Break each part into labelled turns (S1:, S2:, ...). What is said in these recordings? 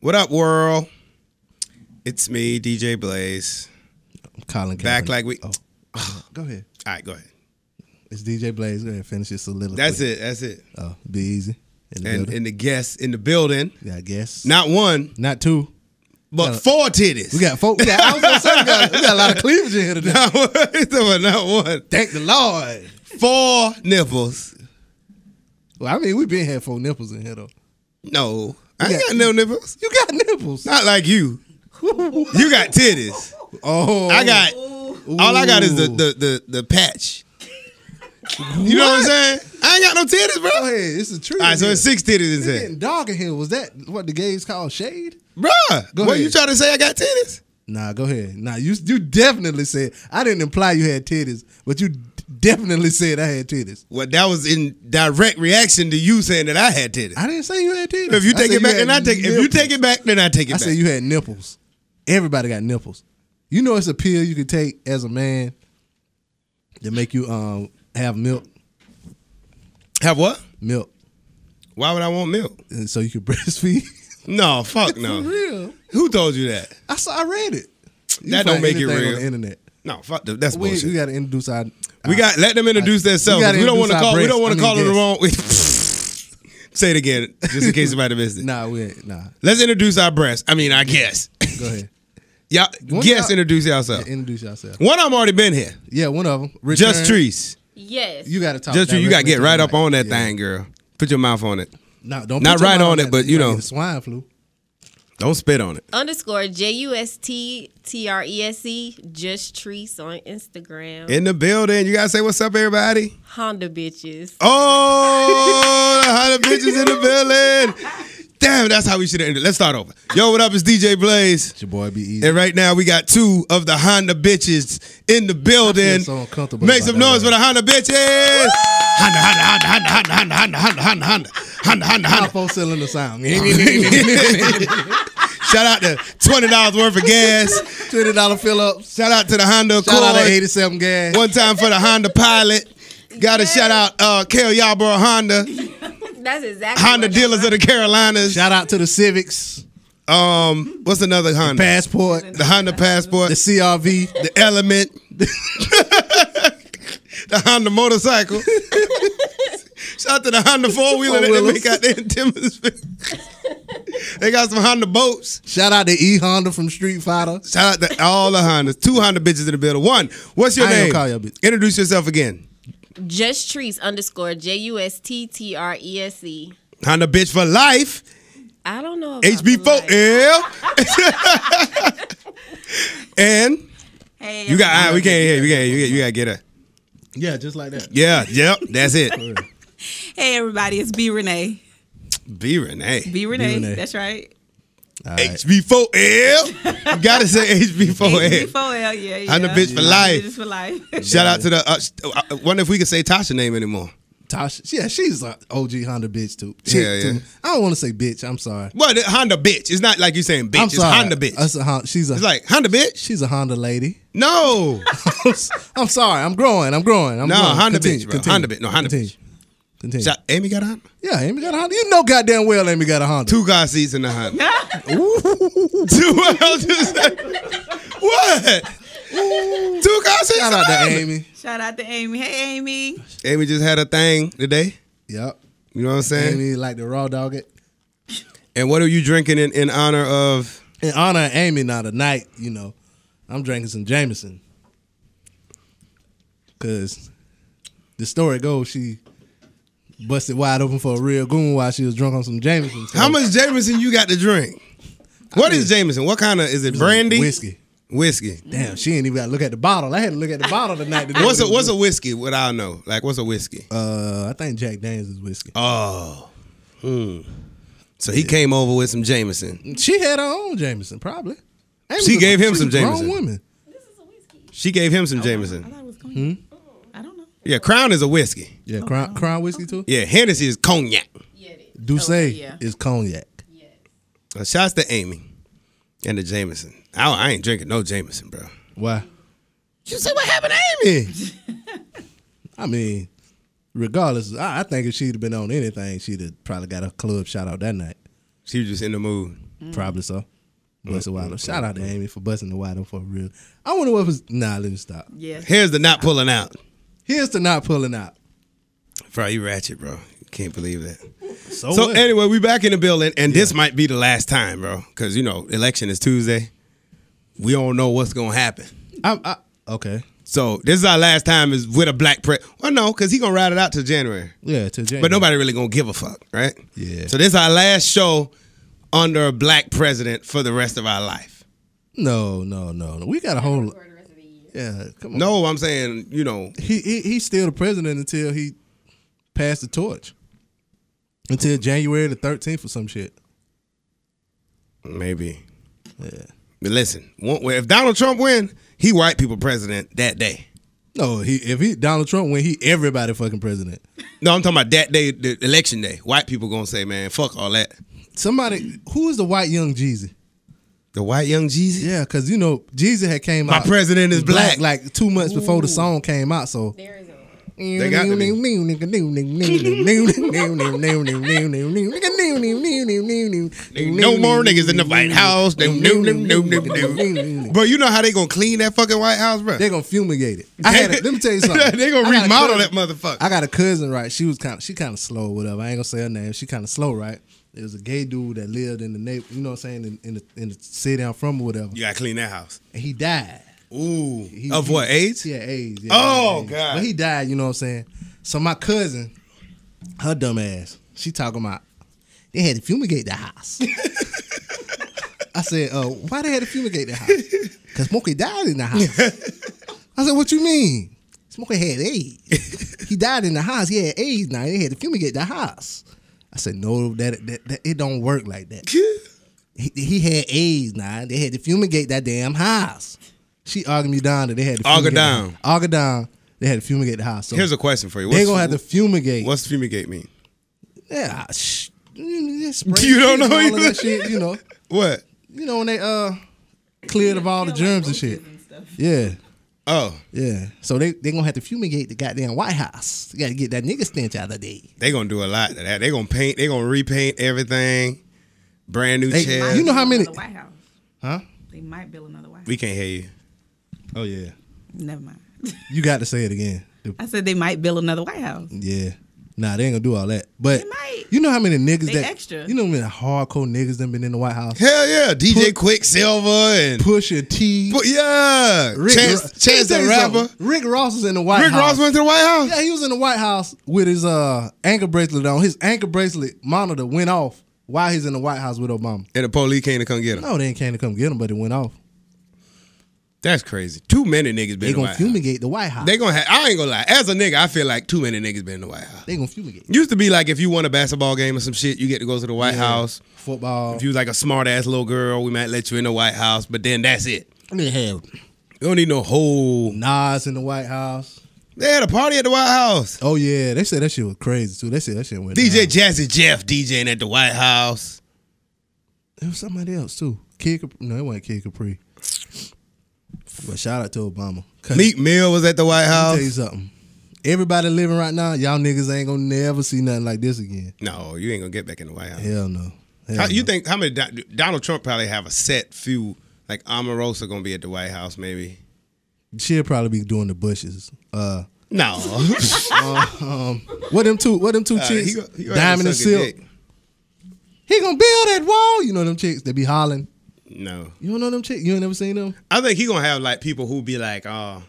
S1: What up, world? It's me, DJ Blaze.
S2: Colin Kaepernick.
S1: Back like we.
S2: Oh. Go ahead.
S1: All right, go ahead.
S2: It's DJ Blaze. Go ahead. Finish your soliloquy.
S1: That's it. That's it.
S2: Oh, be easy. In the
S1: And
S2: building.
S1: and the guests in the building,
S2: yeah, I guess.
S1: not one,
S2: Not two.
S1: but
S2: No.
S1: four titties.
S2: We got folk. We got, I was gonna say we got, we got a lot of cleavage in here today.
S1: not one, not one.
S2: Thank the Lord.
S1: Four nipples.
S2: Well, I mean, we've been had four nipples in here though.
S1: No, I ain't
S2: got-
S1: got no nipples.
S2: You got nipples.
S1: Not like you. You got titties.
S2: Oh,
S1: I got. All I got is the the the, the patch. You know what I'm
S2: What?
S1: saying? I ain't got no titties, bro.
S2: Go ahead. It's a tree.
S1: All right, so
S2: in
S1: it's
S2: here.
S1: six titties in
S2: It's
S1: there.
S2: getting dark in here. Was that what the gays call shade?
S1: Bruh,
S2: Go
S1: what
S2: ahead.
S1: you trying to say? I got titties.
S2: Nah, go ahead. Nah, you you definitely said I didn't imply you had titties, but you definitely said I had titties.
S1: Well, that was in direct reaction to you saying that I had titties.
S2: I didn't say you had titties.
S1: If you
S2: I
S1: take
S2: said
S1: it back,
S2: had
S1: then I take. If you
S2: nipples.
S1: take it back, then I take it
S2: I
S1: back.
S2: said you had nipples. Everybody got nipples. You know it's a pill you can take as a man to make you um have milk,
S1: have what?
S2: milk,
S1: Why would I want milk?
S2: and so you can breastfeed.
S1: No, fuck
S2: For
S1: no.
S2: real?
S1: Who told you that?
S2: I saw. I read it. You
S1: That don't
S2: can find
S1: make it
S2: anything
S1: real.
S2: on the internet.
S1: No, fuck. th- That's
S2: We,
S1: bullshit.
S2: we got to introduce our.
S1: We got let them introduce themselves.
S2: we
S1: We,
S2: gotta
S1: don't want to
S2: introduce
S1: call.
S2: our
S1: We don't want to call
S2: breasts. I
S1: it
S2: mean,
S1: the wrong. Say it again, just in case somebody missed it.
S2: Nah, we ain't- nah.
S1: Let's introduce our breasts. I mean, I guess.
S2: Go ahead.
S1: y'all,
S2: One
S1: guess
S2: y'all-
S1: introduce yourself.
S2: Introduce yourself.
S1: One of them already been here.
S2: Yeah, one of them. Return.
S1: Just trees.
S3: Yes.
S2: You got to talk.
S1: Just tree. You gotta
S2: directly
S1: get
S2: to
S1: right
S2: the
S1: up
S2: mic.
S1: on that
S2: Yeah.
S1: thing, girl. Put your mouth on it.
S2: No, don't
S1: Not
S2: put your
S1: right
S2: mouth
S1: on it,
S2: that.
S1: but, you
S2: might
S1: know.
S2: get swine flu.
S1: Don't spit on it.
S3: Underscore J U S T T R E S E. Just Trees on Instagram.
S1: In the building, you gotta say what's up, everybody.
S3: Honda bitches.
S1: Oh, the hundred bitches in the building. Damn, that's how we should end it. Let's start over. Yo, what up? It's DJ Blaze.
S2: It's your boy be easy.
S1: And right now we got two of the Honda bitches in the building.
S2: so uncomfortable
S1: Make
S2: about
S1: some
S2: that
S1: noise for
S2: right
S1: the Honda bitches. Honda, Honda, Honda, Honda, Honda, Honda, Honda, Honda, Honda, Honda, Honda,
S2: How
S1: Honda.
S2: four cylinder sound?
S1: Shout out to twenty dollars worth of gas.
S2: Twenty dollar fill up.
S1: Shout out to the Honda Accord.
S2: Shout out to eighty seven gas.
S1: One time for the Honda Pilot. Got to shout out uh, Kel Yarborough Honda,
S3: That's exactly.
S1: Honda
S3: what
S1: dealers of the Carolinas.
S2: Shout out to the Civics,
S1: Um, what's another Honda?
S2: Passport,
S1: the Honda Passport,
S2: the
S1: the,
S2: CRV.
S1: Element, the Honda motorcycle. shout out to the Honda four wheeler that they
S2: Four-wheelers.
S1: make out there in Timbersville. they got some Honda boats.
S2: Shout out to E Honda from Street Fighter.
S1: Shout out to all the Hondas. Two Honda bitches in the building. One, what's your
S2: I ain't
S1: name?
S2: gonna call y'all bitch.
S1: Introduce yourself again.
S3: I'm- Just Trees underscore J U S T T R E S E.
S1: Honda bitch for life.
S3: I don't know. about the light.
S1: HB4L. and
S3: Hey,
S1: you got, ah, we can't hear, you, we can't hear, you, you got to get her.
S2: Yeah, just like that.
S1: Yeah, yep, that's it.
S4: Hey everybody, it's B Renee.
S1: B Renee.
S4: B Renee,
S2: Renee.
S4: that's right.
S2: All right.
S1: HB4L. You got to say HB4L.
S4: B4L, yeah, yeah.
S1: I'm the bitch for
S4: Yeah.
S1: life.
S4: Bitch for life.
S1: Shout out to the, uh, sh- I I wonder if we could say Tasha name anymore.
S2: Tasha. Yeah, she's an OG Honda bitch too. Chick
S1: Yeah, yeah.
S2: too. I don't want to say bitch. I'm sorry.
S1: Well, the Honda bitch. It's not like you saying bitch.
S2: I'm
S1: it's
S2: sorry. Uh,
S1: Honda bitch.
S2: That's a Hon- she's a
S1: it's like Honda bitch.
S2: she's a Honda lady.
S1: No.
S2: I'm sorry. I'm growing. I'm growing. I'm
S1: No,
S2: growing.
S1: Honda
S2: Continue,
S1: bitch, bro.
S2: continue,
S1: Honda bitch. No, Honda
S2: continue.
S1: bitch.
S2: Continue.
S1: Shout- Amy got a Honda.
S2: Yeah, Amy got a Honda. You know goddamn well Amy got a Honda.
S1: Two car seats in the Honda. Two. what? else is that? What? Two car seats.
S2: Shout
S1: in
S2: out
S1: the
S2: to
S1: Honda.
S2: Amy.
S4: Shout out to Amy. Hey Amy.
S2: Hmm?
S1: Amy just had a thing today.
S2: Yep.
S1: You know what I'm saying?
S2: Amy like the raw dog it.
S1: And what are you drinking in, in honor of?
S2: In honor of Amy now tonight, you know, I'm drinking some Jameson. Cause the story goes she busted wide open for a real goon while she was drunk on some Jameson. So
S1: How much Jameson you got to drink? What is Jameson? What kind of is it? Brandy,
S2: Whiskey.
S1: whiskey.
S2: Damn, she ain't even got to look at the bottle. I had to look at the bottle tonight. To know
S1: What's a
S2: what it
S1: what's a
S2: was.
S1: whiskey? What I know, like what's a whiskey?
S2: Uh, I think Jack Daniels is whiskey.
S1: Oh, hmm. So he came over with some Jameson.
S2: She had her own Jameson, probably. Amy
S1: She
S2: was-
S1: gave him
S2: was
S1: some
S2: a grown
S1: Jameson.
S2: Woman.
S1: She gave him some
S4: I
S1: Jameson.
S4: thought it was going. I don't know.
S1: Yeah, Crown is a whiskey.
S2: Yeah, Crown, Crown whiskey too.
S1: Yeah, Hennessy is cognac.
S2: Douce
S4: Okay, yeah.
S2: is cognac.
S1: Uh, Shouts to Amy and the Jameson. I, I ain't drinking no Jameson, bro.
S2: Why?
S1: You see what happened to Amy?
S2: I mean, regardless, I, I think if she'd have been on anything, she'd have probably got a club shout out that night.
S1: She was just in the mood.
S2: Probably so.
S1: Mm,
S2: Busting wide open. Shout out to Amy for busting the wide open for real. I wonder what was. Nah, let me stop.
S4: Yes.
S1: Here's the not pulling out.
S2: Here's to not pulling out.
S1: Bro, you ratchet, bro. Can't believe that.
S2: So,
S1: So
S2: Oh, what?
S1: anyway, we back in the building, and this might be the last time, bro, because you know election is Tuesday. We don't know what's gonna happen.
S2: I'm, I, okay.
S1: So this is our last time is with a black pre. Well, no, because he gonna ride it out till January,
S2: Yeah, to January.
S1: but nobody really gonna give a fuck, right?
S2: Yeah.
S1: So this is our last show under a black president for the rest of our life.
S2: No, no, no, no. We got a whole.
S5: for the rest of the year.
S2: Yeah, come on.
S1: No, I'm saying you know
S2: he, he he's still the president until he passed the torch. Until January the thirteenth or some shit.
S1: maybe.
S2: Yeah.
S1: But listen, one- if Donald Trump win, he white people president that day.
S2: No, he if he Donald Trump when he everybody fucking president.
S1: No, I'm talking about that day, the election day. White people gonna say, man, fuck all that.
S2: Somebody who is the white young Jeezy?
S1: The white young Jeezy.
S2: Yeah, because you know Jeezy had came
S1: My
S2: out.
S1: president is black.
S2: Like two months before the song came out, so
S5: There is no.
S2: they
S1: got to be. No more niggas in the White House. They no, no, no, no, no. Bro, you know how they gonna clean that fucking White House, bro?
S2: They gonna fumigate it. I had a, let me tell you something.
S1: They gonna
S2: I got a
S1: remodel
S2: cousin-
S1: that motherfucker.
S2: I got a cousin, right? She was kind of she kind of slow, whatever. I ain't gonna say her name. She kind of slow, right? There was a gay dude that lived in the neighbor, you know what I'm saying, in, in the in the city I'm from or whatever.
S1: You gotta clean that house.
S2: And he died.
S1: Ooh,
S2: He-
S1: of
S2: he-
S1: what age?
S2: Yeah, AIDS. Yeah,
S1: Oh,
S2: AIDS.
S1: God.
S2: But he died, you know what I'm saying? So my cousin, her dumb ass, she talking about they had to fumigate the house. I said, uh, why they had to fumigate the house? Because Smokey died in the house. I said, what you mean? Smokey had AIDS. he died in the house. He had AIDS now. They had to fumigate the house. I said, no, that, that, that it don't work like that he, he had AIDS now. They had to fumigate that damn house. She argued me down that they had to
S1: Argue
S2: fumigate
S1: down.
S2: the- Argue down. They had to fumigate the house. So
S1: Here's a question for you.
S2: they gonna have to fumigate.
S1: What's fumigate mean?
S2: yeah, shh, you spray
S1: You don't
S2: shit and
S1: know
S2: all of
S1: either?
S2: that shit. You know,
S1: What?
S2: you know when they uh cleared of all the germs and shit. Yeah,
S1: Oh,
S2: yeah. So they they gonna have to fumigate the goddamn White House. You gotta get that nigga stench out of there.
S1: they gonna do a lot of that. They gonna paint. They gonna repaint everything. Brand new
S2: They-
S1: chairs.
S2: you know how many-
S4: The White House.
S2: Huh?
S4: They might build another White House.
S1: we can't hear you.
S2: Oh yeah.
S4: Never mind.
S2: You got to say it again. The-
S4: I said they might build another White House.
S2: Yeah. Nah, they ain't gonna do all that. But
S4: They might.
S2: you know how many niggas
S4: They
S2: that
S4: extra.
S2: you know how many hardcore niggas that been in the White House?
S1: Hell yeah, DJ
S2: Put-
S1: Quicksilver and
S2: Pusha T,
S1: But yeah, Chance,
S2: Ro-
S1: Chance
S2: Let
S1: the
S2: me tell you
S1: Rapper.
S2: something. Rick Ross was in the White
S1: Rick
S2: House.
S1: Ross went to the White House.
S2: yeah, he was in the White House with his uh anchor bracelet on. His anchor bracelet monitor went off while he's in the White House with Obama.
S1: And the police came to come get him.
S2: No, they ain't came to come get him, but it went off.
S1: That's crazy. Too many niggas been
S2: They
S1: in the
S2: gonna
S1: White House.
S2: fumigate the White House.
S1: They gonna have. I ain't gonna lie. As a nigga, I feel like too many niggas been in the White House.
S2: They gonna fumigate.
S1: Used to be like if you won a basketball game or some shit, you get to go to the White House.
S2: Football.
S1: If you like a smart ass little girl, we might let you in the White House, but then that's it.
S2: they have
S1: We don't need no whole.
S2: Nas in the White House.
S1: They had a party at the White House.
S2: Oh yeah, they said that shit was crazy too. They said that shit went
S1: DJ
S2: down.
S1: Jazzy Jeff DJing at the White House.
S2: It was somebody else too. Kid Capri. No, it wasn't Kid Capri. But shout out to Obama. 'Cause
S1: Meek Mill was at the White
S2: Let me tell you
S1: House.
S2: something. Everybody living right now, y'all niggas ain't gonna never see nothing like this again.
S1: No, you ain't gonna get back in the White House.
S2: Hell no. Hell
S1: How, you
S2: no.
S1: think how many Do- Donald Trump probably have a set few like Omarosa gonna be at the White House maybe?
S2: she'll probably be doing the bushes? Uh,
S1: No,
S2: what them two? What them two
S1: Uh,
S2: chicks?
S1: he go- he go ahead
S2: Diamond and
S1: suck a
S2: Silk.
S1: dick.
S2: He gonna build that wall. You know them chicks? They be hollering.
S1: No,
S2: You don't know them chicks? You ain't never seen them?
S1: I think he gonna have like people who be like, oh,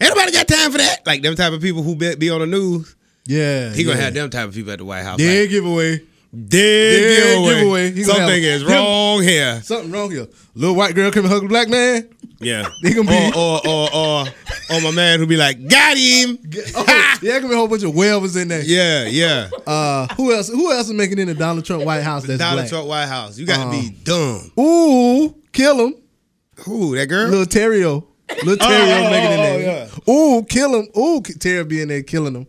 S1: anybody got time for that? Like them type of people who be, be on the news.
S2: Yeah.
S1: He gonna
S2: yeah.
S1: have them type of people at the White House.
S2: Dead
S1: like,
S2: giveaway.
S1: dead
S2: dead
S1: giveaway.
S2: giveaway. He gonna
S1: Something
S2: have
S1: is
S2: him-
S1: wrong here.
S2: Something wrong here. Little white girl come and hug a black man.
S1: Yeah,
S2: They gonna be-
S1: or or or or, or my man who be like, got him.
S2: Oh, yeah, come be a whole bunch of whalers in there.
S1: Yeah, yeah.
S2: Uh, who else? Who else is making it in the Donald Trump White House? That's
S1: Donald
S2: black? Uh-huh.
S1: Trump White House. You got to be dumb.
S2: Ooh, kill him.
S1: Who that girl?
S2: Little Terrio. Little Terrio
S1: oh,
S2: making it
S1: oh,
S2: in there. Ooh, kill him. Ooh, Terrio be in there killing him.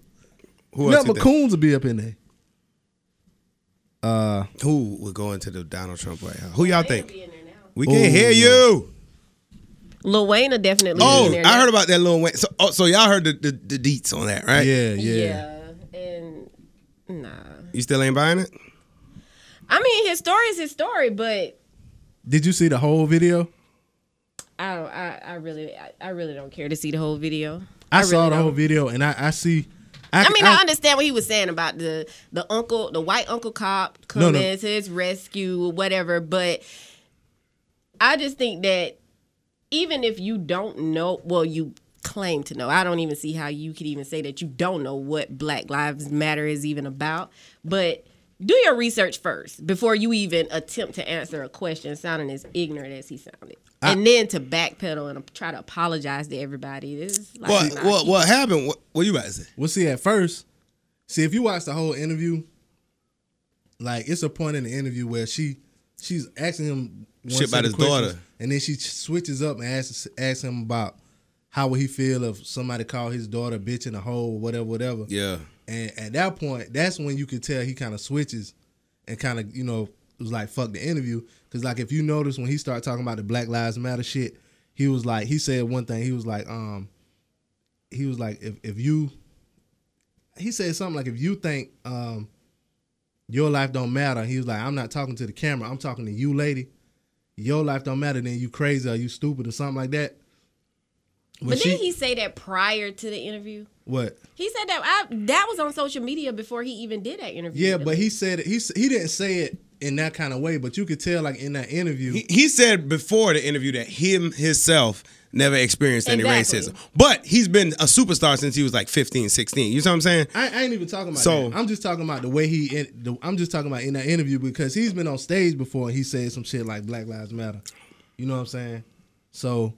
S1: who else
S2: Nut
S1: you think?
S2: McCoons will be up in there. Uh,
S1: Who would go into the Donald Trump White House? Who y'all
S5: They'll
S1: think?
S5: be in there now.
S1: We can't hear
S2: Ooh.
S1: you.
S3: Lil Wayne will definitely. be in
S1: Oh,
S3: there
S1: I
S3: now.
S1: heard about that Lil Wayne. So, oh, so y'all heard the, the, the deets on that, right?
S2: yeah, yeah,
S3: Yeah. and nah.
S1: You still ain't buying it?
S3: I mean, his story is his story, but
S2: Did you see the whole video?
S3: I don't. I, I really, I, I really don't care to see the whole video.
S2: I,
S3: really
S2: saw the
S3: don't.
S2: whole video and I, I see.
S3: I mean, I, understand what he was saying about the the uncle, the white uncle cop
S2: No,
S3: coming
S2: no.
S3: to his rescue or whatever, but I just think that even if you don't know, well, you claim to know. I don't even see how you could even say that you don't know what Black Lives Matter is even about, but do your research first before you even attempt to answer a question sounding as ignorant as he sounded. and then to backpedal and try to apologize to everybody. This is like
S1: What
S3: not
S1: what what happened? What, what you about to say?
S2: Well, see, at first, see if you watch the whole interview, like it's a point in the interview where she she's asking him one
S1: Shit
S2: set
S1: about
S2: of
S1: his
S2: questions,
S1: daughter.
S2: and then she switches up and asks asks him about how would he feel if somebody called his daughter a bitch in a hole, whatever, whatever.
S1: Yeah.
S2: And at that point, that's when you could tell he kind of switches and kind of, you know, was like, fuck the interview. Because, like, if you notice when he started talking about the Black Lives Matter shit, he was like, he said one thing. He was like, um, he was like, if, if you, he said something like, if you think um, your life don't matter, he was like, I'm not talking to the camera. I'm talking to you, lady. Your life don't matter. Then you crazy or you stupid or something like that. When
S3: But
S2: she,
S3: didn't he say that prior to the interview?
S2: what?
S3: He said that I that was on social media before he even did that interview.
S2: Yeah, but he said it. He s- he didn't say it in that kind of way, but you could tell like in that interview.
S1: He, he said before the interview that him himself never experienced any
S3: Exactly.
S1: racism. But he's been a superstar since he was like 15, 16. You know what I'm saying?
S2: I, I ain't even talking about
S1: So-
S2: that. I'm just talking about the way he. In, the, I'm just talking about in that interview because he's been on stage before and he said some shit like Black Lives Matter. You know what I'm saying? So,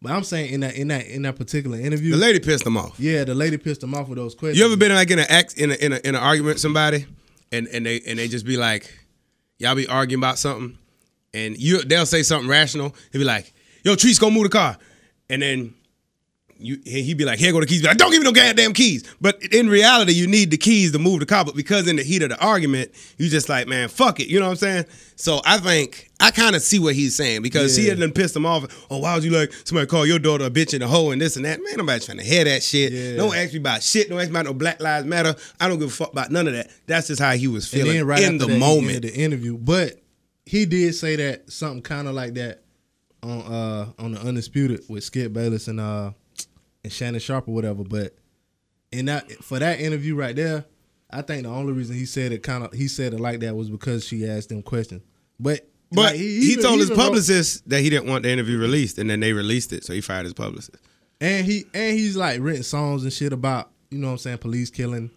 S2: but I'm saying in that in that in that particular interview,
S1: The lady pissed him off.
S2: yeah, the lady pissed him off with those questions.
S1: You ever been like in an act in a, in, a, in an argument with somebody, and and they and they just be like, y'all be arguing about something, and you they'll say something rational. He'll be like, "Yo, Trees, go move the car," and then you he- he'd be like, "Here go the keys." Be like, "Don't give me no goddamn keys." But in reality, you need the keys to move the car. But because in the heat of the argument, you just like, man, fuck it. You know what I'm saying? So I think I kind of see what he's saying because he
S2: Yeah.
S1: had done pissed him off. Oh, why would you like somebody call your daughter a bitch and a hoe and this and that? Man, nobody trying to hear that shit.
S2: Yeah.
S1: Don't ask me about shit. Don't ask me about no Black Lives Matter. I don't give a fuck about none of that. That's just how he was
S2: and
S1: feeling
S2: then right
S1: in
S2: after
S1: the
S2: that, he
S1: moment.
S2: ended the interview, but he did say that something kind of like that on uh on the Undisputed with Skip Bayless and uh and Shannon Sharp or whatever. But in that for that interview right there, I think the only reason he said it kind of he said it like that was because she asked him questions. But
S1: But
S2: like,
S1: he,
S2: even-
S1: told his
S2: even wrote-
S1: publicist that he didn't want the interview released, and then they released it, so he fired his publicist.
S2: and he and he's like written songs and shit about you know what I'm saying police killing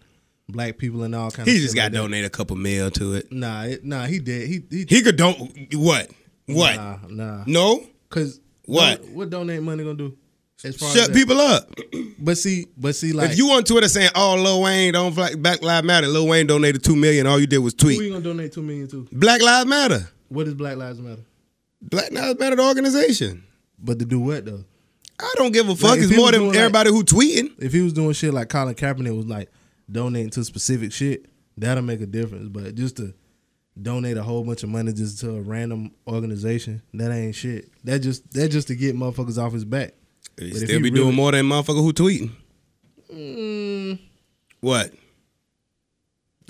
S2: black people and all kind of.
S1: He just
S2: shit
S1: got
S2: like that.
S1: donated a couple mil to it.
S2: Nah, it, nah, he did. He he,
S1: He could don't what what
S2: nah nah.
S1: no
S2: Cause
S1: What?
S2: don- what donate money gonna do? As far
S1: shut
S2: that-
S1: people up.
S2: But see, but see, like
S1: if you on Twitter saying, "Oh, Lil Wayne don't black, black Lives Matter," Lil Wayne donated two million. All you did was
S2: who you
S1: tweet
S2: gonna donate two million to?
S1: Black Lives Matter.
S2: What is Black Lives Matter?
S1: Black Lives Matter the organization.
S2: But to do what though?
S1: I don't give a fuck.
S2: if
S1: it's
S2: he
S1: more
S2: was
S1: than
S2: doing, like-
S1: everybody who tweeting.
S2: If he was doing shit like Colin Kaepernick was like donating to specific shit, that'll make a difference. But just to donate a whole bunch of money just to a random organization, that ain't shit. That just that just to get motherfuckers off his back.
S1: They
S2: But if
S1: still
S2: he
S1: be
S2: really-
S1: doing more than motherfucker who tweeting.
S2: Mm.
S1: What?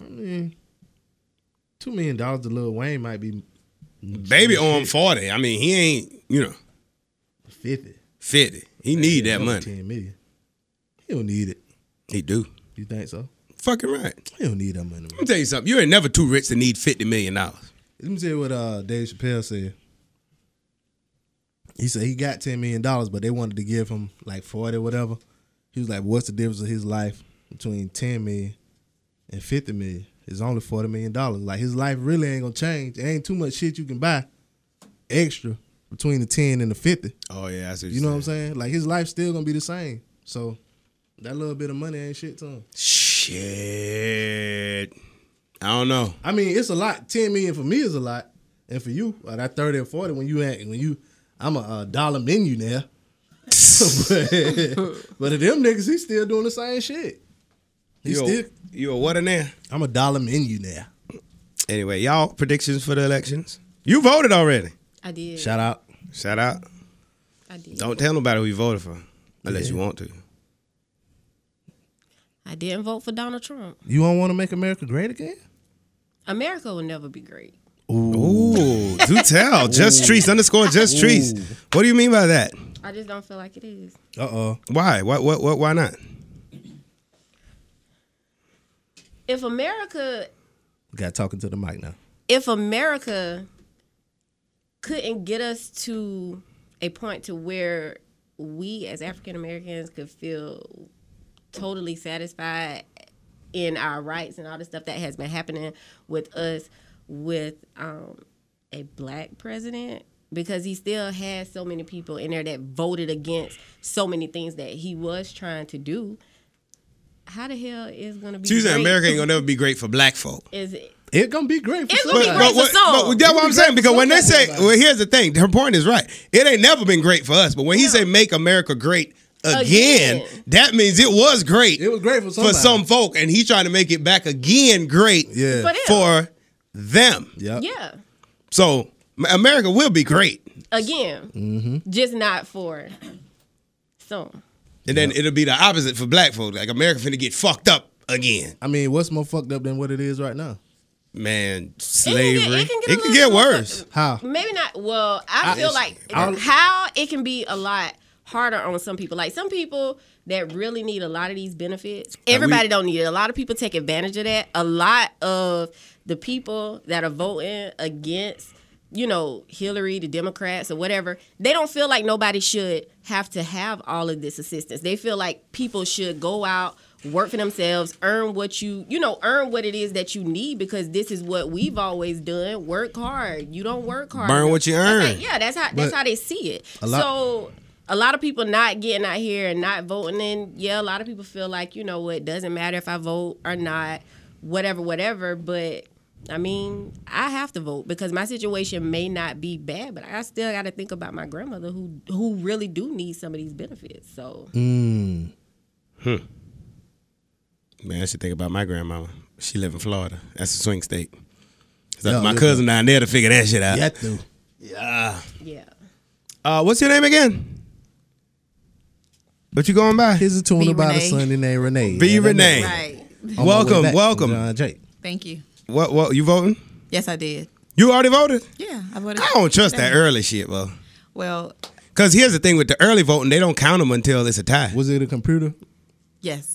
S2: I mean, two million dollars to Lil Wayne might be
S1: Baby on forty. I mean, he ain't you know
S2: fifty.
S1: fifty. He need that
S2: Over
S1: money.
S2: Ten million. He don't need it.
S1: He do.
S2: You think so?
S1: Fucking right.
S2: He don't need that money.
S1: Let me tell you something. You ain't never too rich to need fifty million dollars.
S2: Let me tell you what uh, Dave Chappelle said. He said he got ten million dollars, but they wanted to give him like forty, or whatever. He was like, "What's the difference of his life between ten million and fifty million? It's only forty million dollars. Like his life really ain't gonna change. There ain't too much shit you can buy extra between the ten and the fifty.
S1: Oh yeah, I see.
S2: You know what I'm saying? Like his life's still gonna be the same. So that little bit of money ain't shit to him.
S1: Shit. I don't know.
S2: I mean, it's a lot. Ten million for me is a lot, and for you, uh, that thirty or forty when you at, when you, I'm a, uh dollar menu now. but, but to them niggas, he's still doing the same shit. He
S1: You
S2: still,
S1: a, you a what in there?
S2: I'm a dollar menu now.
S1: Anyway, y'all predictions for the elections. You voted already.
S3: I did.
S2: Shout out.
S1: Shout out.
S3: I did.
S1: Don't tell nobody who you voted for, unless you want to.
S3: I didn't vote for Donald Trump.
S2: You don't want to make America great again?
S3: America will never be great.
S1: Ooh, do tell. Just trees underscore just trees. What do you mean by that?
S3: I just don't feel like it is.
S2: Uh oh.
S1: Why? What? What? What? Why not?
S3: If America
S2: Got talking to the mic now.
S3: if America couldn't get us to a point to where we as African Americans could feel totally satisfied in our rights and all the stuff that has been happening with us with um, a black president because he still has so many people in there that voted against so many things that he was trying to do. How the hell is gonna be
S1: Tuesday
S3: great-
S1: America ain't gonna never be great for black folk.
S3: is it
S2: It's gonna be great. For
S3: It's
S2: some-
S3: gonna be great for
S1: what-
S3: some.
S1: but that's what I'm saying because when they say,
S2: somebody.
S1: well, here's the thing. Her point is right. It ain't never been great for us. But when he say make America great again,
S3: Again.
S1: that means it was great.
S2: It was great for
S1: for
S2: somebody.
S1: some folk, and he trying to make it back again great.
S2: Yeah.
S3: For them.
S1: for them.
S2: Yep.
S3: yeah.
S1: So M- America will be great,
S3: again,
S2: Mm-hmm.
S3: just not for some.
S1: and then it'll be the opposite for black folk. Like America finna get fucked up again.
S2: I mean, what's more fucked up than what it is right now?
S1: Man, slavery.
S3: it can get a
S1: It can
S3: little
S1: get
S3: bit
S1: worse.
S2: How?
S3: Maybe not. Well, I,
S2: I-
S3: feel like
S2: I'll-
S3: how it can be a lot harder on some people. Like some people that really need a lot of these benefits. Everybody don't need it. A lot of people take advantage of that. A lot of the people that are voting against. You know, Hillary, the Democrats, or whatever, they don't feel like nobody should have to have all of this assistance. They feel like people should go out, work for themselves, earn what you, you know, earn what it is that you need because this is what we've always done. Work hard. You don't work hard.
S1: Burn what you
S3: That's how-
S1: earn.
S3: yeah, that's how that's
S2: But-
S3: how they see it.
S2: A lot-
S3: so a lot of people not getting out here and not voting in. Yeah, a lot of people feel like you know it doesn't matter if I vote or not, whatever, whatever. But I mean, I have to vote because my situation may not be bad, but I still got to think about my grandmother who who really do need some of these benefits. So
S2: Mm.
S1: Man, I should think about my grandmama. She live in Florida. That's a swing state. It's
S2: Yeah,
S1: up to my
S2: listen.
S1: cousin down there to figure that shit out.
S2: That do.
S3: yeah,
S1: Uh, what's your name again? What you going by?
S2: Here's a tune
S4: Be
S2: about
S4: Renee.
S2: a son named Renee.
S1: Be
S2: And I'm
S1: Renee.
S3: right.
S2: on my way
S1: Welcome,
S2: back from
S1: welcome.
S2: John Jay.
S4: Thank you.
S1: What? What? You voting?
S4: Yes, I did.
S1: You already voted?
S4: Yeah, I voted.
S1: I don't trust that early shit, bro.
S4: Well,
S1: Cause here's the thing with the early voting, they don't count them until it's a tie.
S2: Was it a computer?
S4: yes.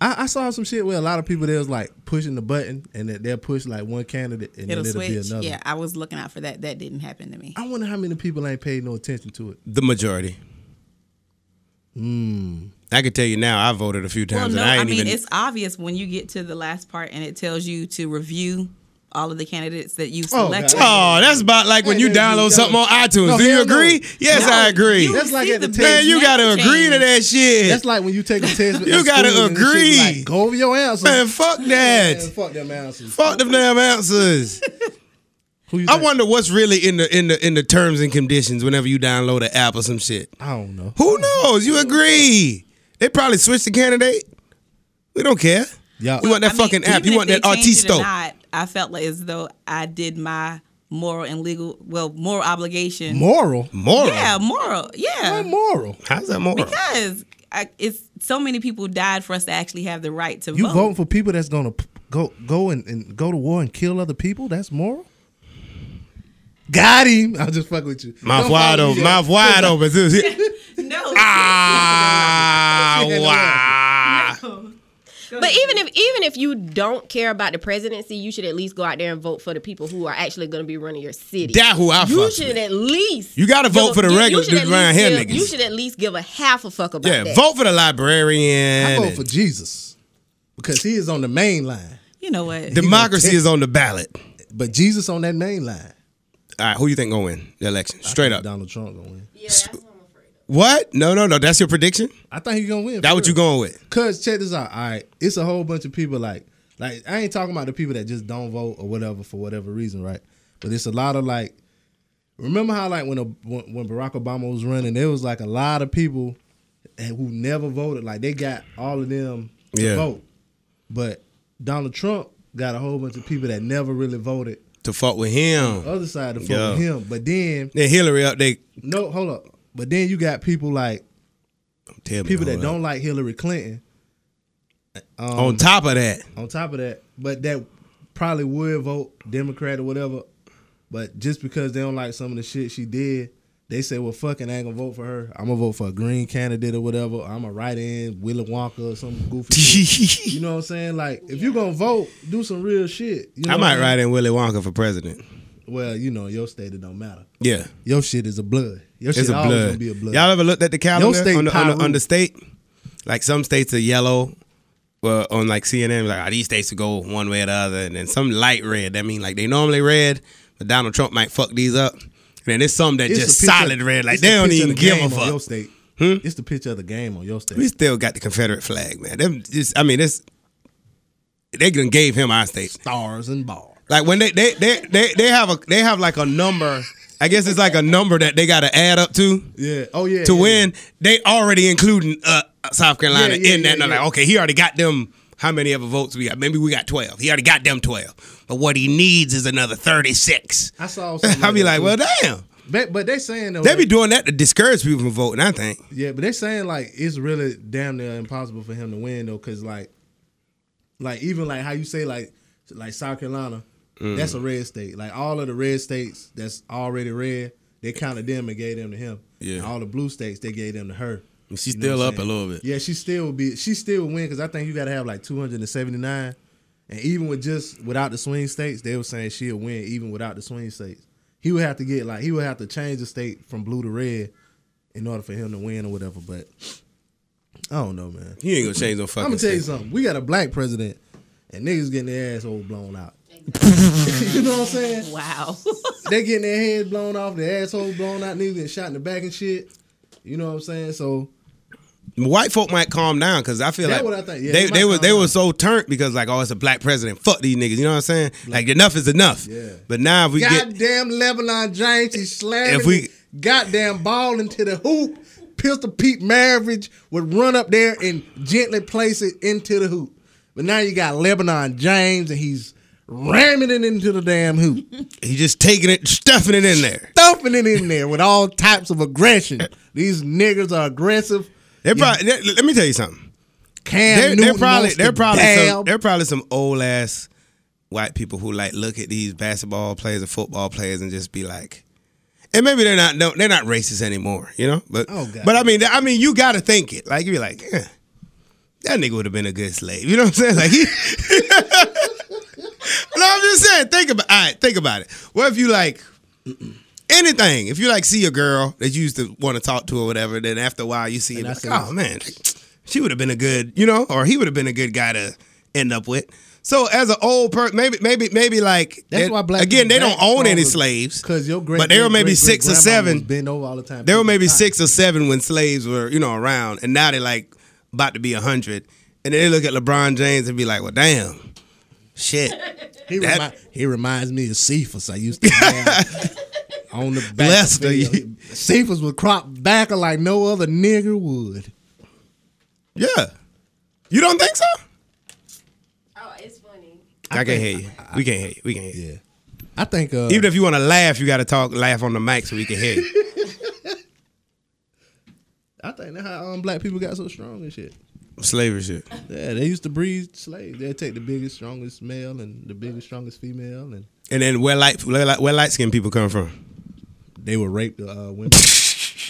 S2: I, I saw some shit where a lot of people there was like pushing the button and that they'll push like one candidate and
S4: It'll
S2: then it'll
S4: switch.
S2: be another.
S4: Yeah, I was looking out for that. That didn't happen to me.
S2: I wonder how many people ain't paid no attention to it.
S1: The majority.
S2: Hmm.
S1: I can tell you now, I voted a few
S4: Well,
S1: times
S4: no,
S1: and I
S4: I,
S1: ain't
S4: mean
S1: even.
S4: it's obvious when you get to the last part and it tells you to review all of the candidates that you've
S2: Oh,
S4: selected.
S1: oh, that's about like when
S2: Hey,
S1: you
S2: there you
S1: download
S2: go.
S1: something on iTunes.
S2: No,
S1: Do you
S2: hell no.
S1: agree? Yes,
S4: No,
S1: I agree.
S4: you
S2: That's like
S4: see
S2: at the
S4: the
S2: table.
S1: Man, you
S4: big
S1: gotta
S4: name
S1: agree to
S4: change.
S1: that shit.
S2: That's like when you take a test. at
S1: You
S2: school
S1: gotta
S2: and this shit be
S1: agree.
S2: Like, Go over your answers.
S1: man, fuck that.
S2: Man, fuck them answers.
S1: Fuck them damn answers.
S2: Who you
S1: I
S2: think?
S1: wonder what's really in the in the in the terms and conditions whenever you download an app or some shit.
S2: I don't know.
S1: Who knows? You agree. They probably switched the candidate. We don't care.
S2: Yeah.
S1: We want that
S4: I mean,
S1: fucking app.
S4: even
S1: You
S4: if
S1: want that
S4: they changed it or
S1: artisto.
S4: not, I felt like as though I did my moral and legal, well, moral obligation.
S2: Moral.
S1: Moral.
S4: Yeah, moral. Yeah.
S2: Why moral?
S1: How's that moral?
S4: Because I, it's so many people died for us to actually have the right to
S2: You
S4: vote.
S2: voting for people that's gonna p- go go and, and go to war and kill other people? That's moral. Got him. I'll just fuck with you.
S1: Mouth
S2: Don't
S1: wide
S2: follow me
S1: open.
S2: yet.
S1: Mouth wide open.
S4: No.
S1: Ah, wow.
S3: But even if even if you don't care about the presidency, you should at least go out there and vote for the people who are actually going to be running your city.
S1: That who I
S3: you
S1: fuck
S3: should
S1: with.
S3: at least
S1: You gotta
S3: give
S1: vote for the
S3: you- you
S1: regular
S3: should
S1: dude
S3: at
S1: around
S3: least
S1: here,
S3: give-
S1: niggas.
S3: You should at least give a half a fuck about
S1: Yeah,
S3: that.
S1: vote for the librarian.
S2: I vote
S1: and
S2: for Jesus because he is on the main line,
S4: You know what?
S1: democracy is on the ballot.
S2: but Jesus on that main line.
S1: All right, who you think gonna win the election? Straight up.
S2: Donald Trump gonna win.
S3: Yeah, that's what I'm afraid of.
S1: What? No, no, no. That's your prediction.
S2: I think he gonna win.
S1: That what you going with?
S2: Cause check this out. All right, it's a whole bunch of people like like I ain't talking about the people that just don't vote or whatever for whatever reason, right? But it's a lot of like. Remember how like when a, when when Barack Obama was running, there was like a lot of people and who never voted. Like they got all of them to
S1: Yeah.
S2: vote, but Donald Trump got a whole bunch of people that never really voted.
S1: To fuck with him.
S2: Other side to vote
S1: Yeah.
S2: with him, but then
S1: Then Hillary up there.
S2: no, hold up. But then you got people like
S1: Tell me,
S2: people
S1: hold up.
S2: that don't like Hillary Clinton. Um,
S1: On top of that,
S2: on top of that, but that probably would vote Democrat or whatever, But just because they don't like some of the shit she did, they say, well, fucking, I ain't gonna vote for her. I'm gonna vote for a green candidate or whatever. I'm a right in Willy Wonka or some goofy. shit. You know what I'm saying? Like, if you gonna vote, do some real shit. You know
S1: I
S2: what
S1: might
S2: mean?
S1: ride in Willy Wonka for president.
S2: Well, you know, your state it don't matter.
S1: Yeah,
S2: Your shit is a blood. Your
S1: it's
S2: shit
S1: a
S2: always
S1: blood.
S2: gonna be a blood.
S1: Y'all ever looked at the calendar
S2: state
S1: on, the, on, the, on
S2: Pyro.
S1: the state? Like some states are yellow. Well, on like CNN, like oh, these states will go one way or the other, and then some light red. That mean like they normally red, but Donald Trump might fuck these up. And then there's some that
S2: It's
S1: just
S2: the picture-
S1: solid red, like
S2: it's
S1: they
S2: the
S1: don't
S2: picture of
S1: even
S2: the
S1: give a
S2: game on Your
S1: fuck. Hmm?
S2: state. It's the picture of the game on your state.
S1: We still got the Confederate flag, man. Them, just, I mean, this they done gave him our state.
S2: Stars and bars.
S1: Like when they they they they, they have a they have like a number. I guess it's like a number that they got to add up to
S2: Yeah. Oh yeah.
S1: to
S2: yeah.
S1: win. They already including uh, South Carolina
S2: Yeah, yeah,
S1: in that.
S2: yeah,
S1: and they're
S2: yeah.
S1: Like okay, he already got them. How many other votes we got? Maybe we got twelve. He already got them twelve. But what he needs is another thirty six.
S2: I saw. something
S1: I'll be
S2: that,
S1: like,
S2: too.
S1: well, damn.
S2: but, but they saying though.
S1: They be doing that to discourage people from voting. I think.
S2: yeah, but they saying like it's really damn near impossible for him to win though, because like, like even like how you say like like South Carolina, that's a red state. Like all of the red states that's already red, they counted them and gave them to him.
S1: Yeah.
S2: And all the blue states they gave them to her.
S1: She's
S2: You know what I'm saying? Yeah, she still would be. She still would win because I think you got to have like two hundred and seventy nine, and even with just without the swing states, they were saying she'll win even without the swing states. He would have to get like he would have to change the state from blue to red in order for him to win or whatever. But I don't know, man.
S1: He ain't gonna change no fucking.
S2: I'm gonna tell you something. We got a black president, and niggas getting their asshole blown out. you know what I'm saying?
S4: Wow.
S2: they getting their heads blown off, their asshole blown out, niggas getting shot in the back and shit. You know what I'm saying? So
S1: white folk might calm down because I feel
S2: That
S1: like
S2: what I think. Yeah,
S1: they
S2: they
S1: they,
S2: might
S1: were
S2: calm
S1: they
S2: down.
S1: were so turned because like oh it's a black president fuck these niggas you know what I'm saying like enough is enough
S2: Yeah.
S1: but now if we get
S2: Goddamn Lebanon James, he's slamming.
S1: If we-
S2: the goddamn ball into the hoop, Pistol Pete Maravich would run up there and gently place it into the hoop. But now you got Lebanon James, and he's ramming it into the damn hoop,
S1: he just taking it stuffing it in there
S2: thumping it in there with all types of aggression. These niggas are aggressive.
S1: they probably they- let me tell you something
S2: Cam
S1: they're, they're
S2: Newton
S1: probably
S2: wants to
S1: they're probably some,
S2: dab.
S1: they're probably some old ass white people who like look at these basketball players and football players and just be like and maybe they're not no, they're not racist anymore you know but
S2: Oh, God.
S1: but I mean I mean you got to think it like you be like yeah. That nigga would have been a good slave. You know what I'm saying? Like he, No, I'm just saying. Think about. All right, think about it. What if you like anything? If you like see a girl that you used to want to talk to or whatever, then after a while you see it,
S2: And I
S1: like,
S2: say
S1: oh man, like, she would have been a good, you know, or he would have been a good guy to end up with. So as an old person, maybe, maybe, maybe like
S2: That's
S1: that-
S2: why black
S1: again, they
S2: people
S1: don't own
S2: back
S1: any
S2: stronger,
S1: slaves,
S2: Cause your great,
S1: but they were
S2: great,
S1: maybe
S2: great,
S1: six or
S2: great grandma was
S1: seven.
S2: bent over all the time.
S1: There were maybe
S2: Nah.
S1: six or seven when slaves were, you know, around, and now they're like about to be a hundred. And then they look at LeBron James and be like, "Well, damn, shit."
S2: He,
S1: That-
S2: remi- he reminds me of Cephas. I used to have on the back.
S1: Bless the-
S2: video. Cephas would crop back like no other nigger would.
S1: Yeah, you don't think so?
S3: Oh, it's funny.
S1: I, can't hear you. we can't hear you. We can't hear you.
S2: Yeah, I think. Uh,
S1: Even if you want to laugh, you got to talk, laugh on the mic so we can hear you.
S2: I think that's how um, black people got so strong and shit.
S1: Slavery shit.
S2: Yeah, they used to breed slaves. They'd take the biggest, strongest male and the biggest, strongest female, and
S1: And then where light, where light, where light skinned people come from?
S2: they would rape the uh, women.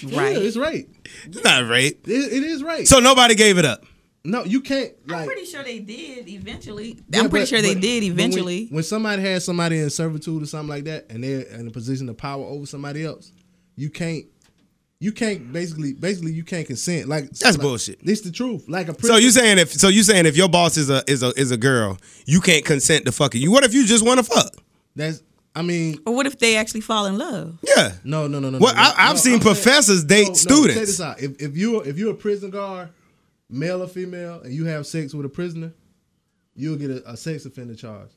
S4: Right.
S2: yeah, it's right.
S1: It's not rape.
S2: It, it is right.
S1: So nobody gave it up.
S2: no, you can't. Like,
S4: I'm pretty sure they did eventually.
S2: Yeah,
S4: I'm pretty
S2: but-
S4: sure they
S2: but-
S4: did
S2: but when-
S4: eventually.
S2: When, somebody has somebody in servitude or something like that, and they're in a position of power over somebody else, you can't. You can't basically, basically, you can't consent. Like
S1: That's
S2: like,
S1: bullshit.
S2: It's the truth. Like a
S1: So
S2: prisoner,
S1: you saying if so you saying if your boss is a is a is a girl, you can't consent to fucking you. What if you just want to fuck?
S2: that's. I mean,
S4: or what if they actually fall in love?
S1: Yeah.
S2: no, no, no, no.
S1: Well,
S2: no,
S1: I- I've
S2: no,
S1: seen
S2: I'm saying-
S1: professors date
S2: Check
S1: students.
S2: this out. If, if you if you're a prison guard, male or female, and you have sex with a prisoner, you'll get a, a sex offender charge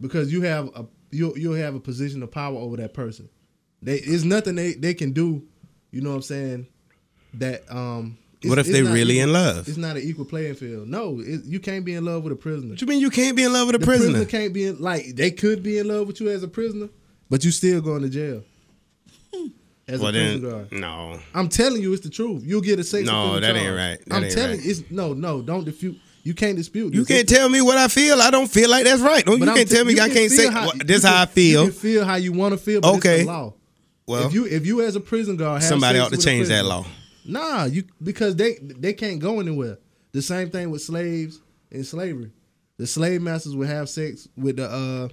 S2: because you have a you'll you'll have a position of power over that person. They it's nothing they they can do. You know what I'm saying? That um. it's-
S1: What if
S2: it's
S1: they
S2: not
S1: really in
S2: equal-
S1: love?
S2: It's not an equal playing field. No, it, you can't be in love with a prisoner.
S1: What you mean you can't be in love with a
S2: The prisoner.
S1: prisoner?
S2: can't be in, like they could be in love with you as a prisoner, but you still going to jail as
S1: Well
S2: a
S1: then,
S2: prison guard.
S1: no.
S2: I'm telling you, it's the truth. You'll get a sex.
S1: No,
S2: offender
S1: that
S2: charge.
S1: ain't right. That
S2: I'm
S1: ain't
S2: telling
S1: right.
S2: you, it's no, no. Don't defute. You can't dispute.
S1: You
S2: this.
S1: can't tell me what I feel. I don't feel like that's right. Don't, you
S2: But I'm
S1: can't
S2: t-
S1: tell me
S2: you
S1: I
S2: can
S1: can't
S2: feel
S1: say
S2: how-
S1: well,
S2: you
S1: this
S2: can-
S1: how I
S2: You
S1: feel.
S2: can feel how you want to feel. But okay.
S1: Okay.
S2: It's the law.
S1: Well,
S2: if you if you as a prison guard, have
S1: somebody
S2: sex
S1: ought to
S2: with a
S1: change that
S2: prisoner-
S1: law.
S2: Nah, you because they they can't go anywhere. The same thing with slaves in slavery. The slave masters would have sex with the uh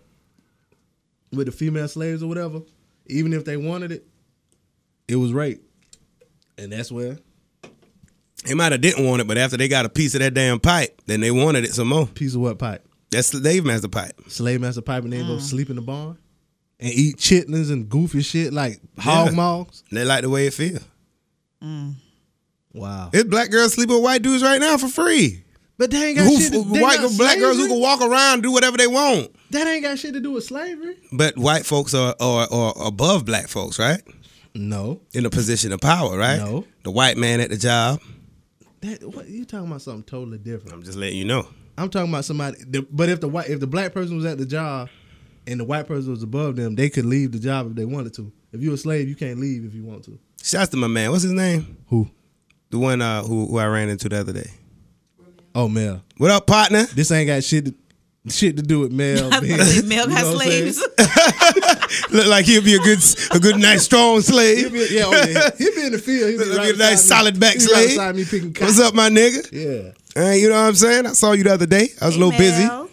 S2: with the female slaves or whatever, even if they wanted it. It was rape, and that's where
S1: They might have didn't want it, but after they got a piece of that damn pipe, then they wanted it some more.
S2: piece of what pipe
S1: That's the Dave Master pipe.
S2: slave master pipe, and they go sleep in the barn and eat chitlins and goofy shit like hog
S1: Yeah.
S2: maws.
S1: They like the way it feels.
S2: Wow,
S1: It's black girls sleeping with white dudes right now for free.
S2: but they ain't got
S1: Who,
S2: shit. To, they
S1: white
S2: not
S1: black girls who
S2: slavery.
S1: can walk around and do whatever they want.
S2: that ain't got shit to do with slavery.
S1: But white folks are, are, are above black folks, right?
S2: No,
S1: In a position of power, right?
S2: No.
S1: The white man at the job.
S2: that what you talking about something totally different.
S1: I'm just letting you know.
S2: I'm talking about somebody. The, but if the white, if the black person was at the job, and the white person was above them, they could leave the job if they wanted to. If you're a slave, you can't leave if you want to.
S1: Shouts to my man. What's his name?
S2: Who?
S1: The one uh, who, who I ran into the other day.
S2: Oh, Mel.
S1: What up, partner?
S2: This ain't got shit to, shit to do with Mel.
S4: I
S2: being-
S4: believe Mel
S2: you know
S4: got
S2: what I'm saying?
S4: slaves.
S1: Look like he'll be a good, a good, nice, strong
S2: He'll
S1: slave.
S2: be, yeah, oh, yeah. He'll be in the field. He'll be,
S1: Look
S2: right
S1: at a nice,
S2: beside
S1: solid
S2: me.
S1: back
S2: He'll be right
S1: slave.
S2: beside me picking
S1: What's
S2: cotton.
S1: up, my nigga?
S2: Yeah.
S1: Uh, you know what I'm saying? I saw you the other day. I was a little busy.
S4: Mel.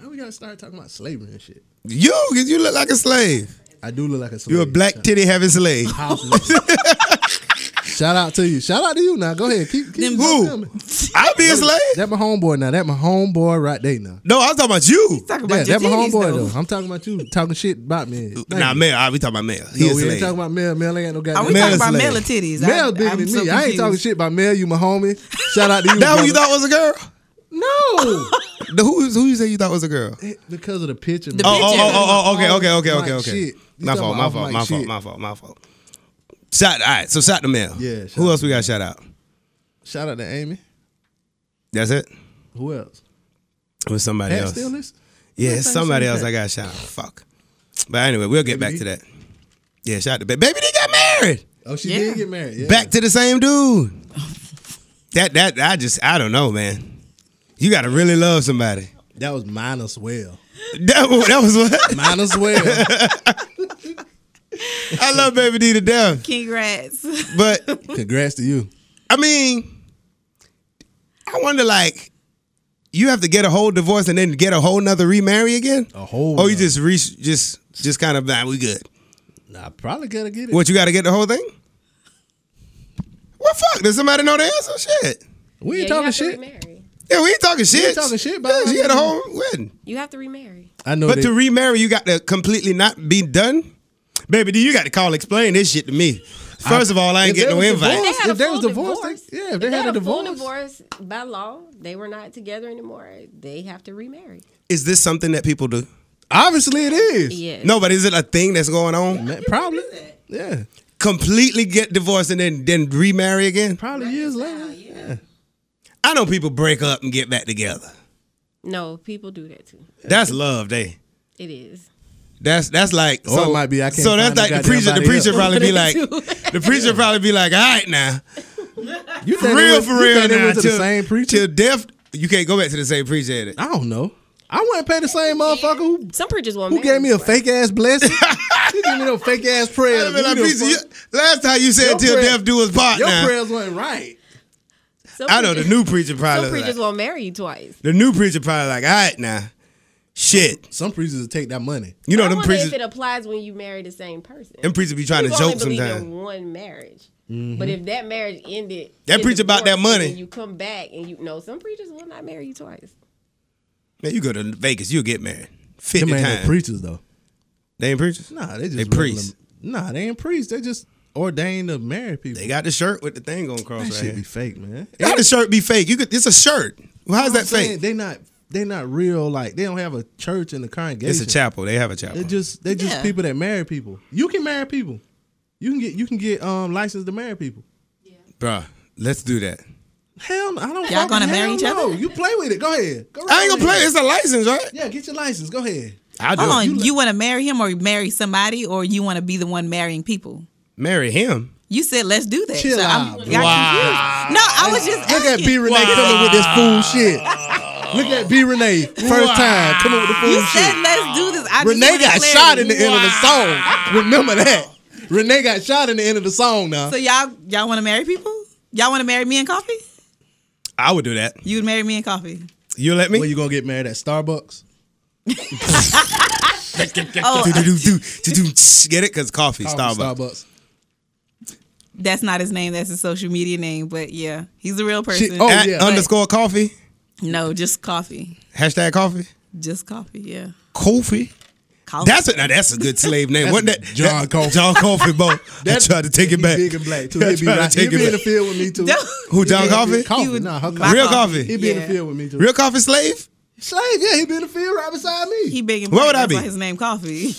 S2: How we gotta start talking about slavery and shit?
S1: Yo, 'cause you look like a slave.
S2: I do look like a slave.
S1: You're a black titty having slave.
S2: Shout out to you. Shout out to you. Now go ahead. Keep, keep
S4: Them-
S2: keep
S1: Who?
S2: coming.
S1: I be a slave.
S2: That my homeboy now. That my homeboy right there now.
S1: No, I was talking about you.
S4: Talk
S2: Yeah,
S4: about your
S2: that my
S4: titties,
S2: homeboy though.
S4: though.
S2: I'm talking about you talking shit about me. Thank
S1: Nah,
S2: you.
S1: Mel. I be talking about Mel. He
S2: No,
S1: a
S2: we ain't
S1: slave.
S2: talking about Mel. Mel ain't got no
S4: Are we
S2: goddamn.
S1: Mel
S4: talking
S1: is
S4: about
S1: slave.
S4: Mel or titties?
S2: Mel
S4: I'm-
S2: bigger
S4: I'm
S2: than me.
S4: so
S2: I ain't
S4: confused.
S2: talking shit about Mel. You my homie. Shout out to you.
S1: That who you
S2: brother.
S1: thought was a girl?
S2: No,
S1: The who is who you say you thought was a girl?
S2: because of the picture.
S4: The
S1: Oh,
S2: man.
S4: picture.
S1: oh, oh, oh, okay,
S2: Off
S1: okay, okay, okay,
S2: mic
S1: okay.
S2: shit. You
S1: My
S2: talking
S1: fault,
S2: about
S1: my
S2: off
S1: fault,
S2: mic
S1: my fault,
S2: shit.
S1: my fault, my fault. Shot. All right, so shot the Mel.
S2: Yeah, shout
S1: Who
S2: to
S1: else we got? Shout out.
S2: Shout out to Amy.
S1: That's it.
S2: Who else?
S1: It was somebody
S2: Pat
S1: else.
S2: still listen?
S1: Yeah,
S2: Last
S1: it's
S2: time
S1: somebody
S2: she was
S1: else I got shot. Fuck. But anyway, we'll get back to that. Yeah, shout out to baby. Baby, they got married.
S2: Oh, she
S4: Yeah.
S2: did get married. Yeah.
S1: Back to the same dude. That that I just I don't know, man. You gotta really love somebody.
S2: That was mine as well.
S1: That, wa- that was what
S2: Mine as well.
S1: I love Baby D to death.
S4: Congrats.
S1: But
S2: Congrats to you.
S1: I mean, I wonder like you have to get a whole divorce and then get a whole nother remarry again?
S2: A whole.
S1: Or you
S2: nother-
S1: just reach just just kind of nah, we good.
S2: Nah, probably gotta get it.
S1: What you gotta get the whole thing? What fuck? Does somebody know the answer? Shit.
S2: We ain't
S3: Yeah, you
S2: talking
S3: have to
S2: shit.
S3: remarry.
S1: Yeah, we ain't talking shit.
S2: talking shit, but
S1: yeah,
S2: I
S1: she had a
S2: mean-
S1: whole wedding.
S3: You have to remarry.
S2: I know.
S1: But
S2: they-
S1: to remarry, you got to completely not be done. Baby, do you got to call explain this shit to me? First of all, I ain't
S2: If they
S1: getting no
S2: was
S1: invite.
S2: divorced-
S3: They had
S2: If
S3: a
S2: they was
S3: full
S2: divorced,
S3: divorce.
S2: they- yeah, if they had a
S3: full
S2: divorce.
S3: divorce by law, they were not together anymore. They have to remarry.
S1: Is this something that people do?
S2: obviously, it is.
S3: Yes.
S1: No, but is it a thing that's going on?
S2: Man, probably. Yeah.
S1: Completely get divorced and then then remarry again?
S2: Probably years later. Yeah.
S1: I know people break up and get back together.
S3: No, people do that too.
S1: That's love, day.
S3: It is.
S1: That's that's like oh,
S2: Or it might be, I can't
S1: So that's
S2: find no
S1: like the
S2: goddamn
S1: preacher. The
S2: body
S1: preacher
S2: else.
S1: probably be like, the preacher probably be like, all right now,
S2: You
S1: for real, for real now,
S2: to the
S1: till-
S2: same preacher?
S1: till death. You can't go back to the same preacher. at it.
S2: I don't know. I wouldn't pay the same motherfucker who,
S3: Some preachers won't.
S2: who
S3: marry.
S2: gave me a fake ass blessing. you gave me no fake ass prayers.
S1: I'd've been like,
S2: You
S1: "Preacher,
S2: done
S1: you-
S2: fuck-
S1: last time you said
S2: Your
S1: till
S2: prayer-
S1: death do us part.
S2: your
S1: Now
S2: prayers wasn't right.
S3: Some
S1: I know the
S3: preachers-
S1: new preacher probably.
S3: Some preachers
S1: like-
S3: won't marry you twice.
S1: the new preacher probably like, all right now, shit.
S2: Some preachers will take that money.
S1: You know
S3: I
S1: them
S3: wonder if
S1: preachers.
S3: it applies when you marry the same person.
S1: Them preachers be trying to
S3: People
S1: joke
S3: only believe in
S1: sometimes.
S3: one marriage. But if that marriage ended,
S1: That
S3: in
S1: preach about that
S3: divorce, and
S1: money.
S3: then You come back and you know some preachers will not marry you twice.
S1: Man, you go to Vegas, you'll get married. Fifty
S2: Them ain't no
S1: times.
S2: preachers though.
S1: they ain't preachers.
S2: Nah, they just
S1: They
S2: regular-
S1: priests.
S2: Nah, they ain't priests. They just ordained to marry people.
S1: They got the shirt with the thing on cross
S2: that
S1: right
S2: should be
S1: here.
S2: fake, man.
S1: How the shirt be fake? You could. It's a shirt. Well, How's that
S2: I'm saying
S1: fake?
S2: They not they not real. Like they don't have a church in the congregation.
S1: It's a chapel. They have a chapel.
S2: They just they just
S4: Yeah.
S2: people that marry people. You can marry people. You can get you can get um licensed to marry people.
S1: Bruh, let's do that.
S2: Hell, no, I don't.
S4: Y'all gonna
S2: fucking-
S4: marry
S2: hell
S4: each
S2: no.
S4: other?
S2: You play with it. Go ahead. Go
S1: I ain't
S2: right
S1: gonna play.
S2: ahead.
S1: It's a license, right?
S2: Yeah, get your license. Go ahead.
S1: I do.
S4: Hold on.
S1: it.
S4: You, want to marry him or marry somebody, or you want to be the one marrying people?
S1: Marry him.
S4: You said let's do that.
S2: Chill
S4: so I'm,
S2: out,
S4: I got
S2: bro.
S1: Wow.
S4: confused. No, I was just
S2: Look at
S4: asking.
S2: B Renee coming with this fool shit. Look at B Renee first time coming with the fool
S4: You
S2: shit.
S4: said let's do this. I just
S2: Renee
S4: wanted
S2: got
S4: clarity.
S2: shot in the end of the song. Remember that. Renee got shot in the end of the song now.
S4: So y'all y'all want to marry people? Y'all want to marry me and coffee?
S1: I would do that.
S4: You would marry me and coffee.
S1: You let me?
S2: Where you gonna get married at Starbucks?
S4: Oh, uh,
S1: Do-do-do-do, do-do, tss, Get it? Because coffee, Starbucks.
S2: Starbucks.
S4: that's not his name. That's his social media name. But yeah, he's a real person.
S2: Shit, oh,
S1: At
S2: yeah.
S4: But-
S1: underscore coffee.
S4: No, just coffee.
S1: Hashtag coffee.
S4: Just coffee. Yeah.
S1: Coffee.
S4: Coffee.
S1: That's a now that's a good slave name. Wasn't that
S2: John
S1: that-
S2: Coffey.
S1: John Coffee, bro. I
S2: That's-
S1: tried to take it
S2: He
S1: back.
S2: Big and black too.
S1: I
S2: He'd be,
S1: tried to
S2: right.
S1: take
S2: He'd be
S1: it
S2: in the
S1: back.
S2: field with me too.
S1: Who John
S2: He'd be-
S1: Coffee?
S2: Coffee,
S4: He would-
S2: nah, her
S4: my
S2: coffee.
S1: Real coffee.
S2: He'd be in the
S4: Yeah.
S2: field with me too.
S1: Real coffee slave?
S2: Slave, yeah, he'd be in the field right beside me.
S4: He big and
S1: What
S4: black,
S1: would I
S4: that's
S1: be?
S4: why His name coffee.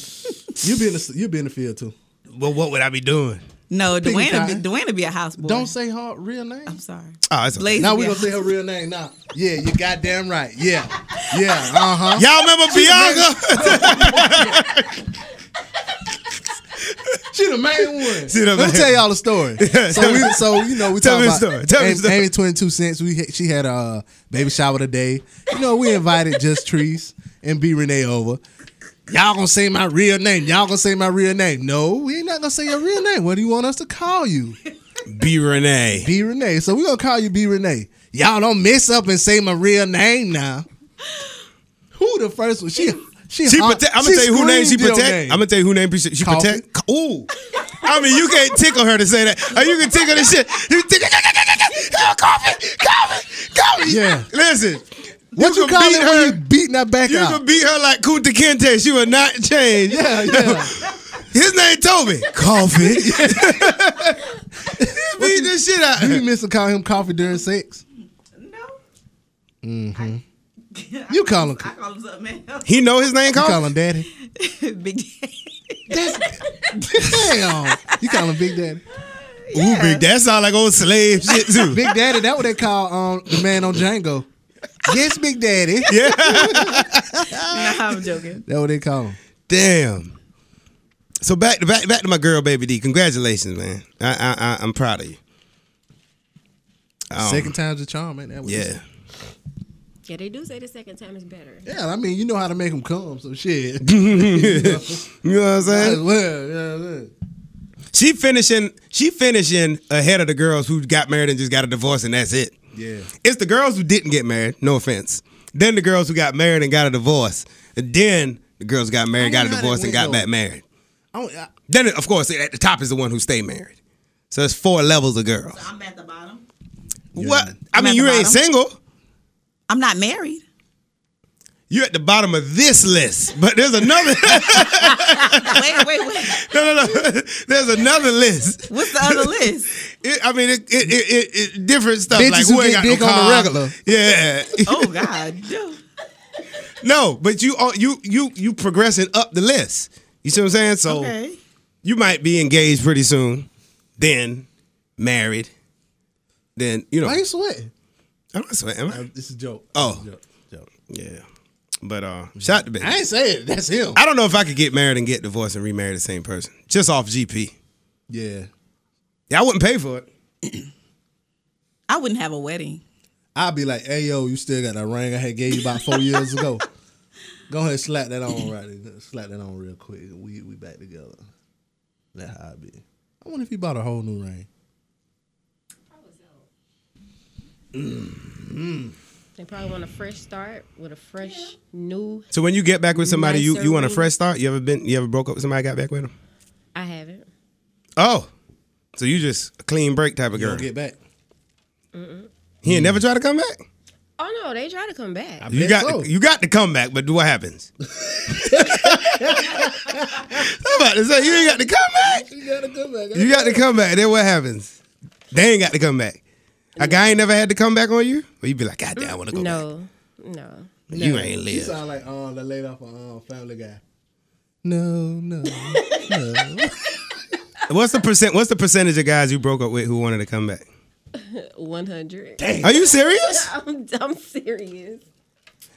S2: you be in the you be in the field too.
S1: Well, what would I be doing?
S4: No, Dwayne.
S2: pie.
S4: would Be, Dwayne would be a house boy.
S2: Don't say her real name.
S4: I'm sorry.
S1: Oh, that's okay.
S4: Blaze.
S2: Now we
S4: Yeah.
S2: gonna say her real name. Now, yeah, you goddamn right. Yeah, yeah, uh huh.
S1: Y'all remember Bianca?
S2: She the main one.
S1: She the
S2: Let
S1: main
S2: me tell y'all a story. so we, so you know, we
S1: Tell
S2: talk
S1: me a
S2: about
S1: story. Tell me a
S2: Amy,
S1: story.
S2: Amy twenty two cents. We had- she had a uh, baby shower today. You know, we invited just trees and B Renee over. Y'all gonna say my real name. Y'all gonna say my real name. No, we ain't not gonna say your real name. What do you want us to call you?
S1: B Renee.
S2: B Renee. So we gonna call you B Renee. Y'all don't mess up and say my real name now. Who the first one? She she,
S1: She
S2: hon-
S1: protect. I'm
S2: she
S1: gonna tell you who name she
S2: screamed your
S1: protect.
S2: name.
S1: I'm gonna tell you who name she, she
S2: Coffee.
S1: protect. Co- Ooh, I mean you can't tickle her to say that. Or you can tickle the shit. You tickle. Coffee, coffee, coffee.
S2: Yeah.
S1: Listen.
S2: what you,
S1: can
S2: call
S1: beat
S2: it
S1: her-
S2: when you beating her back
S1: You
S2: out?
S1: can beat her like Kunta Kinte. She will not change.
S2: yeah, yeah.
S1: His name Toby. Coffee. beat the shit out.
S2: you miss to call him coffee during sex.
S4: No.
S2: You call him.
S4: I call him something else.
S1: He know his name
S2: You
S1: Coffee.
S2: call him daddy.
S4: Big Daddy.
S2: Damn. You call him Big Daddy.
S1: Ooh, big. That sound like old slave shit too.
S2: Big Daddy, that what they call um the man on Django. Yes, Big Daddy.
S4: No, I'm joking.
S2: That what they call him.
S1: Damn. So back to back back to my girl, baby D. Congratulations, man. I I, I I'm proud of you. Um,
S2: Second time's a charm, man. That what they
S1: Yeah.
S2: say.
S3: Yeah, they do say the second time is better.
S2: Yeah, I mean, you know how to make them come, so shit.
S1: You know what I'm
S2: Might as
S1: saying?
S2: well, yeah, yeah.
S1: She finishing she finishing ahead of the girls who got married and just got a divorce and that's it.
S2: Yeah.
S1: It's the girls who didn't get married, no offense. Then the girls who got married and got a divorce. And then the girls who got married, got a
S2: wonder how that
S1: divorce, and
S2: went,
S1: got
S2: though.
S1: back married.
S2: I don't- I-
S1: Then of course at the top is the one who stayed married. So it's four levels of girls.
S4: I'm at the bottom.
S1: What I
S4: I'm
S1: mean
S4: at
S1: you
S4: the
S1: ain't
S4: bottom.
S1: single.
S4: I'm not married.
S1: You're at the bottom of this list, but there's another.
S4: Wait, wait, wait.
S1: no, no, no. There's another list.
S4: What's the other list?
S1: It, I mean, it, it, it, it, it different stuff.
S2: Bitches
S1: like
S2: who
S1: who ain't
S2: get
S1: got no
S2: dick on the
S1: car.
S2: regular.
S1: Yeah.
S4: Oh God.
S1: no, but you are you you you progressing up the list. You see what I'm saying? So
S4: Okay.
S1: you might be engaged pretty soon, then married, then you know.
S2: Why you sweating?
S1: I'm not sweating. am I?
S2: This is a joke.
S1: Oh.
S2: This is a joke. Joke.
S1: Yeah. But uh, shout to baby.
S2: I ain't say it. That's him.
S1: I don't know if I could get married and get divorced and remarry the same person just off GP.
S2: yeah.
S1: Yeah, I wouldn't pay for it.
S4: I wouldn't have a wedding.
S2: I'll be like, hey, yo, you still got that ring I had gave you about four years ago. Go ahead, slap that on right there. Slap that on real quick. We we back together. That how I be. I wonder if he bought a whole new ring.
S3: They probably want a fresh start with a fresh new.
S1: So when you get back with somebody, you,
S3: Nicer
S1: you want a
S3: ring.
S1: fresh start? You ever been? You ever broke up with somebody? Got back with them?
S3: I haven't.
S1: Oh, so you just a clean break type of
S2: You
S1: girl?
S2: don't get Mm. back.
S1: he ain't never try to come back.
S3: Oh no, they try to come back.
S2: I
S1: You
S2: bet
S1: got
S2: so.
S1: the, you got the comeback, but what happens? I'm about to say you ain't got the comeback.
S2: You gotta come back.
S1: You got the comeback. Then what happens? They ain't got the comeback. A guy ain't never had to come back on you. Well, you be like, God damn, I want to go back.
S3: no, no.
S1: But You ain't
S2: You
S1: live.
S2: sound like um the lady off of um, Family Guy. No, "Oh, no.
S1: What's the percent? What's the percentage of guys you broke up with who wanted to come back?
S3: One hundred.
S1: Are you serious?
S3: I'm, I'm serious.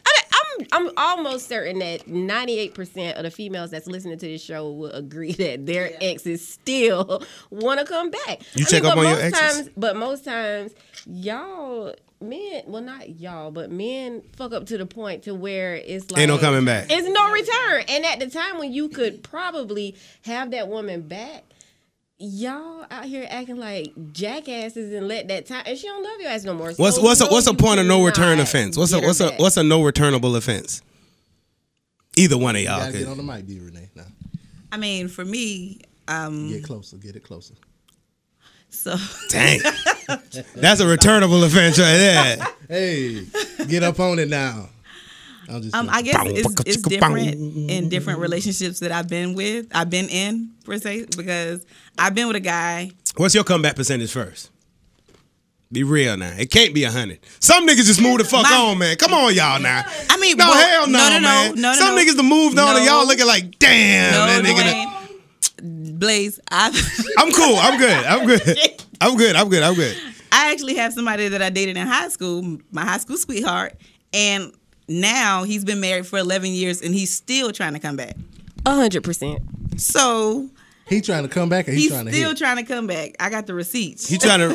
S4: I, am
S3: I'm I'm almost certain that 98% of the females that's listening to this show will agree that their exes still want to come back.
S1: You check up
S3: but
S1: on your
S3: most
S1: exes?
S3: Times, but most times, y'all men, well not y'all, but men fuck up to the point to where it's like
S1: Ain't no coming back.
S3: It's no return. And at the time when you could probably have that woman back. Y'all out here acting like jackasses and let that time, and she don't love your ass no more. So
S1: What's what's a,
S3: no,
S1: what's a
S3: you
S1: point of no return
S3: cannot
S1: offense? What's a
S3: get her
S1: what's a
S3: back.
S1: what's a no returnable offense? Either one of y'all
S2: Gotta
S1: could.
S2: get on the mic, D Renee. Now
S4: I mean, for me, um,
S2: get closer. Get it closer.
S4: so
S1: Dang, that's a returnable offense right there.
S2: Hey, get up on it now. I'm just.
S4: um,
S2: joking.
S4: I guess
S1: Bow,
S4: it's,
S1: waka,
S4: it's
S1: chicka,
S4: different in different relationships that I've been with. I've been in per se because I've been with a guy.
S1: What's your comeback percentage first? Be real now. It can't be a hundred. Some niggas just move the fuck
S4: My-
S1: on, man. Come on, y'all now.
S4: I mean,
S1: No
S4: well,
S1: hell no,
S4: no, no, no,
S1: man.
S4: no, no,
S1: Some
S4: no.
S1: niggas the moved on, and
S4: No.
S1: y'all looking like, damn, that
S4: no,
S1: nigga. done-
S4: Dwayne. Blaze, I've.
S1: I'm cool. I'm good. I'm good. I'm good. I'm good. I'm good.
S4: I actually have somebody that I dated in high school, my high school sweetheart, and now he's been married for 11 years and he's still trying to come back.
S3: A hundred percent.
S4: So
S2: he trying to come back, and he
S4: he's
S2: trying to
S4: still
S2: hit.
S4: trying to come back. I got the receipts.
S1: You trying to?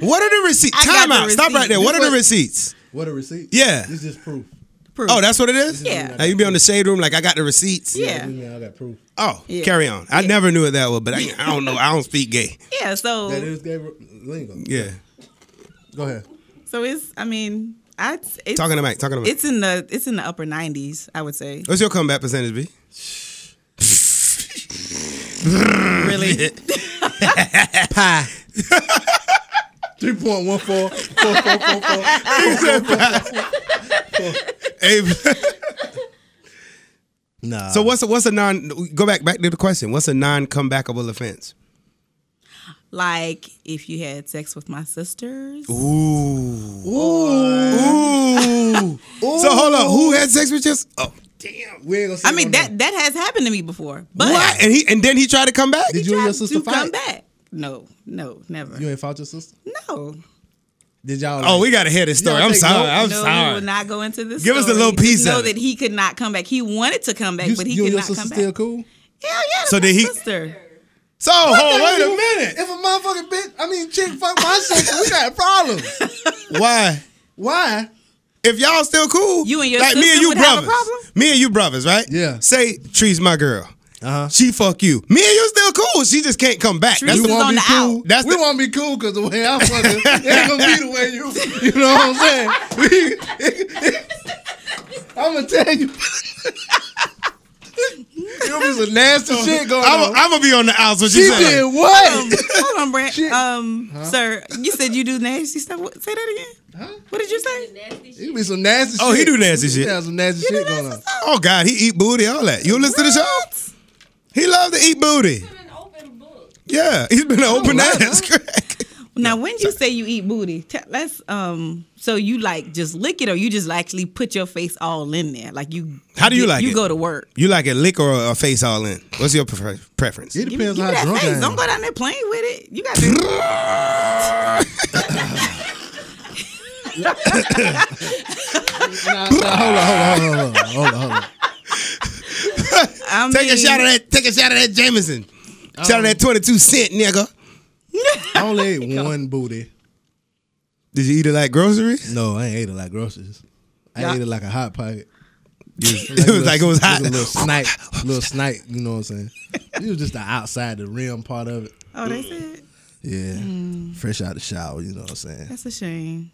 S1: What are the receipts?
S4: I got
S1: Time
S4: the
S1: out. Stop right there.
S4: receipts.
S1: What are the receipts?
S2: what a receipt.
S1: Yeah.
S2: This is proof.
S4: Proof.
S1: Oh, that's what it is.
S4: Yeah.
S1: Now you be on the shade room like I got the receipts.
S4: yeah.
S2: You know, I got proof.
S1: Oh, carry on. I never knew it that way, but I, I don't know. I don't speak gay.
S4: Yeah,
S2: That
S4: so
S2: is Gabriel Lingo.
S1: Yeah.
S2: Go ahead.
S4: so it's I mean, I it's,
S1: Talking to Mike. Talking to Mike.
S4: it's in the it's in the upper 90s, I would say.
S1: What's your comeback percentage be?
S4: Really?
S2: Pie. Three point one four four four four four.
S1: Hey,
S2: Nah.
S1: so what's a, what's a non? Go back back to the question. What's a non comebackable offense?
S4: like if you had sex with my sisters.
S1: Ooh. Ooh. So hold up. Who had sex with you? Oh, damn.
S2: We ain't gonna say
S4: I mean
S2: no name.
S4: that that has happened to me before. But
S1: What? And he and then he tried to come back.
S2: Did you and your
S4: tried
S2: sister
S4: to
S2: fight?
S4: come back. No, no, never.
S2: You ain't fought your sister?
S4: no.
S2: Did y'all?
S1: Oh,
S2: like-
S1: we gotta hear this story. I'm
S2: take
S1: sorry.
S2: no-
S1: I'm
S4: no, we
S1: sorry.
S4: will not go into this.
S1: Give us a
S4: story.
S1: little
S4: Just
S1: piece
S4: Know
S1: of it.
S4: that he could not come back. He wanted to come back,
S2: you,
S4: but he
S2: you
S4: could
S2: and your
S4: not
S2: sister
S4: come back.
S2: still cool?
S4: Hell yeah,
S1: So
S4: so
S1: did
S4: did
S1: he-
S4: sister.
S1: so hold
S2: Oh, Wait
S1: wait a minute.
S2: If a motherfucking bitch, I mean chick, fuck my sister, we got problems.
S1: Why?
S2: Why?
S1: If y'all still cool,
S4: You and your
S1: like me and
S4: sister
S1: you
S4: would have a
S1: brothers,
S4: problem?
S1: me and you brothers, right?
S2: Yeah.
S1: Say Tree's my girl.
S2: Uh huh.
S1: She fuck you. Me and you still cool. She just can't come back.
S4: Trees
S1: That's
S4: is
S1: the
S4: on
S2: be
S4: the
S2: cool.
S4: out.
S1: That's
S2: we
S1: the-
S2: won't be cool because the way I fucking it ain't gonna be the way you. You know what I'm saying? I'm gonna tell you. There was some nasty shit going on.
S1: I'm gonna be on the outs. What
S2: she
S1: you saying?
S2: did what?
S4: Um, hold on, Brent.
S2: Shit.
S4: Um, sir, you said you do nasty stuff. What, say that again.
S2: Huh?
S4: What did you say?
S2: It be some nasty.
S1: Oh,
S2: shit.
S1: he do nasty
S2: We
S1: shit.
S2: Have some nasty shit going on.
S1: Oh God, he eat booty, all that. You listen to the show? He love to eat booty. Yeah, he's been an
S4: Oh,
S1: open
S2: love
S1: ass crack.
S4: Now, when you say you eat booty, te- let's um, so you like just lick it, or you just actually put your face all in there, like you.
S1: How do you like
S4: You
S1: it?
S4: go to work.
S1: You like a lick or a a face all in? What's your prefer- preference?
S2: It
S4: Give me,
S2: depends
S4: give me
S2: on how
S4: that
S2: drunk I
S4: face.
S2: am.
S4: Don't go down there playing with it. You got to.
S2: Nah, nah, hold on, hold on, hold on, hold on, hold on.
S4: I
S1: Take a
S4: mean,
S1: shot of that. Take a shot of that Jameson. Shot of that twenty-two cent, nigga.
S2: I only ate one booty.
S1: Did you eat it like groceries?
S2: No, I ain't ate it like groceries. I
S4: Yeah.
S2: ate it like a hot pocket.
S1: it was like it was hot.
S2: a little snipe, little snipe. You know what I'm saying? It was just the outside, the rim part of it.
S4: Oh, that's it.
S2: Yeah,
S4: Mm.
S2: fresh out the shower. You know what I'm saying?
S4: That's a shame.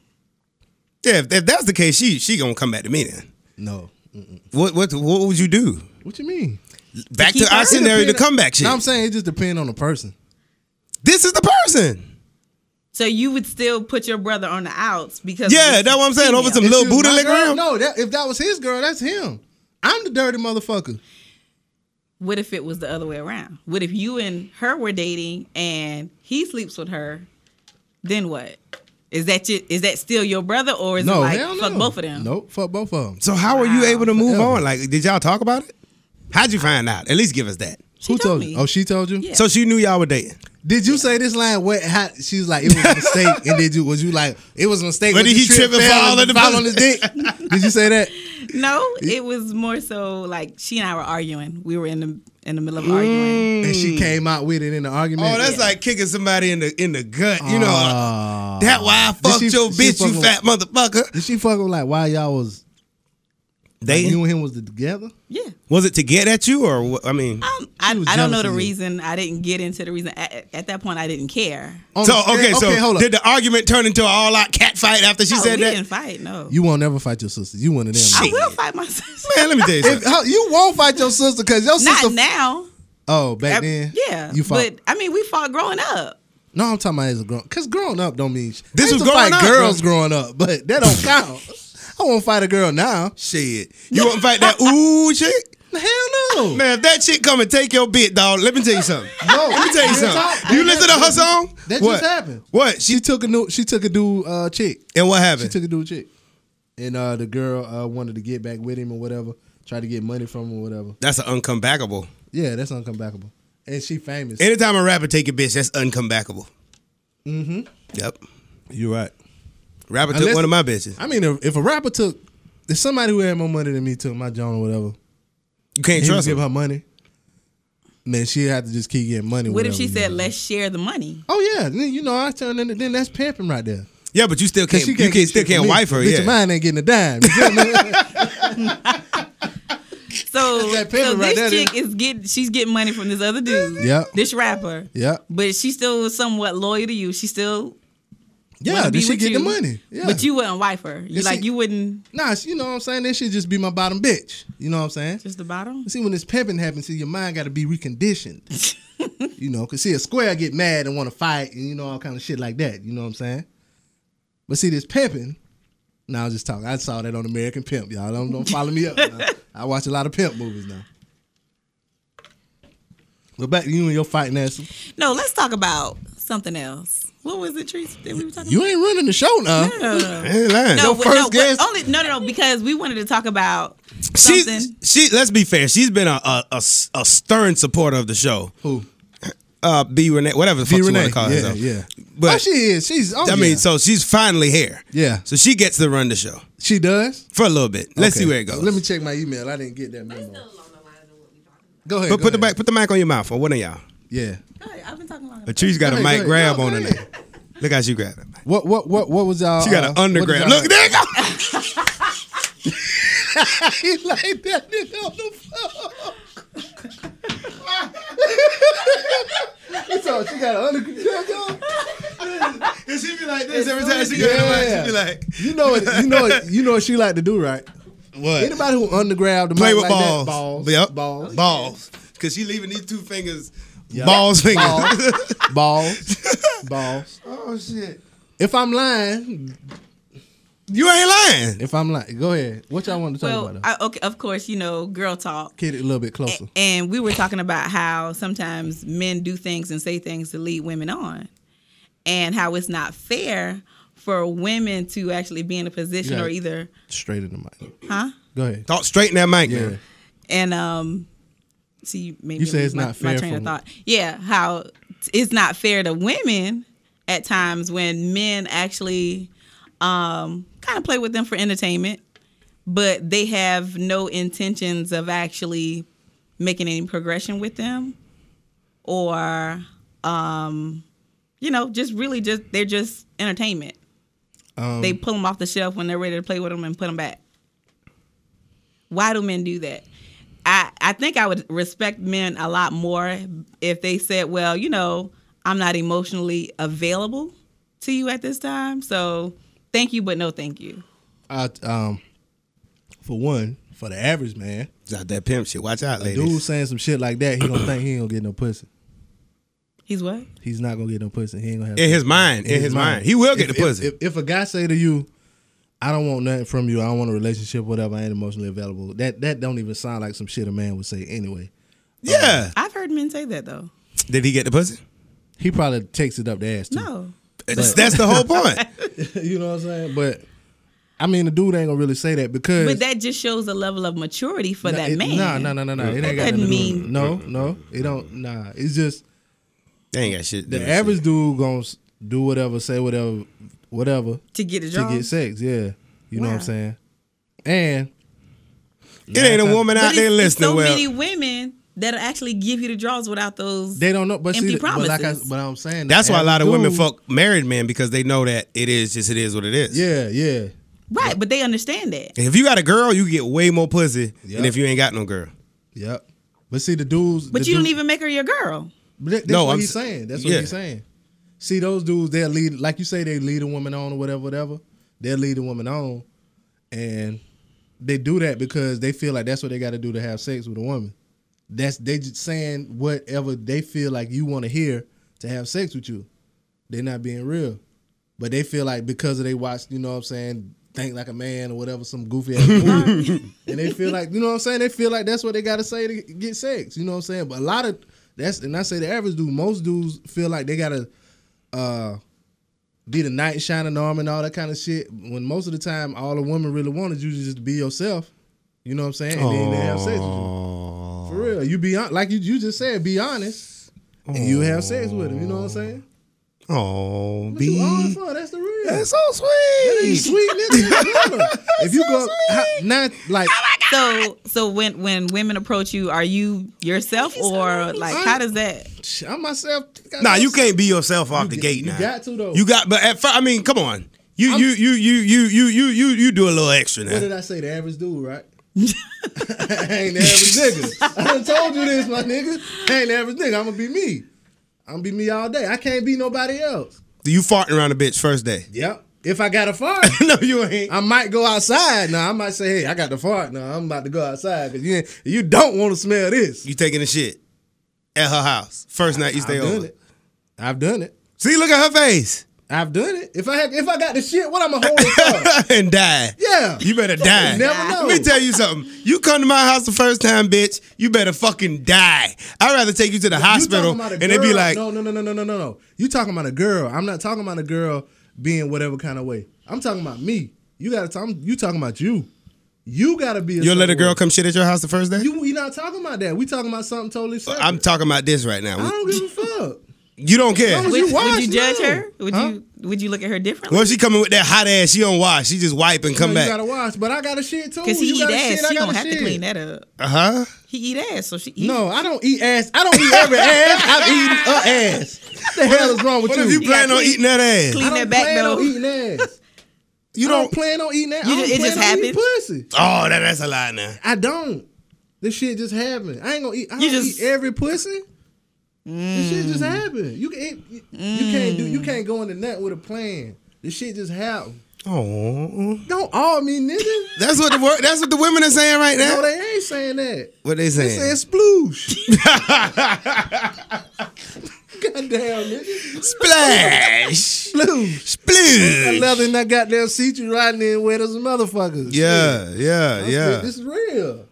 S1: Yeah, if, if that's the case, she she gonna come back to me then.
S2: No. Mm-mm.
S1: What what what would you do?
S2: What you mean?
S1: Back to,
S4: keep
S1: our
S4: her?
S1: scenario, the
S2: Depend-
S1: comeback shit.
S2: No, I'm saying it just depends on the person.
S1: this is the person.
S4: So you would still put your brother on the outs because
S1: Yeah, that's what I'm saying. Over some
S2: If
S1: little
S2: she was
S1: booty
S2: my
S1: lick
S2: girl-
S1: around.
S2: No, that, if that was his girl, that's him. I'm the dirty motherfucker.
S4: What if it was the other way around? What if you and her were dating and he sleeps with her? Then what? Is that your, is that still your brother or is
S2: No,
S4: it like
S2: hell no.
S4: fuck both of them?
S2: Nope, fuck both of them.
S1: So how were you
S4: Wow.
S1: able to move
S2: Forever.
S1: on? Like, did y'all talk about it? How'd you find out? At least give us that.
S4: She
S2: Who
S4: told
S2: told
S4: me.
S2: you? Oh, she told you.
S4: Yeah.
S1: So she knew y'all were dating.
S2: Did you say this line? What? How, she was like, it was a mistake. and did you? Was you like, it was a mistake?
S1: But
S2: Was
S1: did
S2: you
S1: he
S2: trip
S1: trip and fall in the
S2: fall on his dick? did you say that?
S4: No, it was more so like she and I were arguing. We were in the in the middle of arguing.
S2: And she came out with it in the argument.
S1: Hmm. Oh, that's like kicking somebody in the in the gut. You know,
S2: Ah.
S1: that why I fucked
S2: she-
S1: your
S2: she
S1: bitch, you
S2: fucking-
S1: fat motherfucker.
S2: Did she fuck with like why y'all was
S1: They
S2: you and him was together?
S4: Yeah.
S1: was it to get at you or what? I mean,
S4: Um, I,
S2: was
S4: I don't
S2: jealous
S4: know the
S2: of you.
S4: reason. I didn't get into the reason. At, at that point, I didn't care.
S2: On
S1: so
S2: the scale-
S1: okay, so
S2: hold up.
S1: did the argument turn into an all out cat fight after she
S4: No,
S1: said
S4: we
S1: that?
S4: didn't fight. No,
S2: you won't never fight your sister. You one of them.
S4: I
S1: Shit.
S4: will fight my sister.
S1: Man, let me tell you
S2: If,
S1: something.
S2: how, you won't fight your sister because your
S4: Not
S2: sister.
S4: now.
S2: oh, back
S4: I-
S2: then.
S4: yeah,
S2: You fought.
S4: But I mean, we fought growing up.
S2: no, I'm talking about as a grown. Cause growing up don't mean. sh-
S1: This
S2: I used
S1: was
S2: to
S1: growing
S2: fight
S1: up,
S2: girls growing up, but that don't count. I won't fight a girl now.
S1: Shit, you won't fight that ooh shit.
S2: Hell no.
S1: Man, if that shit come and take your bit, dog, let me tell you something.
S2: No,
S1: Let me tell you
S2: real
S1: something.
S2: talk.
S1: You listen to her song?
S2: That just
S1: What?
S2: happened.
S1: What? She
S2: She took a new. She took a dude uh, chick.
S1: and what
S2: She
S1: happened?
S2: took a dude chick, and uh, the girl uh, wanted to get back with him or whatever. Tried to get money from him or whatever.
S1: That's an uncomebackable.
S2: Yeah, that's uncomebackable. And she famous.
S1: Anytime a rapper take a bitch, that's uncomebackable. Mm-hmm. Yep.
S2: You're right.
S1: Rapper took
S2: Unless-
S1: one of my bitches.
S2: I mean, if, if a rapper took, if somebody who had more money than me took my John or whatever,
S1: You can't
S2: and he would
S1: trust
S2: give
S1: him.
S2: her money, then she had to just keep getting money.
S4: What if
S2: whatever,
S4: she
S2: you
S4: said,
S2: know.
S4: "Let's share the money"?
S2: Oh yeah, then you know I turned in. Then that's pimping right there.
S1: Yeah, but you still can't.
S2: Cause
S1: You can't, still can't wife her.
S2: Bitch,
S1: Yeah.
S2: mine ain't getting a dime. You feel me?
S4: So,
S2: That paper
S4: so
S2: right there,
S4: this chick is getting she's getting money from this other dude.
S2: Yep.
S4: This rapper.
S2: Yep.
S4: But she's still somewhat loyal to you. She still
S2: yeah,
S4: wanna be
S2: then she
S4: with
S2: get
S4: you,
S2: the money. Yeah.
S4: But you wouldn't wife her. You
S2: Yes,
S4: like
S2: she-
S4: you wouldn't
S2: nah, she- you know what I'm saying? Then she just be my bottom bitch. You know what I'm saying?
S4: just the bottom.
S2: See, when this pimping happens, see, your mind got to be reconditioned. you know, because see, a square get mad and want to fight and, you know, all kind of shit like that. You know what I'm saying? But see, this pimping, now I was just talking. I saw that on American Pimp, y'all. Don't, don't follow me up. now. I watch a lot of pimp movies now. But back to you and your fighting ass.
S4: No, let's talk about something else. What was the tree that we were talking
S2: You ain't running the show now.
S4: about? No, no, no, no.
S1: I ain't lying.
S4: No,
S1: Your
S4: but-
S1: first
S4: no, but
S1: guess-
S4: only no, no, no, because we wanted to talk about something.
S1: She's she. Let's be fair. She's been a a, a s- a stern supporter of the show.
S2: Who?
S1: Uh, B Renee, whatever the fuck
S2: D.
S1: you want
S2: Renee.
S1: to call
S2: Yeah,
S1: herself.
S2: yeah.
S1: But
S2: oh, she is. She's. Oh,
S1: I mean,
S2: yeah.
S1: so she's finally here.
S2: Yeah.
S1: So she gets to run the show
S2: she does.
S1: for a little bit. Let's
S2: Okay.
S1: see where it goes.
S2: Let me check my email. I didn't get that memo. Go ahead.
S1: Put,
S2: go
S1: put the
S2: ahead.
S1: mic. Put the mic on your mouth. Or one of y'all.
S2: Yeah.
S4: Go ahead, I've been talking long enough.
S1: Patrice got a
S2: Go
S1: mic
S2: ahead, go ahead.
S1: grab
S2: No,
S1: on
S2: go
S1: her.
S2: ahead.
S1: neck. Look how she grabbed it.
S2: What what what what was y'all?
S1: She got an
S2: uh,
S1: underground.
S2: what
S1: Look,
S2: did y'all-
S1: there you go.
S2: he laid that nigga on the floor. It's all she got an underground.
S1: And she be like this every time she
S2: got on the mic.
S1: She
S2: She
S1: be like,
S2: be You know it. You know it. You know what she like to do, right?
S1: what?
S2: Anybody who underground the
S1: Play
S2: mic
S1: with balls.
S2: like that, balls,
S1: Yep.
S2: balls,
S1: Balls. Because she leaving these two fingers. Balls fingers.
S2: balls, balls, balls.
S1: oh, shit.
S2: If I'm lying,
S1: You ain't lying.
S2: if I'm lying, go ahead. What y'all want to talk
S4: Well,
S2: about? Though?
S4: I, Eh. okay, of course, you know, girl talk.
S2: Get it a little bit closer.
S4: And we were talking about how sometimes men do things and say things to lead women on, and how it's not fair for women to actually be in a position
S2: Yeah.
S4: or either,
S2: Straight in the mic.
S4: huh?
S2: Go ahead.
S1: Talk straight in that mic,
S2: Yeah.
S1: man.
S4: And um, see, you made
S2: You
S4: me
S2: say
S4: lose
S2: it's
S4: my,
S2: not
S4: my
S2: fair
S4: train
S2: for
S4: of
S2: wo-
S4: thought. Yeah, how t- it's not fair to women at times when men actually um kind of play with them for entertainment, but they have no intentions of actually making any progression with them or um you know just really just they're just entertainment
S2: Um,
S4: they pull them off the shelf when they're ready to play with them and put them back. Why do men do that? I, I think I would respect men a lot more if they said, well, you know, I'm not emotionally available to you at this time. So thank you, but no thank you.
S2: I, um, for one, for the average man,
S1: It's out that pimp shit. Watch out, ladies.
S2: dude saying some shit like that, he gonna think he ain't gonna get no pussy.
S4: He's what?
S2: He's not gonna get no pussy. He ain't gonna have
S1: In his mind. In, his, mind. He will get
S2: If-
S1: the pussy.
S2: If, if, if a guy say to you, "I don't want nothing from you. I don't want a relationship. Whatever. I ain't emotionally available." That that don't even sound like some shit a man would say anyway.
S1: yeah.
S4: I've heard men say that though.
S1: Did he get the pussy?
S2: He probably takes it up the ass too.
S4: No.
S1: That's, that's the whole point.
S2: you know what I'm saying? But I mean, the dude ain't gonna really say that because
S4: But that just shows a level of maturity for that man.
S2: No, no, no, no, no. It ain't
S4: That
S2: got
S4: doesn't
S2: nothing to do with-
S4: mean-
S2: No, no, it don't. Nah, it's just
S1: They ain't got shit.
S2: The average dude gonna s- do whatever, say whatever, whatever
S4: to get a
S2: to
S4: job.
S2: get sex. Yeah, you know what
S4: Wow.
S2: I'm saying. And
S1: it ain't a woman
S4: But
S1: out
S4: it's-
S1: there
S4: it's
S1: listening.
S4: so
S1: well,
S4: many women that'll actually give you the draws without those.
S2: they don't know, but
S4: Empty
S2: see, but like I,
S4: promises.
S2: but I'm saying the
S1: that's why a lot of
S2: average
S1: women
S2: dude-
S1: fuck married men because they know that it is just it is what it is.
S2: Yeah, yeah,
S4: right, but they understand that.
S1: If you got a girl, you get way more pussy
S2: Yeah.
S1: than if you ain't got no girl.
S2: yep. But see, the dudes,
S4: But
S2: the
S4: you don't
S2: dudes-
S4: even make her your girl.
S2: But that- that's
S1: No,
S2: what
S1: I'm
S2: he's
S1: s-
S2: saying. That's what
S1: yeah.
S2: he's saying. See, those dudes, they'll lead, like you say, they lead a woman on or whatever, whatever. They'll lead a woman on. And they do that because they feel like that's what they got to do to have sex with a woman. That's they just saying whatever they feel like you want to hear to have sex with you. They're not being real. But they feel like because of they watch, you know what I'm saying, think like a man or whatever, some goofy ass movie. and they feel like, you know what I'm saying? They feel like that's what they gotta say to get sex. You know what I'm saying? But a lot of that's and I say the average dude, most dudes feel like they gotta uh be the night shining arm and all that kind of shit. When most of the time all a woman really wanted you to just be yourself. You know what I'm saying? And then they have sex with you. For real. You be hon- like you, you just said, be honest. And you have sex with him. You know what I'm saying?
S1: Oh,
S2: What you on
S1: B.
S2: for? That's the real.
S1: That's so
S2: That ain't
S1: sweet.
S2: sweet nigga. if you go how, not like
S4: So so when when women approach you, are you yourself or like how does that?
S2: sh- I myself. got
S1: Nah,
S2: no
S1: you
S2: s-
S1: can't be yourself off the
S2: g-
S1: gate.
S2: you
S1: now.
S2: got to, though.
S1: You got, but at first, I mean, come on. You you you you you you you you you do a little extra
S2: What
S1: now.
S2: did I say? The average dude, right? I ain't the average nigga. I done told you this, my nigga. I ain't the average nigga. I'm gonna be me. I'm gonna be me all day. I can't be nobody else.
S1: Do you farting around a bitch first day?
S2: Yep. If I got a fart,
S1: no, you ain't.
S2: I might go outside. Now I might say, hey, I got the fart. Now I'm about to go outside because you ain't- you don't want to smell this.
S1: You taking a shit at her house first night you stay
S2: I've done
S1: over.
S2: it. I've done it.
S1: See, look at her face
S2: I've done it. If I had, if I got the shit, what I'm gonna hold it for?
S1: and die.
S2: Yeah.
S1: You better die.
S2: never know.
S1: Let me tell you something. You come to my house the first time, bitch. You better fucking die. I'd rather take you to the
S2: You talking
S1: hospital
S2: about a
S1: and they be
S2: girl-
S1: like,
S2: no, no, no, no, no, no, no, no. You talking about a girl? I'm not talking about a girl being whatever kind of way. I'm talking about me. You gotta. Talk, you talking about you? You gotta be. A
S1: "You'll let a
S2: certain
S1: girl
S2: way.
S1: come shit at your house the first day."
S2: You we not talking about that. We talking about something totally separate.
S1: I'm talking about this right now.
S2: I don't give a fuck.
S1: You don't care.
S2: Would
S4: Would,
S2: you
S4: would
S2: watch?
S4: you judge
S2: No.
S4: her? Would
S2: Huh?
S4: you would you look at her differently?
S1: Well, she coming with that hot ass. She don't wash. She just wipe and come
S2: you
S1: back.
S2: gotta watch, but I got a shit too.
S4: Because he
S2: you
S4: eat
S2: gotta
S4: ass,
S2: shit, I
S4: she
S2: gotta
S4: gonna have
S2: shit.
S4: to clean that up.
S1: Uh huh.
S4: He eat ass, so she eat.
S2: No, I don't eat ass. I don't eat every ass. I've eaten a ass. What the hell is wrong with
S1: What if you
S2: you?
S1: plan on
S4: clean-
S1: eating that ass?
S4: clean-
S2: I don't
S4: that back,
S2: plan on
S4: though.
S2: eating ass.
S1: You
S2: I don't
S1: don't.
S2: plan on eating ass.
S4: You
S2: I don't
S4: ju- it
S2: plan
S4: just
S2: on eating
S4: happened?
S2: Pussy.
S1: Oh, that, that's a lie now.
S2: I don't. This shit just happened. I ain't gonna eat. I
S4: You
S2: don't
S4: just-
S2: eat every pussy. This shit just happened. You can't. You, you can't do. You can't go into nothing with a plan. This shit just happened.
S1: Oh,
S2: Don't all me, nigga.
S1: that's what the wor- that's what the women are saying right now.
S2: No, they ain't saying that.
S1: what they
S2: They
S1: saying?
S2: saying sploosh. Goddamn, nigga.
S1: Splash,
S2: Sploosh. That
S1: sploosh.
S2: leather in that goddamn seat you riding in with us, motherfuckers.
S1: Yeah, yeah,
S2: Shit.
S1: yeah.
S2: This is real.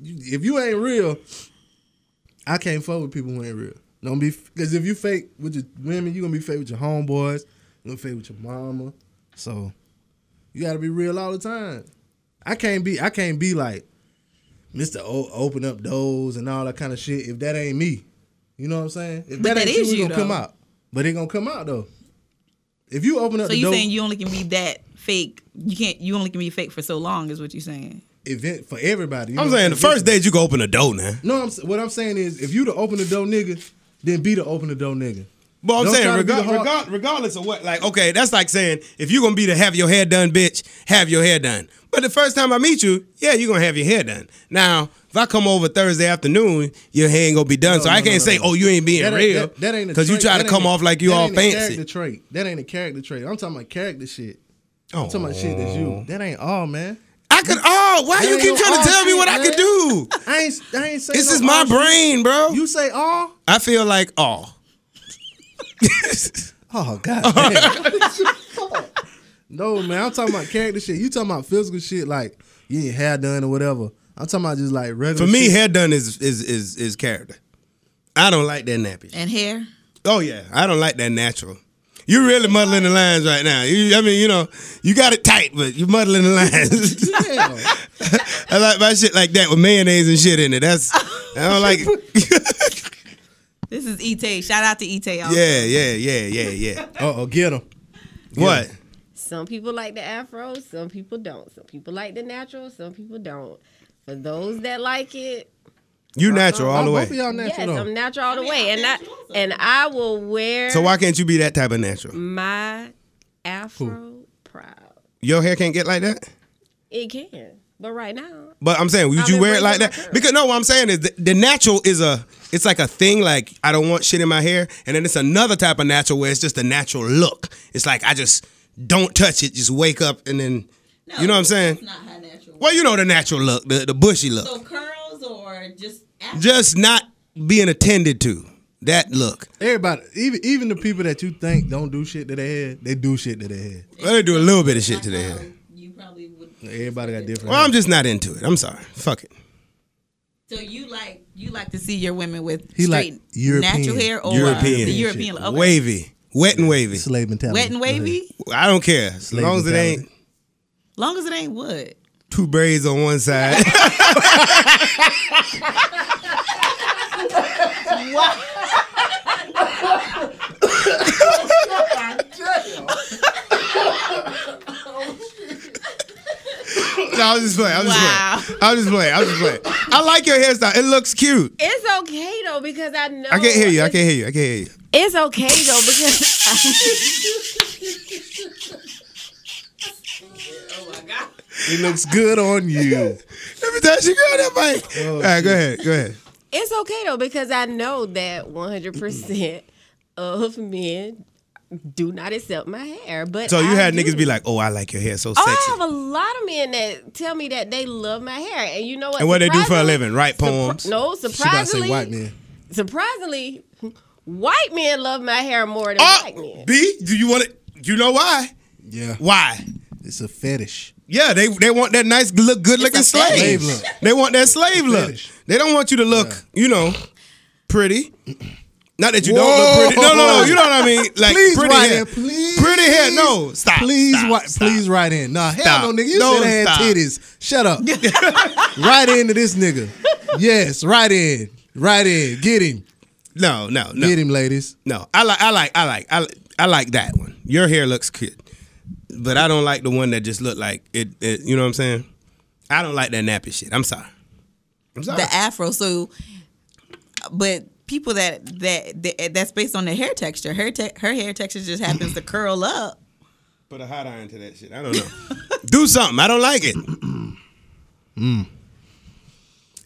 S2: You- If you ain't real, I can't fuck with people who ain't real. Don't be because if you fake with your women, you gonna be fake with your homeboys. You gonna fake with your mama. So you gotta be real all the time. I can't be. I can't be like Mister o- Open Up Doors and all that kind of shit. If that ain't me, you know what I'm saying. If
S4: But that
S2: you,
S4: is
S2: it's
S4: you,
S2: gonna come
S4: though.
S2: out. But it gonna come out though. If you open up
S4: So
S2: the
S4: you
S2: door,
S4: saying you only can be that fake? You can't. You only can be fake for so long, is what you saying?
S2: event for everybody. you
S1: I'm
S2: know what
S1: saying the first date you can open the door now.
S2: No, I'm, what I'm saying is, if you the open the door nigga, then be the open the door nigga.
S1: But I'm
S2: Don't
S1: saying
S2: try to be
S1: rega-
S2: the hard-
S1: rega- regardless of what, like, okay, that's like saying if you're gonna be to have your hair done, bitch, have your hair done. But the first time I meet you, yeah, you're gonna have your hair done. Now, if I come over Thursday afternoon, your hair ain't gonna be done, so
S2: No,
S1: I
S2: no,
S1: can't
S2: no,
S1: say,
S2: no.
S1: oh, you ain't being
S2: That ain't,
S1: real,
S2: that, that ain't a
S1: because you
S2: trait.
S1: try to
S2: That
S1: come
S2: ain't a-
S1: off like you
S2: that
S1: all
S2: ain't a
S1: fancy.
S2: Character trait. That ain't a character trait. I'm talking about character shit.
S1: Oh,
S2: I'm talking about shit that's you. That ain't all, man.
S1: I could. Oh, why
S2: That
S1: you
S2: ain't
S1: keep
S2: no
S1: trying
S2: all
S1: to tell me
S2: shit,
S1: what I could
S2: man.
S1: do?
S2: I ain't. I ain't saying.
S1: This
S2: no
S1: is my
S2: all shit.
S1: brain, bro.
S2: You say all?
S1: I feel like oh.
S2: Oh god. damn. no man, I'm talking about character shit. You talking about physical shit like you ain't hair done or whatever. I'm talking about just like
S1: For
S2: regular.
S1: me,
S2: shit.
S1: hair done is is is is character. I don't like that nappy. shit.
S4: And hair?
S1: Oh yeah, I don't like that natural. You really muddling the lines right now. You, I mean, you know, you got it tight, but you muddling the lines.
S2: Hell.
S1: I like my shit like that with mayonnaise and shit in it. That's I don't like it.
S4: This is Ite. Shout out to Ite. y'all.
S1: Yeah, yeah, yeah, yeah, yeah.
S2: Uh oh, get him.
S1: What?
S3: Some people like the afro, some people don't. Some people like the natural, some people don't. For those that like it,
S1: You natural all the
S2: Uh, Both of
S1: way.
S2: y'all natural
S3: yes,
S2: though.
S3: I'm natural all the way, and I and I will wear
S1: So why can't you be that type of natural?
S3: my afro proud.
S1: Your hair can't get like that.
S3: It can, but right now,
S1: But I'm saying, would
S3: I've
S1: you
S3: been
S1: wear it like
S3: raising my
S1: that?
S3: curls.
S1: Because no, what I'm saying is the, the natural is a, it's like a thing. Like I don't want shit in my hair, and then it's another type of natural where it's just a natural look. It's like I just don't touch it. Just wake up and then, you know what I'm saying?
S5: That's not how natural.
S1: Well, you know the natural look, the, the bushy look,
S5: So curls or just afro?
S1: just not being attended to. That look.
S2: Everybody, even even the people that you think don't do shit to their head, they do shit to their head.
S1: Well, they do a little bit of shit to their
S5: Um,
S1: hair.
S5: You probably would.
S2: Everybody got different.
S1: Well, I'm just not into it. I'm sorry. Fuck it.
S4: So you like you like to see your women with
S2: He like
S4: straight
S2: European.
S4: natural hair or
S1: European.
S4: the European look. Okay.
S1: Wavy, wet and wavy.
S2: slave mentality.
S4: Wet and wavy.
S1: I don't care as long as it
S2: mentality.
S1: ain't
S4: Long as it ain't wood.
S1: two braids on one side. No, I was just playing. I was just playing. I was just playing. I was just playing. I like your hairstyle. It looks cute.
S3: it's okay though because I know
S1: I can't hear you. I can't hear you. I can't hear you.
S3: It's okay though because
S2: It looks good on you. Oh,
S1: Every time she got that mic. All right, go ahead. Go ahead.
S3: it's okay though because I know that 100 percent of men do not accept my hair. But
S1: So you
S3: I
S1: had
S3: do.
S1: niggas be like, "Oh, I like your hair. So
S3: Oh,
S1: sexy."
S3: I have a lot of men that tell me that they love my hair, and you know what?
S1: and what they do for a
S3: Surprisingly-
S1: living? Write poems.
S3: Surpri- no,
S2: She about to
S3: surprisingly,
S2: say white man.
S3: surprisingly, white men love my hair more than
S1: Oh,
S3: black men.
S1: B, do you want it? You know why?
S2: Yeah,
S1: Why?
S2: it's a fetish.
S1: Yeah, they they want that nice look, good looking
S4: It's a
S1: slave.
S2: slave look.
S1: They want that slave look.
S2: Fetish.
S1: They don't want you to look, you know, pretty. Not that you don't look pretty. No, no, no. You know what I mean? Like
S2: Please
S1: pretty
S2: write
S1: hair.
S2: in. Please,
S1: Pretty hair. No, stop.
S2: Please,
S1: stop,
S2: write,
S1: stop.
S2: please write in. Nah, hell
S1: Stop.
S2: no, nigga. You
S1: Don't
S2: said I had
S1: stop.
S2: titties. Shut up. right into this nigga. Yes, right in. Right in. Get him.
S1: No, no, no.
S2: Get him, ladies.
S1: No, I like, I like, I like, I, li- I like that one. Your hair looks cute, but I don't like the one that just looked like it. it you know what I'm saying? I don't like that nappy shit. I'm sorry. I'm
S2: Uh,
S1: sorry.
S4: The afro. So, but people that that, that that's based on the hair texture. Her te- her hair texture just happens to curl up.
S1: Put a hot iron to that shit. I don't know. Do something. I don't like it.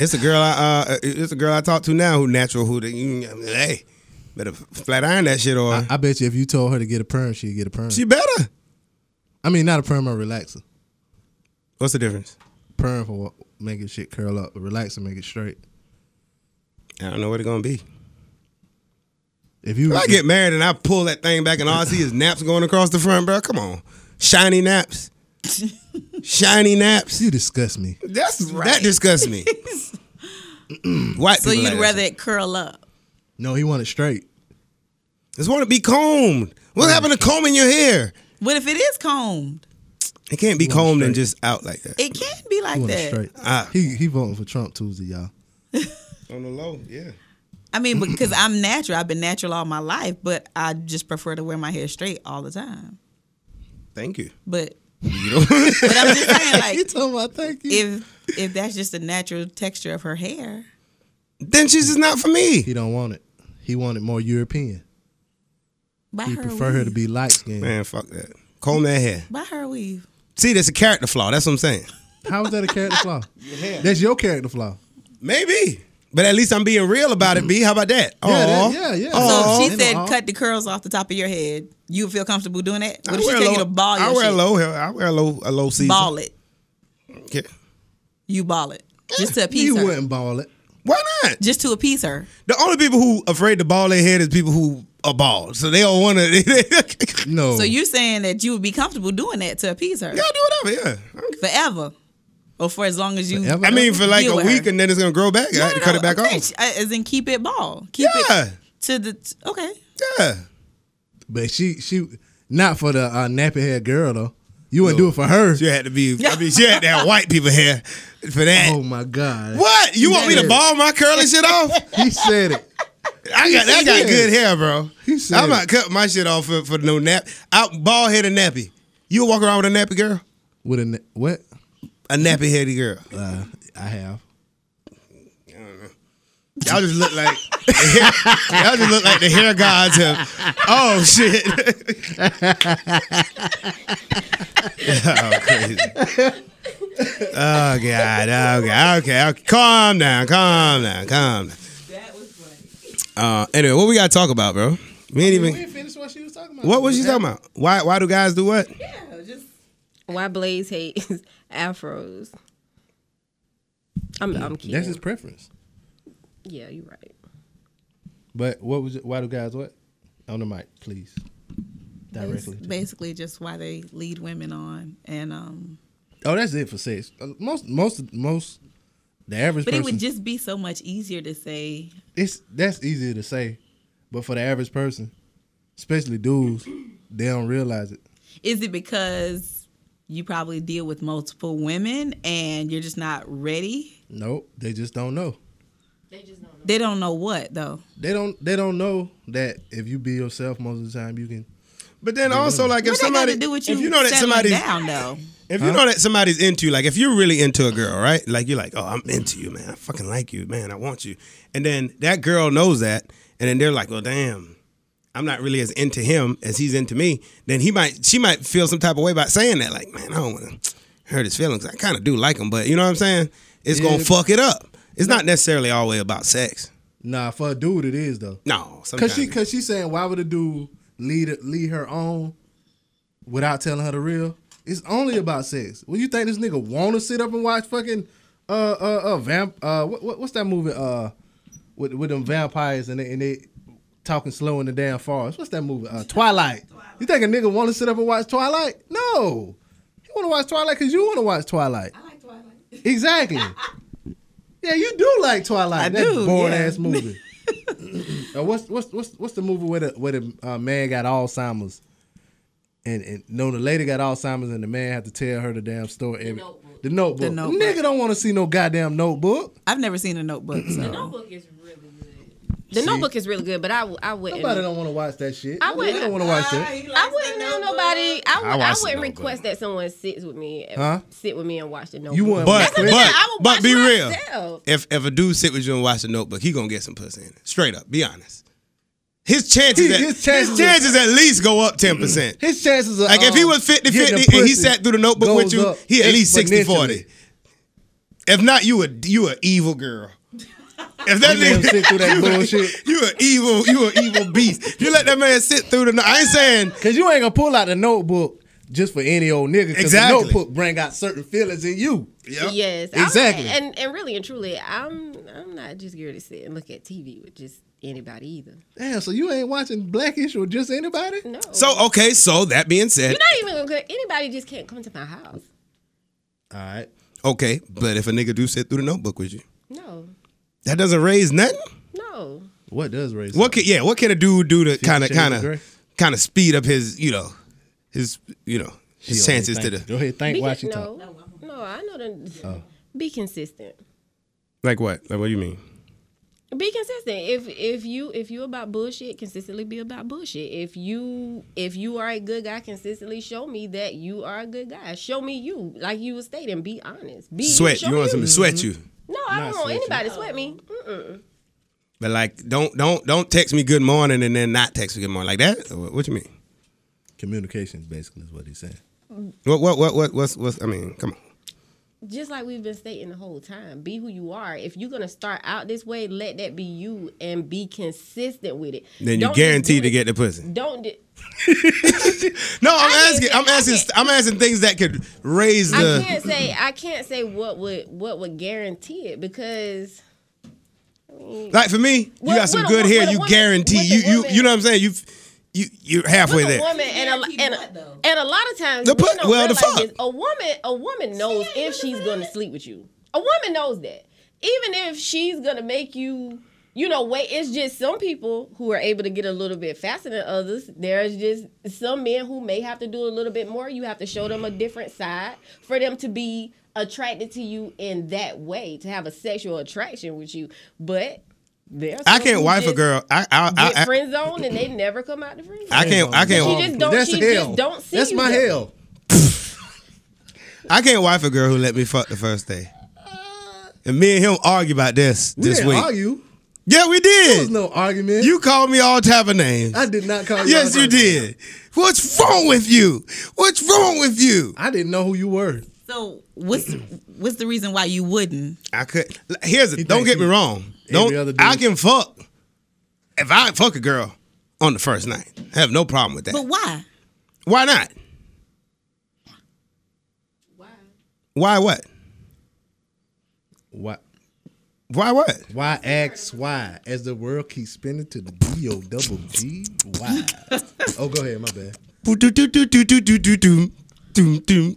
S1: It's a girl. I, uh, it's a girl I talk to now who natural. Who the, hey, better flat iron that shit or
S2: I bet you if you told her to get a perm, she'd get a perm.
S1: Uh-huh. she better.
S2: I mean, not a perm, a relaxer.
S1: What's the difference?
S2: Perm for what- making shit curl up, a relaxer make it straight.
S1: I don't know what it's gonna be.
S2: If you
S1: If I get married and I pull that thing back and all I see is naps going across the front, bro. Come on, shiny naps, shiny naps.
S2: you disgust me.
S1: That's that disgusts me. White
S4: So
S1: people
S4: you'd
S1: like that
S4: rather
S1: shit.
S4: it curl up.
S2: No, he want it straight.
S1: just want to be combed. What happened to combing your hair?
S4: What if it is combed?
S1: It can't be combed and just out like that.
S4: It can be
S2: He
S4: like
S2: want it
S4: that.
S2: straight.
S1: Ah.
S2: He he voting for Trump Tuesday, y'all.
S1: On the low, yeah.
S4: I mean, because I'm natural. I've been natural all my life, but I just prefer to wear my hair straight all the time.
S1: Thank you.
S4: But
S1: You know,
S4: but I'm just saying, like,
S2: He talking about thank you.
S4: if if that's just the natural texture of her hair,
S1: then she's just not for
S2: he
S1: me.
S2: don't want it. He wanted more European.
S4: buy
S2: He
S4: her
S2: prefer
S4: a
S2: her
S4: weave.
S2: to be light skinned.
S1: Man, fuck that. Comb that hair.
S4: buy her a weave.
S1: See, that's a character flaw. That's what I'm saying.
S2: How is that a character flaw? That's your character flaw.
S1: Maybe, but at least I'm being real about it. B, how about that?
S2: Yeah,
S1: Aw.
S2: that, yeah, yeah.
S4: So
S1: Oh,
S4: if she
S2: Aw.
S4: said
S2: Aw.
S4: cut the curls off the top of your head, you would feel comfortable doing that?
S1: I
S4: What if she
S1: wear a
S4: tell you
S1: low-
S4: to ball
S1: I
S4: your
S1: wear
S4: shit?
S1: a low hair. I wear a low a low season.
S4: ball it.
S1: Yeah.
S4: You ball it. Just to appease
S2: you
S4: her.
S2: wouldn't ball it.
S1: Why not?
S4: Just to appease her.
S1: The only people who afraid to ball their head is people who are bald. So they don't want to. Y'all
S2: No.
S4: So you're saying that you would be comfortable doing that to appease her
S1: do whatever. Oh. Yeah. I don't care.
S4: forever, or for as long as you.
S2: Forever?
S1: I mean, for like
S4: Deal
S1: a
S4: with
S1: week,
S4: her.
S1: and then it's gonna grow back. I
S4: No,
S1: had to
S4: no,
S1: cut it back
S4: I'm saying
S1: off.
S4: she- As in keep it ball. Keep
S1: Yeah.
S4: it to the t- okay.
S1: Yeah.
S2: But she she not for the uh, nappy haired girl though. You wouldn't do it for her.
S1: She had to be. I mean, she had to have white people hair for that.
S2: Oh my god.
S1: What? You want me to ball my curly shit off?
S2: He said it.
S1: I got I got
S2: serious.
S1: good hair, bro.
S2: He serious.
S1: I'm not cutting my shit off for, for no nap. Out bald headed nappy. You walk around with a nappy girl,
S2: With a na- what?
S1: a nappy headed girl.
S2: Uh, I have.
S1: Y'all just look like y'all just look like the hair gods have. Oh shit! oh crazy! Oh god! Okay, okay, okay. Calm down, calm down, calm down.
S5: That was funny.
S1: Uh, anyway, what we gotta talk about, bro? We ain't even.
S2: finished what she was talking about.
S1: What was she talking about? Why? Why do guys do what?
S5: Yeah, just
S3: Why Blaze hates afros? I'm I'm kidding.
S2: That's his preference.
S3: yeah, you're right.
S2: But what was it? Why do guys what? On the mic, please.
S4: It's
S2: Directly. to-
S4: basically just why they lead women on and um
S2: Oh, that's it for sex. Uh, Most, most, most. The average
S4: but it
S2: person.
S4: would just be so much easier to say
S2: it's that's easier to say, but for the average person, especially dudes, they don't realize it.
S4: is it because you probably deal with multiple women and you're just not ready
S2: Nope, they just don't know.
S3: They just don't know.
S4: they don't know what though
S2: They don't. They don't know that if you be yourself most of the time, you can.
S1: But then also, like, if
S4: what
S1: somebody,
S4: they got to do with you,
S1: if you know that
S4: settling
S1: somebody's,
S4: down though
S1: if you know that somebody's into, you, like, if you're really into a girl, right? Like, you're like, oh, I'm into you, man. I fucking like you, man. I want you. And then that girl knows that, and then they're like, well, damn, I'm not really as into him as he's into me. Then he might, she might feel some type of way about saying that, like, man, I don't want to hurt his feelings. I kind of do like him, but you know what I'm saying? It's gonna
S2: Yeah.
S1: fuck it up. It's not necessarily always about sex.
S2: Nah, for a dude, it is though.
S1: No,
S2: Cause
S1: sometimes.
S2: she, cause she's saying, why would a dude lead lead her on without telling her the real? It's only about sex. Well, you think this nigga wanna sit up and watch fucking uh uh uh vamp uh what, what what's that movie uh with with them vampires and they, and they talking slow in the damn forest? What's that movie? Uh, Twilight. You think a nigga wanna sit up and watch Twilight? No, he wanna watch Twilight cause you wanna watch Twilight.
S5: I like Twilight.
S2: Exactly. yeah, you do like Twilight.
S4: I
S2: that
S4: do,
S2: boring
S4: yeah.
S2: ass movie. Uh, what's what's what's what's the movie where the where the uh, man got Alzheimer's, and and no, the lady got Alzheimer's, and the man had to tell her the damn story. Every,
S5: Notebook.
S2: the notebook.
S4: The Notebook.
S2: Nigga don't want to see no goddamn notebook.
S4: i've never seen a notebook so
S5: Notebook is really good.
S3: The Notebook is really good, but I, w- I wouldn't.
S2: Nobody don't want to watch that shit.
S3: I
S2: Nobody
S3: wouldn't-
S2: don't want to watch
S5: Ah,
S2: that.
S5: he
S3: I
S5: likes
S3: wouldn't
S5: the
S3: know
S5: notebook.
S3: nobody. I,
S1: I
S3: w- I,
S1: watched The
S3: wouldn't
S1: Notebook.
S3: request that someone sits with me. and-
S2: Huh?
S3: Sit with me and watch the Notebook.
S2: You want,
S1: But
S3: That's what I'm saying. I
S1: but
S3: would
S1: but
S3: watch
S1: be real.
S3: myself.
S1: If if a dude sit with you and watch the Notebook, he gonna get some pussy in it. Straight up, be honest. His chances,
S2: He-
S1: at,
S2: his
S1: his
S2: chances
S1: chances, at least go up ten percent.
S2: his um, chances uh, of
S1: Like if he was 50-50 and he sat through the Notebook with you, he at least 60-40. If not, you a you a evil girl. If that
S2: Let him
S1: nigga,
S2: sit through that bullshit.
S1: you a evil you a evil beast. If you let that man sit through the. no- I ain't saying
S2: Cause you ain't gonna pull out the notebook just for any old nigga. Cause
S1: Exactly.
S2: the notebook bring out certain feelings in you.
S3: Yes, I'm-
S2: Exactly.
S3: and and really and truly, I'm I'm not just here to sit and look at TV with just anybody either.
S2: Damn, so you ain't watching Blackish or just anybody?
S3: No.
S1: So okay, so that being said,
S3: you're not even gonna go- anybody just can't come to my house.
S2: All right.
S1: okay, but if a nigga do sit through the Notebook with you,
S3: No,
S1: that doesn't raise nothing.
S3: no.
S2: What does raise?
S1: What can yeah? What can a dude do to kind of
S2: Shades of
S1: kind
S2: Grey.
S1: of kind of speed up his you know his you know his chances to the
S2: Go ahead, think
S3: Be
S2: why
S3: con-
S2: she talk.
S3: no, no. I know the.
S1: Oh.
S3: Be consistent.
S1: like what like what do you mean?
S3: Be consistent. If if you if you about bullshit, consistently be about bullshit. If you if you are a good guy, consistently show me that you are a good guy. Show me you, like you was stating. Be honest. Be
S1: Sweat
S3: show
S1: you want
S3: you.
S1: some to sweat you,
S3: No, I
S2: Not
S3: don't want
S2: sweat you.
S3: anybody to sweat me. Mm-mm.
S1: but like don't don't don't text me good morning and then not text me good morning like that. What, what you mean?
S2: Communication basically is what he's saying.
S1: What what what what what's what's I mean? Come on.
S3: Just like we've been stating the whole time, be who you are. If you're gonna start out this way, let that be you and be consistent with it.
S1: Then you
S3: Don't just
S1: guaranteed to
S3: do it-
S1: get the pussy.
S3: Don't. di-
S1: No, I'm
S3: I
S1: asking.
S3: can't-
S1: I'm
S3: I
S1: asking.
S3: can't-
S1: I'm asking things that could raise
S3: I
S1: the.
S3: can't say I can't say what would what would guarantee it because
S1: Like for me, you
S3: With-
S1: got some
S3: with a
S1: good
S3: wo-
S1: hair.
S3: with a
S1: You
S3: woman-
S1: guarantee
S3: with
S1: you
S3: a
S1: you
S3: woman-
S1: you know what I'm saying. You've you you're halfway
S3: with a
S1: there.
S3: woman and a,
S5: Guarantee
S3: and,
S5: what, though?
S3: a, and a lot of times
S1: The
S3: women
S1: put-
S3: don't
S1: well, the
S3: realize
S1: fuck.
S3: this. a woman a woman knows
S5: ain't
S3: if she's gonna sleep with you. A woman knows that. Even if she's gonna make you you know wait, it's just some people who are able to get a little bit faster than others. There's just some men who may have to do a little bit more. You have to show them a different side for them to be attracted to you in that way, to have a sexual attraction with you. But There's
S1: I
S3: some
S1: can't
S3: who
S1: wife a
S3: just
S1: girl. I I
S3: Get
S1: I, I,
S3: friend zone and they never come out the friend zone.
S1: I can't I can't
S3: She just don't-
S2: That's
S3: she
S2: hell.
S3: just don't see
S2: That's
S3: you
S2: my
S3: there.
S2: hell.
S1: I can't wife a girl who let me fuck the first day. And me and him argue about this
S2: We
S1: this
S2: didn't
S1: week.
S2: argue.
S1: Yeah, we
S2: There was
S1: did.
S2: no argument.
S1: You called me all type of names.
S2: I did not call you.
S1: Yes,
S2: out
S1: you
S2: of-
S1: did. What's wrong with you? What's wrong with you?
S2: I didn't know who you were.
S4: So what's what's the reason why you wouldn't?
S1: I could. like, Here's the.
S2: He
S1: Don't
S2: thinks
S1: get me
S2: he-
S1: wrong.
S2: every other
S1: Don't.
S2: dude.
S1: I can fuck. If I fuck a girl on the first night, I have no problem with
S4: But
S1: that.
S4: why?
S1: Why not?
S5: Why?
S1: Why what?
S2: Why?
S1: Why what?
S2: Why X Y? As the world keeps spinning to the D O double G Y. Oh, go ahead. My bad.
S1: Boo, doo, doo, doo, doo, doo, doo, doo, doo. Doom, doom.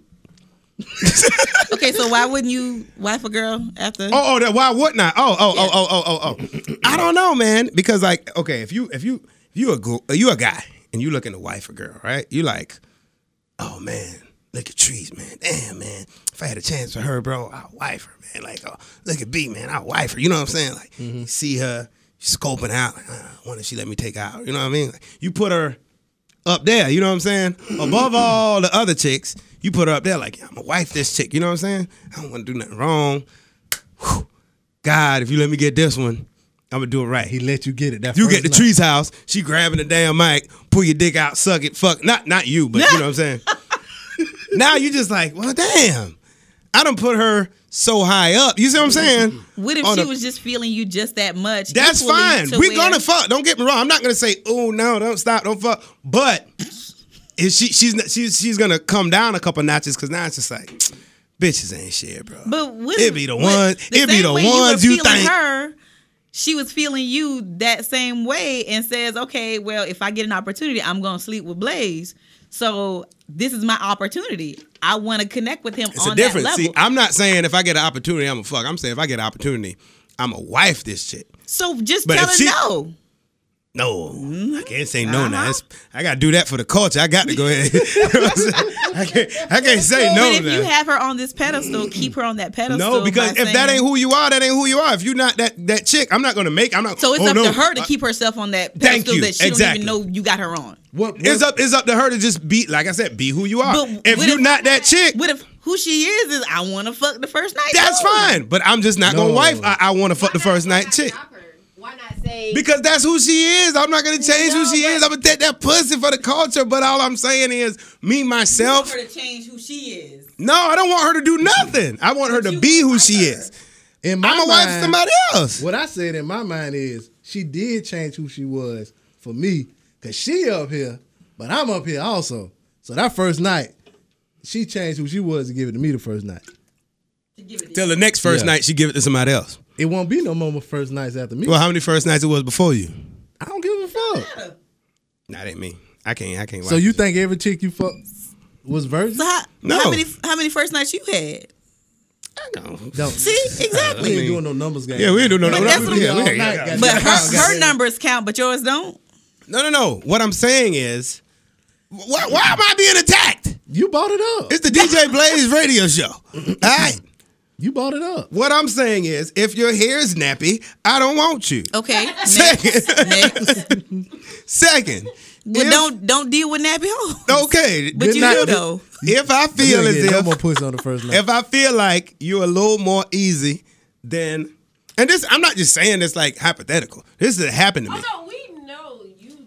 S4: Okay, so why wouldn't you wife a girl after?
S1: Oh, oh, that why wouldn't I? Oh, oh, oh, oh, oh, oh, oh. I don't know, man. Because like, okay, if you if you if you a go- you a guy and you looking to wife a girl, right? You like, oh man, look at trees, man. Damn, man. If I had a chance for her, bro, I'll wife her, man. Like, oh, look at B, man. I'll wife her. You know what I'm saying? Like, you see her she's scoping out. Like, uh, I wonder if she let me take her out. You know what I mean? Like, you put her up there. You know what I'm saying? Above all the other chicks, you put her up there. Like, I'm gonna wife this chick. You know what I'm saying? I don't want to do nothing wrong. God, if you let me get this one, I'm gonna do it right.
S2: He let you get it. That
S1: you
S2: first
S1: get the
S2: night.
S1: trees house. She grabbing the damn mic, pull your dick out, suck it, fuck. Not not you, but you know what I'm saying. now you just like, well, damn. I done put her so high up. You see what I'm saying?
S4: what if
S1: on
S4: she
S1: a-
S4: was just feeling you just that much?
S1: That's
S4: equally
S1: fine.
S4: to
S1: We're
S4: where-
S1: gonna fuck. Don't get me wrong. I'm not gonna say, oh no, don't stop, don't fuck. But is she she's not- she's she's gonna come down a couple notches because now it's just like bitches ain't shit, bro.
S4: But what,
S1: It be the
S4: what-
S1: ones- it be
S4: same
S1: the
S4: way were
S1: ones you
S4: feeling
S1: think-
S4: Her, she was feeling you that same way and says, "Okay, well, if I get an opportunity, I'm gonna sleep with Blaze. So this is my opportunity. I want to connect with him
S1: It's
S4: on
S1: a difference.
S4: that
S1: See,
S4: level.
S1: I'm not saying if I get an opportunity, I'm a fuck. I'm saying if I get an opportunity, I'm a wife this shit.
S4: so just
S1: But
S4: tell
S1: if
S4: her
S1: she-
S4: no.
S1: No,
S4: Mm-hmm.
S1: I can't say no
S4: Uh-huh.
S1: now. It's- I gotta do that for the culture. I got to go ahead. You know what I'm saying? I can't. I can't say
S4: but
S1: no
S4: if you
S1: now.
S4: have her on this pedestal, keep her on that pedestal.
S1: No, because if
S4: by
S1: that
S4: saying-
S1: ain't who you are, that ain't who you are. If you're not that that chick, I'm not gonna make. I'm not.
S4: so it's
S1: oh,
S4: up
S1: no.
S4: to her to
S1: I-
S4: keep herself on that
S1: Thank
S4: pedestal
S1: you.
S4: that she
S1: Exactly.
S4: don't even know you got her on.
S2: What, what,
S1: It's up. It's up to her to just be like I said. Be who you are.
S4: But
S1: if
S4: what
S1: you're
S4: if-
S1: not that chick,
S4: What if who she is is I want to fuck the first night?
S1: that's
S4: too.
S1: fine. But I'm just not gonna
S2: No.
S1: wife. I, I want to fuck the
S5: Why
S1: first
S5: not- why
S1: night
S5: not
S1: chick.
S5: stop her? Why not say?
S1: Because that's who she is. I'm not gonna change who
S5: No,
S1: she
S5: but-
S1: is. I'm gonna take that pussy for the culture. But all I'm saying is, me myself.
S4: to change who she is.
S1: No, I don't want her to do nothing. I want her to be who she is.
S2: in my
S1: I'm a wife
S2: mind-
S1: somebody else.
S2: What I said in my mind is she did change who she was for me because she up here, but I'm up here also. So that first night, she changed who she was to give it to me the first night.
S1: Till the next first
S2: Yeah.
S1: night, she give it to somebody else.
S2: It won't be no more first nights after me.
S1: Well, how many first nights it was before you?
S2: I don't give a fuck.
S1: Nah, that ain't me. I can't. I can't.
S2: So
S1: wife
S2: you
S1: this.
S2: think every chick you fuck was virgin?
S4: So how,
S1: No.
S4: how many how many first nights you had?
S1: No.
S2: Don't.
S4: See, exactly.
S2: we
S1: I mean-
S2: ain't doing no numbers game.
S1: Yeah, we ain't doing no-
S4: But
S2: numbers.
S4: no, that's no, what we-
S1: yeah, we ain't- yeah.
S2: God,
S4: But her,
S2: God.
S4: her numbers count, but yours don't.
S1: No, no, no. What I'm saying is, wh- why, why am I being attacked?
S2: You bought it up.
S1: It's the DJ Blaze radio show. All right.
S2: You bought it up.
S1: What I'm saying is, if your hair is nappy, I don't want you.
S4: Okay. Next.
S1: Second,
S4: next.
S1: second.
S4: But
S1: if-
S4: don't don't deal with nappy hoes.
S1: Okay.
S4: But you
S1: then I-
S4: do though.
S1: If I
S2: You
S1: feel
S2: ain't
S1: as
S2: getting no
S1: if
S2: more pussy on the first night.
S1: if I feel like you're a little more easy than, and this, I'm not just saying this like hypothetical. This has happened to me.
S5: Although we know you.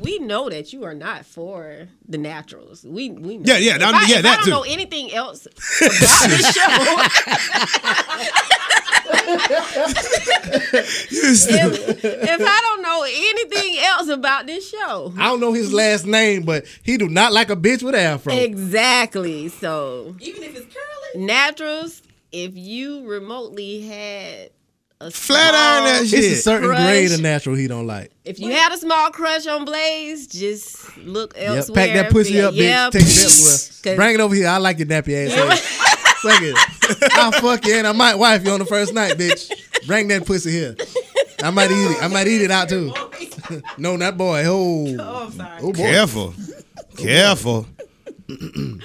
S3: we know that you are not for the naturals. We we know
S1: Yeah, yeah,
S3: If
S1: I'm-
S3: I,
S1: yeah,
S3: if
S1: that
S3: I don't
S1: too.
S3: know anything else about the show. if, if I don't know anything else about this show,
S2: I don't know his last name, but he do not like a bitch with afro.
S3: exactly. So
S4: Even if it's curly.
S3: naturals, if you remotely had a
S1: Flat iron
S3: small-
S1: that shit.
S2: It's a certain
S3: Crush.
S2: grade of natural he don't like.
S3: If you had a small crush on Blaze, just look
S2: Yep,
S3: elsewhere.
S2: pack that pussy
S3: Be-
S2: up, bitch.
S3: yeah,
S2: Take that boy.
S3: 'cause-
S2: Bring it over here. I like your nappy ass. ass. Suck it. I'll fuck you and I might wife you on the first night, bitch. Bring that pussy here. I might eat it. I might eat it out too. No, not boy. Oh,
S4: I'm sorry.
S2: oh boy.
S1: Careful. Careful.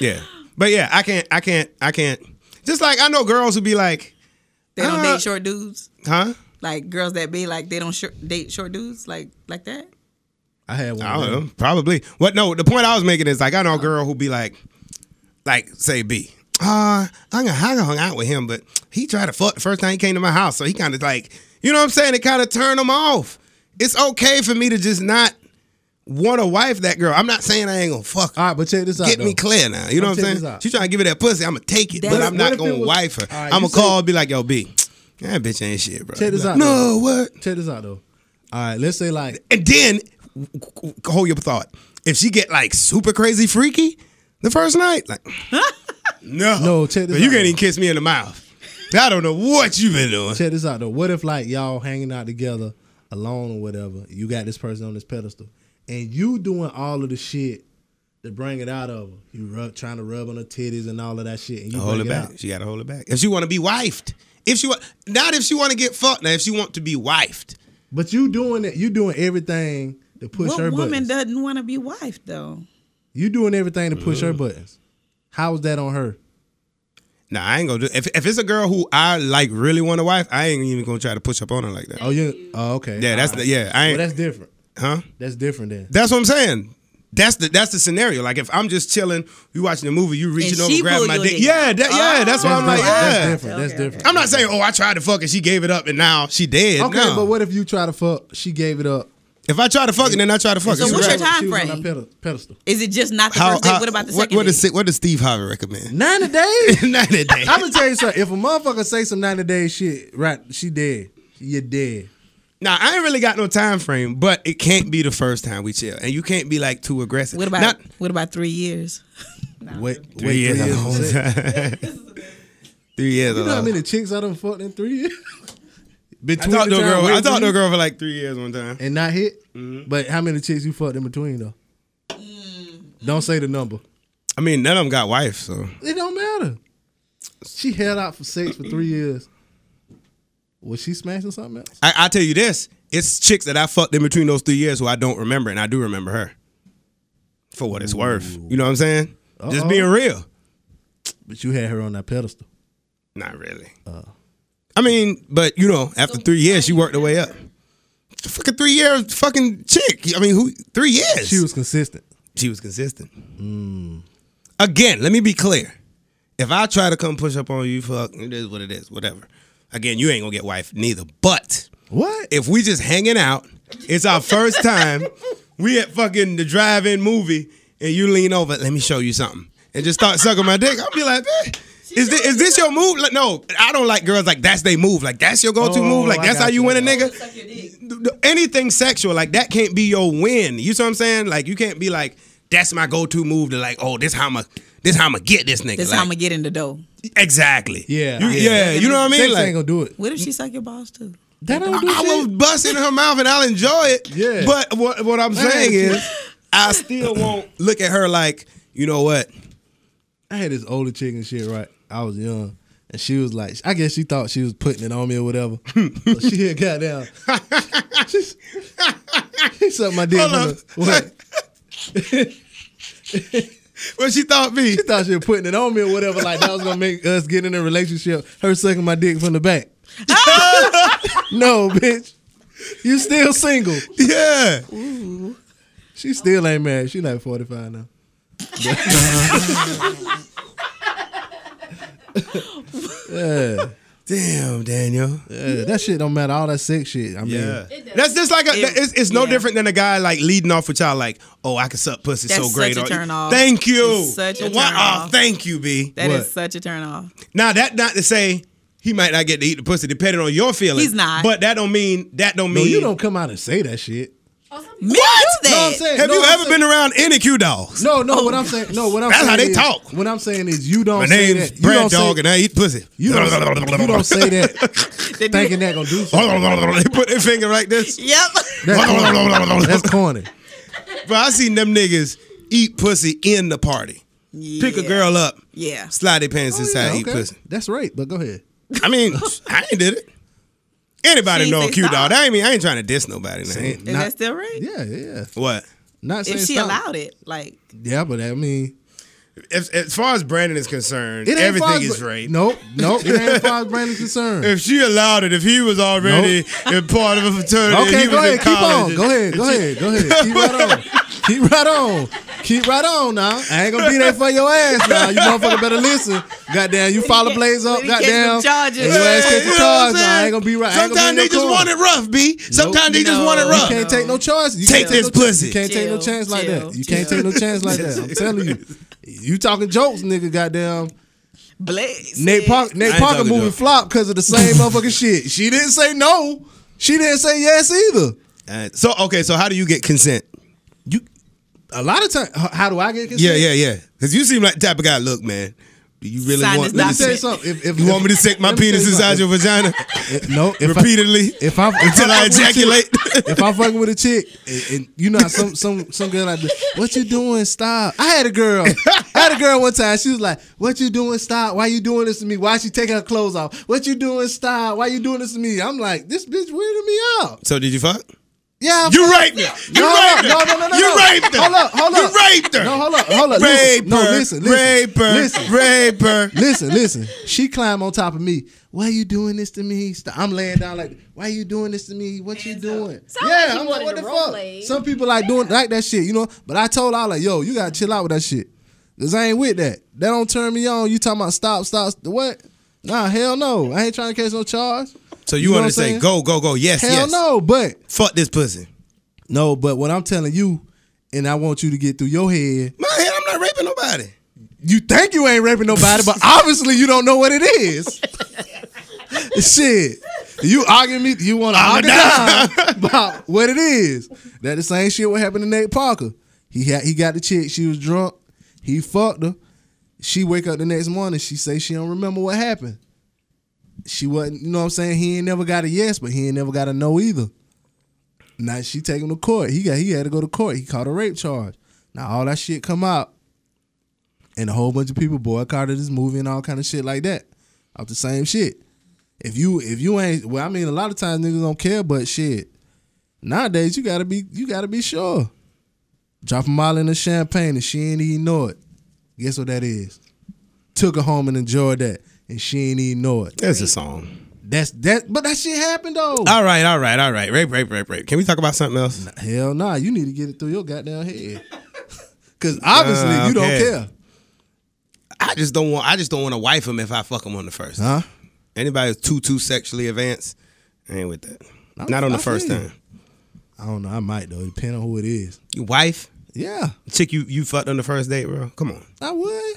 S1: yeah. But yeah, I can't I can't I can't just like I know girls who be like,
S4: They don't
S1: Uh,
S4: date short dudes.
S1: huh?
S4: Like girls that be like they don't short, date short dudes like like that.
S2: I had one.
S1: I don't
S2: girl.
S1: know. Probably. What? No. The point I was making is like I know a girl who be like, like say B. Uh, I gonna I done hung out with him, but he tried to fuck the first time he came to my house, so he kind of like, you know what I'm saying? It kind of turned him off. It's okay for me to just not want a wife that girl. I'm not saying I ain't gonna fuck. her.
S2: All right, but check this out.
S1: Get
S2: though.
S1: me clear now. You know
S2: I'll
S1: what
S2: check
S1: I'm
S2: this
S1: saying?
S2: out.
S1: She trying to give me that pussy. I'm gonna take it, but
S4: That's-
S1: I'm
S2: what
S1: not
S2: if it
S1: gonna
S2: was-
S1: wife her.
S2: All right,
S1: I'm gonna
S2: you
S1: call and be like, yo, B, that bitch ain't shit, bro.
S2: Check this
S1: Like,
S2: out,
S1: No, what?
S2: Check this out though. All right, let's say like
S1: And then w- w- hold your thought. If she get like super crazy freaky the first night, like no,
S2: No, check this
S1: Oh. But you
S2: out.
S1: can't even kiss me in the mouth. I don't know what you been doing.
S2: check this out though. What if like y'all hanging out together alone or whatever? You got this person on this pedestal, and you doing all of the shit to bring it out of her. You rub, trying to rub on her titties and all of that shit, and you
S1: hold
S2: bring
S1: it
S2: it
S1: back.
S2: out.
S1: She got to hold it back. If she want to be wifed, if she want, not if she want to get fucked. Now, if she want to be wifed,
S2: But you doing it. You doing everything to push
S4: what
S2: her
S4: woman
S2: buttons.
S4: doesn't want to be wife though?
S2: you doing everything to push her buttons. How is that on her?
S1: nah, I ain't gonna do. If if it's a girl who I like really want a wife, I ain't even gonna try to push up on her like that.
S2: Oh you. Oh okay.
S1: yeah, that's
S2: All
S1: the,
S2: right.
S1: yeah. I
S2: Well,
S1: ain't
S2: that's different.
S1: huh.
S2: That's different then.
S1: That's what I'm saying. That's the that's the scenario. Like if I'm just chilling, you watching the movie, you reaching
S4: And
S1: over,
S4: she
S1: grabbing
S4: pull
S1: my
S4: your
S1: dick.
S4: dick. Oh.
S1: Yeah, that, yeah. That's why
S2: That's
S1: I'm like,
S2: different.
S1: yeah.
S2: That's different. That's
S4: Okay, okay.
S2: different.
S1: I'm not saying, oh, I tried to fuck and she gave it up and now she dead.
S2: Okay,
S1: no.
S2: but what if you try to fuck? She gave it up.
S1: if I try to fuck and then I try to fuck?
S4: So
S1: it's
S4: what's
S1: a
S4: your
S1: wrap.
S4: time
S2: She was on
S4: frame?
S2: that pedestal- pedestal.
S4: Is it just not the
S1: How-
S4: first date?
S1: how-
S4: what about the
S1: what,
S4: second
S1: what
S4: date?
S1: does what does Steve Harvey recommend?
S2: 90 days?
S1: Not a day.
S2: I'm gonna tell you something. If a motherfucker say some 90 days shit, right, she dead. You're dead.
S1: Now I ain't really got no time frame, but it can't be the first time we chill, and you can't be like too aggressive.
S4: what about
S1: Not-
S4: what about three years?
S2: Wait, wait
S1: three years?
S2: three
S1: a
S2: years.
S1: long
S2: for sex.
S1: time. three years.
S2: You know how
S1: I,
S2: many chicks I done fucked in three years?
S1: I
S2: between
S1: talked
S2: the
S1: to a
S2: time
S1: girl. I
S2: waiting
S1: talked
S2: for
S1: to a
S2: you
S1: girl for like three years one time.
S2: And not hit?
S1: Mm-hmm.
S2: But how many chicks you fucked in between though? Don't say the number.
S1: I mean, none of them got wife, so
S2: It don't matter. She held out for sex for three years. Was she smashing something else?
S1: I, I tell you this, it's chicks that I fucked in between those three years who I don't remember, and I do remember her. For what it's worth, you know what I'm saying? Just
S2: Uh-oh.
S1: being real.
S2: But you had her on that pedestal.
S1: Not really. I mean, but you know, after three years, she worked her way up. Fucking three years, fucking chick. I mean, who? Three years.
S2: She was consistent.
S1: She was consistent. Again, let me be clear. If I try to come push up on you, fuck, it is what it is. Whatever. Again, you ain't gonna get wife neither. But
S2: What?
S1: if we just hanging out, it's our first time. We at fucking the drive-in movie, and you lean over. Let me show you something, and just start sucking my dick. I'll be like, man, is this, is this your move? Like, no, I don't like girls like that's they move. Like that's your go-to
S2: Oh,
S1: move. Like
S2: I
S1: that's how
S2: got
S1: you
S2: you.
S1: win a nigga. Th- th- Anything sexual like that can't be your win. You see what I'm saying? Like you can't be like that's my go-to move. To like, oh, this how I'ma this how I'ma get this nigga.
S4: This
S1: like,
S4: how I'm gonna get in the dough.
S1: exactly.
S2: Yeah,
S1: You-
S2: yeah.
S1: yeah. You know what I mean?
S2: Sex
S1: Like,
S2: ain't gonna do it.
S4: What if she suck your balls too?
S2: That don't do
S1: I, I
S2: shit.
S1: will bust in her mouth and I'll enjoy it.
S2: Yeah.
S1: But what what I'm saying is, I still won't look at her like, you know what?
S2: I had this older chick and shit, right? I was young. And she was like, I guess she thought she was putting it on me or whatever. so she had got down. she, she sucked my dick.
S1: Hold
S2: from
S1: up.
S2: the- What?
S1: What she thought me?
S2: She thought she was putting it on me or whatever. Like that was gonna make us get in a relationship. Her sucking my dick from the back. no, bitch. You still single.
S1: Yeah.
S2: She still ain't married. She like 45 now.
S1: Damn, Daniel.
S2: Yeah, that shit don't matter. All that sex shit. I mean,
S1: Yeah.
S5: It does.
S1: That's just like a.
S4: It-
S1: it's, it's no
S4: yeah.
S1: different than a guy like leading off with y'all like, oh, I can suck pussy
S4: That's
S1: so great.
S4: such a
S1: or-
S4: turn off.
S1: Thank you.
S4: It's such a
S1: Why-
S4: turn
S1: oh,
S4: off.
S1: thank you, B.
S4: That is
S2: What?
S4: such a turn off.
S1: Now that not to say he might not get to eat the pussy depending on your feelings.
S4: He's not.
S1: But that don't mean that don't
S2: no,
S1: mean
S2: you don't come out and say that shit.
S5: Oh, some people-
S4: Me what?
S2: No, I'm
S4: that.
S2: saying-
S1: Have
S2: no,
S1: you
S2: I'm
S1: ever
S2: saying-
S1: been around any Q dogs?
S2: No, no. what I'm saying, no. What I'm
S1: Oh. That's
S2: saying
S1: how they
S2: is-
S1: talk.
S2: What I'm saying is, you don't.
S1: My
S2: say
S1: name's
S2: that. You
S1: Brad
S2: don't say-
S1: Dog, and I eat pussy.
S2: You don't, you don't say that
S4: They do-
S2: thinking that gonna do something.
S1: they put their finger like this.
S4: Yep.
S2: That's corny. That's corny.
S1: But I seen them niggas eat pussy in the party. Pick a
S4: Yeah.
S1: girl up,
S4: Yeah.
S1: slide their pants inside,
S2: Yeah,
S1: eat
S2: okay.
S1: pussy.
S2: That's right. But go ahead.
S1: I mean, I ain't did it. Anybody
S4: She ain't
S1: know
S4: say
S1: Q
S4: stop.
S1: dog? I ain't mean I ain't trying to diss nobody. Man.
S4: Is that still right?
S2: Yeah, yeah.
S1: What?
S2: Not saying
S4: If she
S2: stop.
S4: allowed it, like
S2: Yeah, but I mean,
S1: as, as far as Brandon is concerned,
S2: It ain't
S1: everything
S2: Fozz-
S1: is rape.
S2: Nope, nope. It ain't far as Brandon's concerned.
S1: If she allowed it, if he was already a part of a fraternity, and
S2: Okay,
S1: he
S2: go
S1: was in
S2: ahead. Keep on.
S1: college,
S2: Go ahead. Go ahead. Go ahead. Keep right on. Keep right on. Keep right on now. I ain't gonna be there for your ass now. You motherfucker better listen. Goddamn, you follow
S4: get-
S2: Blaze up.
S4: when he catch
S2: Goddamn,
S4: them charges.
S2: and your ass
S1: Hey,
S2: catch
S1: you
S2: the
S1: know what I'm
S2: charge. Now I ain't
S1: saying?
S2: gonna be right. I ain't gonna
S1: Sometimes
S2: be in
S1: they
S2: your
S1: just
S2: car.
S1: want it rough, B. Sometimes they just
S4: No.
S1: want it
S2: You
S1: rough.
S2: can't take no chances. You
S1: Take
S2: can't
S1: this
S2: no-
S1: pussy.
S2: You can't take no
S4: Chill,
S2: chance like
S4: chill,
S2: that. You can't
S4: chill.
S2: take no chance like that. I'm telling you. You talking jokes, nigga. Goddamn.
S4: Blaze.
S2: Nate Park,
S1: I
S2: Nate
S1: ain't
S2: Parker
S1: talking
S2: movie
S1: junk.
S2: flopped because of the same motherfucking shit. She didn't say no. She didn't say yes either.
S1: Uh, So okay, so how do you get consent?
S2: You, a lot of times, how do I get consent?
S1: Yeah, yeah, yeah. Because you seem like the type of guy. Look, man, do you really
S4: Sign
S1: want
S4: this
S1: me
S2: Let me
S1: to
S4: document.
S2: tell you
S1: say,
S2: something. If, if,
S1: you want me to stick my
S2: let me tell
S1: penis
S2: you
S1: inside
S2: something.
S1: your vagina
S2: If- No, if
S1: repeatedly
S2: I, if I'm if
S1: until
S2: I'm
S1: I
S2: fucking with a chick-
S1: ejaculate?
S2: if I'm fucking with a chick, and, and you know how some some some girl like, what you doing? Stop! I had a girl, I had a girl one time. She was like, what you doing? Stop! Why you doing this to me? Why she taking her clothes off? What you doing? Stop! Why you doing this to me? I'm like, this bitch weirding me out.
S1: So did you fuck?
S2: Yeah, I'm
S1: You raped her. You
S2: no,
S1: raped her.
S2: no, no, no, no,
S1: You
S2: no.
S1: raped her.
S2: Hold up, hold up.
S1: You raped her.
S2: No, hold up, hold up.
S1: Rape
S2: Listen, no,
S1: her.
S2: listen, listen,
S1: Rape her.
S2: listen.
S1: Rape her.
S2: Listen, listen. She climbed on top of me. Why you doing this to me? St- I'm laying down like, why you doing this to me? What you doing?
S3: Sound like he wanted to role play.
S2: Some people like doing like that shit, you know. But I told her I like, yo, you gotta chill out with that shit. Cause I ain't with that. That don't turn me on. You talking about stop, stop, st- what? Nah, hell no. I ain't trying to catch no charge.
S1: So
S2: You
S1: you,
S2: know
S1: want
S2: what
S1: to
S2: I'm
S1: say
S2: saying?
S1: go, go, go? Yes,
S2: Hell
S1: yes.
S2: no. But
S1: Fuck this pussy.
S2: no, but what I'm telling you, and I want you to get through your head.
S1: My head, I'm not raping nobody.
S2: you think you ain't raping nobody, but obviously you don't know what it is. Shit. You arguing me, you want to
S1: I'ma
S2: argue down about what it is. That the same shit what happened to Nate Parker. He had he got the chick, she was drunk, he fucked her. She wake up the next morning, she say she don't remember what happened. She wasn't, you know what I'm saying? He ain't never got a yes, but he ain't never got a no either. Now she take him to court. He got he had to go to court. He caught a rape charge. Now all that shit come out and a whole bunch of people boycotted this movie and all kind of shit like that. Off the same shit. If you if you ain't well, I mean a lot of times niggas don't care, but shit. Nowadays you gotta be you gotta be sure. Drop a mile in the champagne and she ain't even know it. Guess what that is? Took her home and enjoyed that. And she ain't even know it.
S1: There's a song.
S2: That's that but that shit happened though.
S1: All right, all right, all right. Rape, rape, rape, rape. Can we talk about something else?
S2: Hell nah, you need to get it through your goddamn head. Cause obviously
S1: Uh,
S2: you don't
S1: okay.
S2: care.
S1: I just don't want. I just don't want to wife him if I fuck him on the first.
S2: Huh?
S1: Anybody who's too too sexually advanced, I ain't with that. Not on the
S2: I
S1: first
S2: feel you.
S1: time.
S2: I don't know. I might though, depending on who it is.
S1: Your wife,
S2: Yeah.
S1: chick, you you fucked on the first date, bro. Come on.
S2: I would.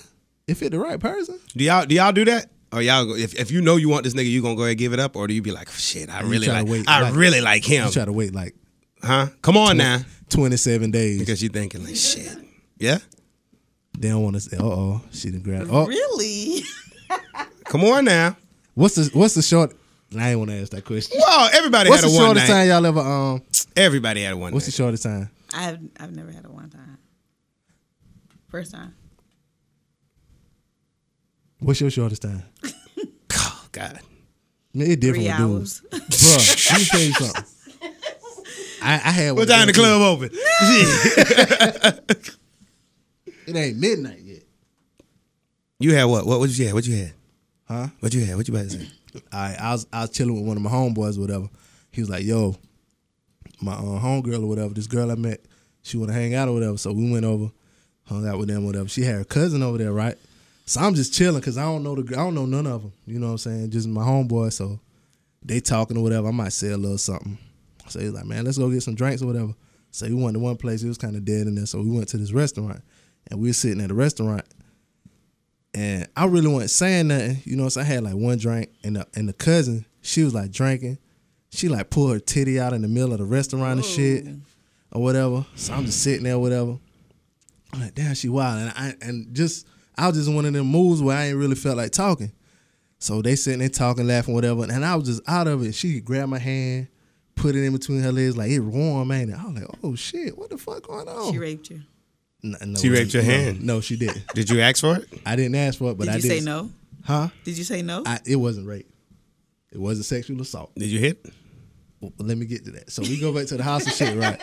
S2: If it the right person.
S1: Do y'all do y'all do that? Or y'all go, if if you know you want this nigga, you gonna go ahead and give it up, or do you be like, shit, I really
S2: try to
S1: like,
S2: wait,
S1: I
S2: like-
S1: really like him,
S2: You try to wait like
S1: huh? Come on now,
S2: 27 days.
S1: because you thinking like, shit, yeah.
S2: They don't want to say, uh oh, she didn't grab. Oh,
S4: Really?
S1: Come on now.
S2: what's the what's the short? I ain't want to ask that question.
S1: Wow, everybody
S2: What's the
S1: had a one
S2: shortest
S1: night.
S2: time y'all ever um?
S1: Everybody had a one
S2: What's the
S1: night.
S2: shortest time?
S4: I've I've never had a one time. First time.
S2: What's your shortest time?
S1: oh God,
S2: Man, it different
S4: Three
S2: with dudes.
S4: hours.
S2: Bruh, let me tell you something. I, I had one.
S1: what time the club open?
S2: It ain't midnight yet.
S1: You had what? What? What you had? What you had?
S2: Huh?
S1: What you had? What you about to say?
S2: I I was I was chilling with one of my homeboys or whatever. He was like, "Yo, my uh, homegirl or whatever, this girl I met, she want to hang out or whatever." So we went over, hung out with them, whatever. She had her cousin over there, right? So I'm just chilling because I don't know the gr- I don't know none of them. You know what I'm saying? Just my homeboy. So they talking or whatever. I might say a little something. So he's like, "Man, let's go get some drinks or whatever." So we went to one place. It was kind of dead in there. So we went to this restaurant, and we were sitting at the restaurant. And I really wasn't saying nothing. You know, so I had like one drink and the, and the cousin, she was like drinking. She like pulled her titty out in the middle of the restaurant and shit or whatever. So I'm just sitting there, whatever. I'm like, damn, she wild. And I and just I was just one of them moves where I ain't really felt like talking. So they sitting there talking, laughing, whatever. And I was just out of it. She grabbed my hand, put it in between her legs, like it warm, ain't it? I was like, oh shit, what the fuck going on?
S4: She raped you.
S2: N- no,
S1: She raped your
S2: no,
S1: hand.
S2: No, she didn't.
S1: Did you ask for it?
S2: I didn't ask for it, but
S4: Did
S2: I
S4: you
S2: did.
S4: say no?
S2: Huh?
S4: Did you say no?
S2: I, it wasn't rape. It wasn't sexual assault.
S1: Did you hit?
S2: Well, let me get to that. So we go back to the house and shit, right?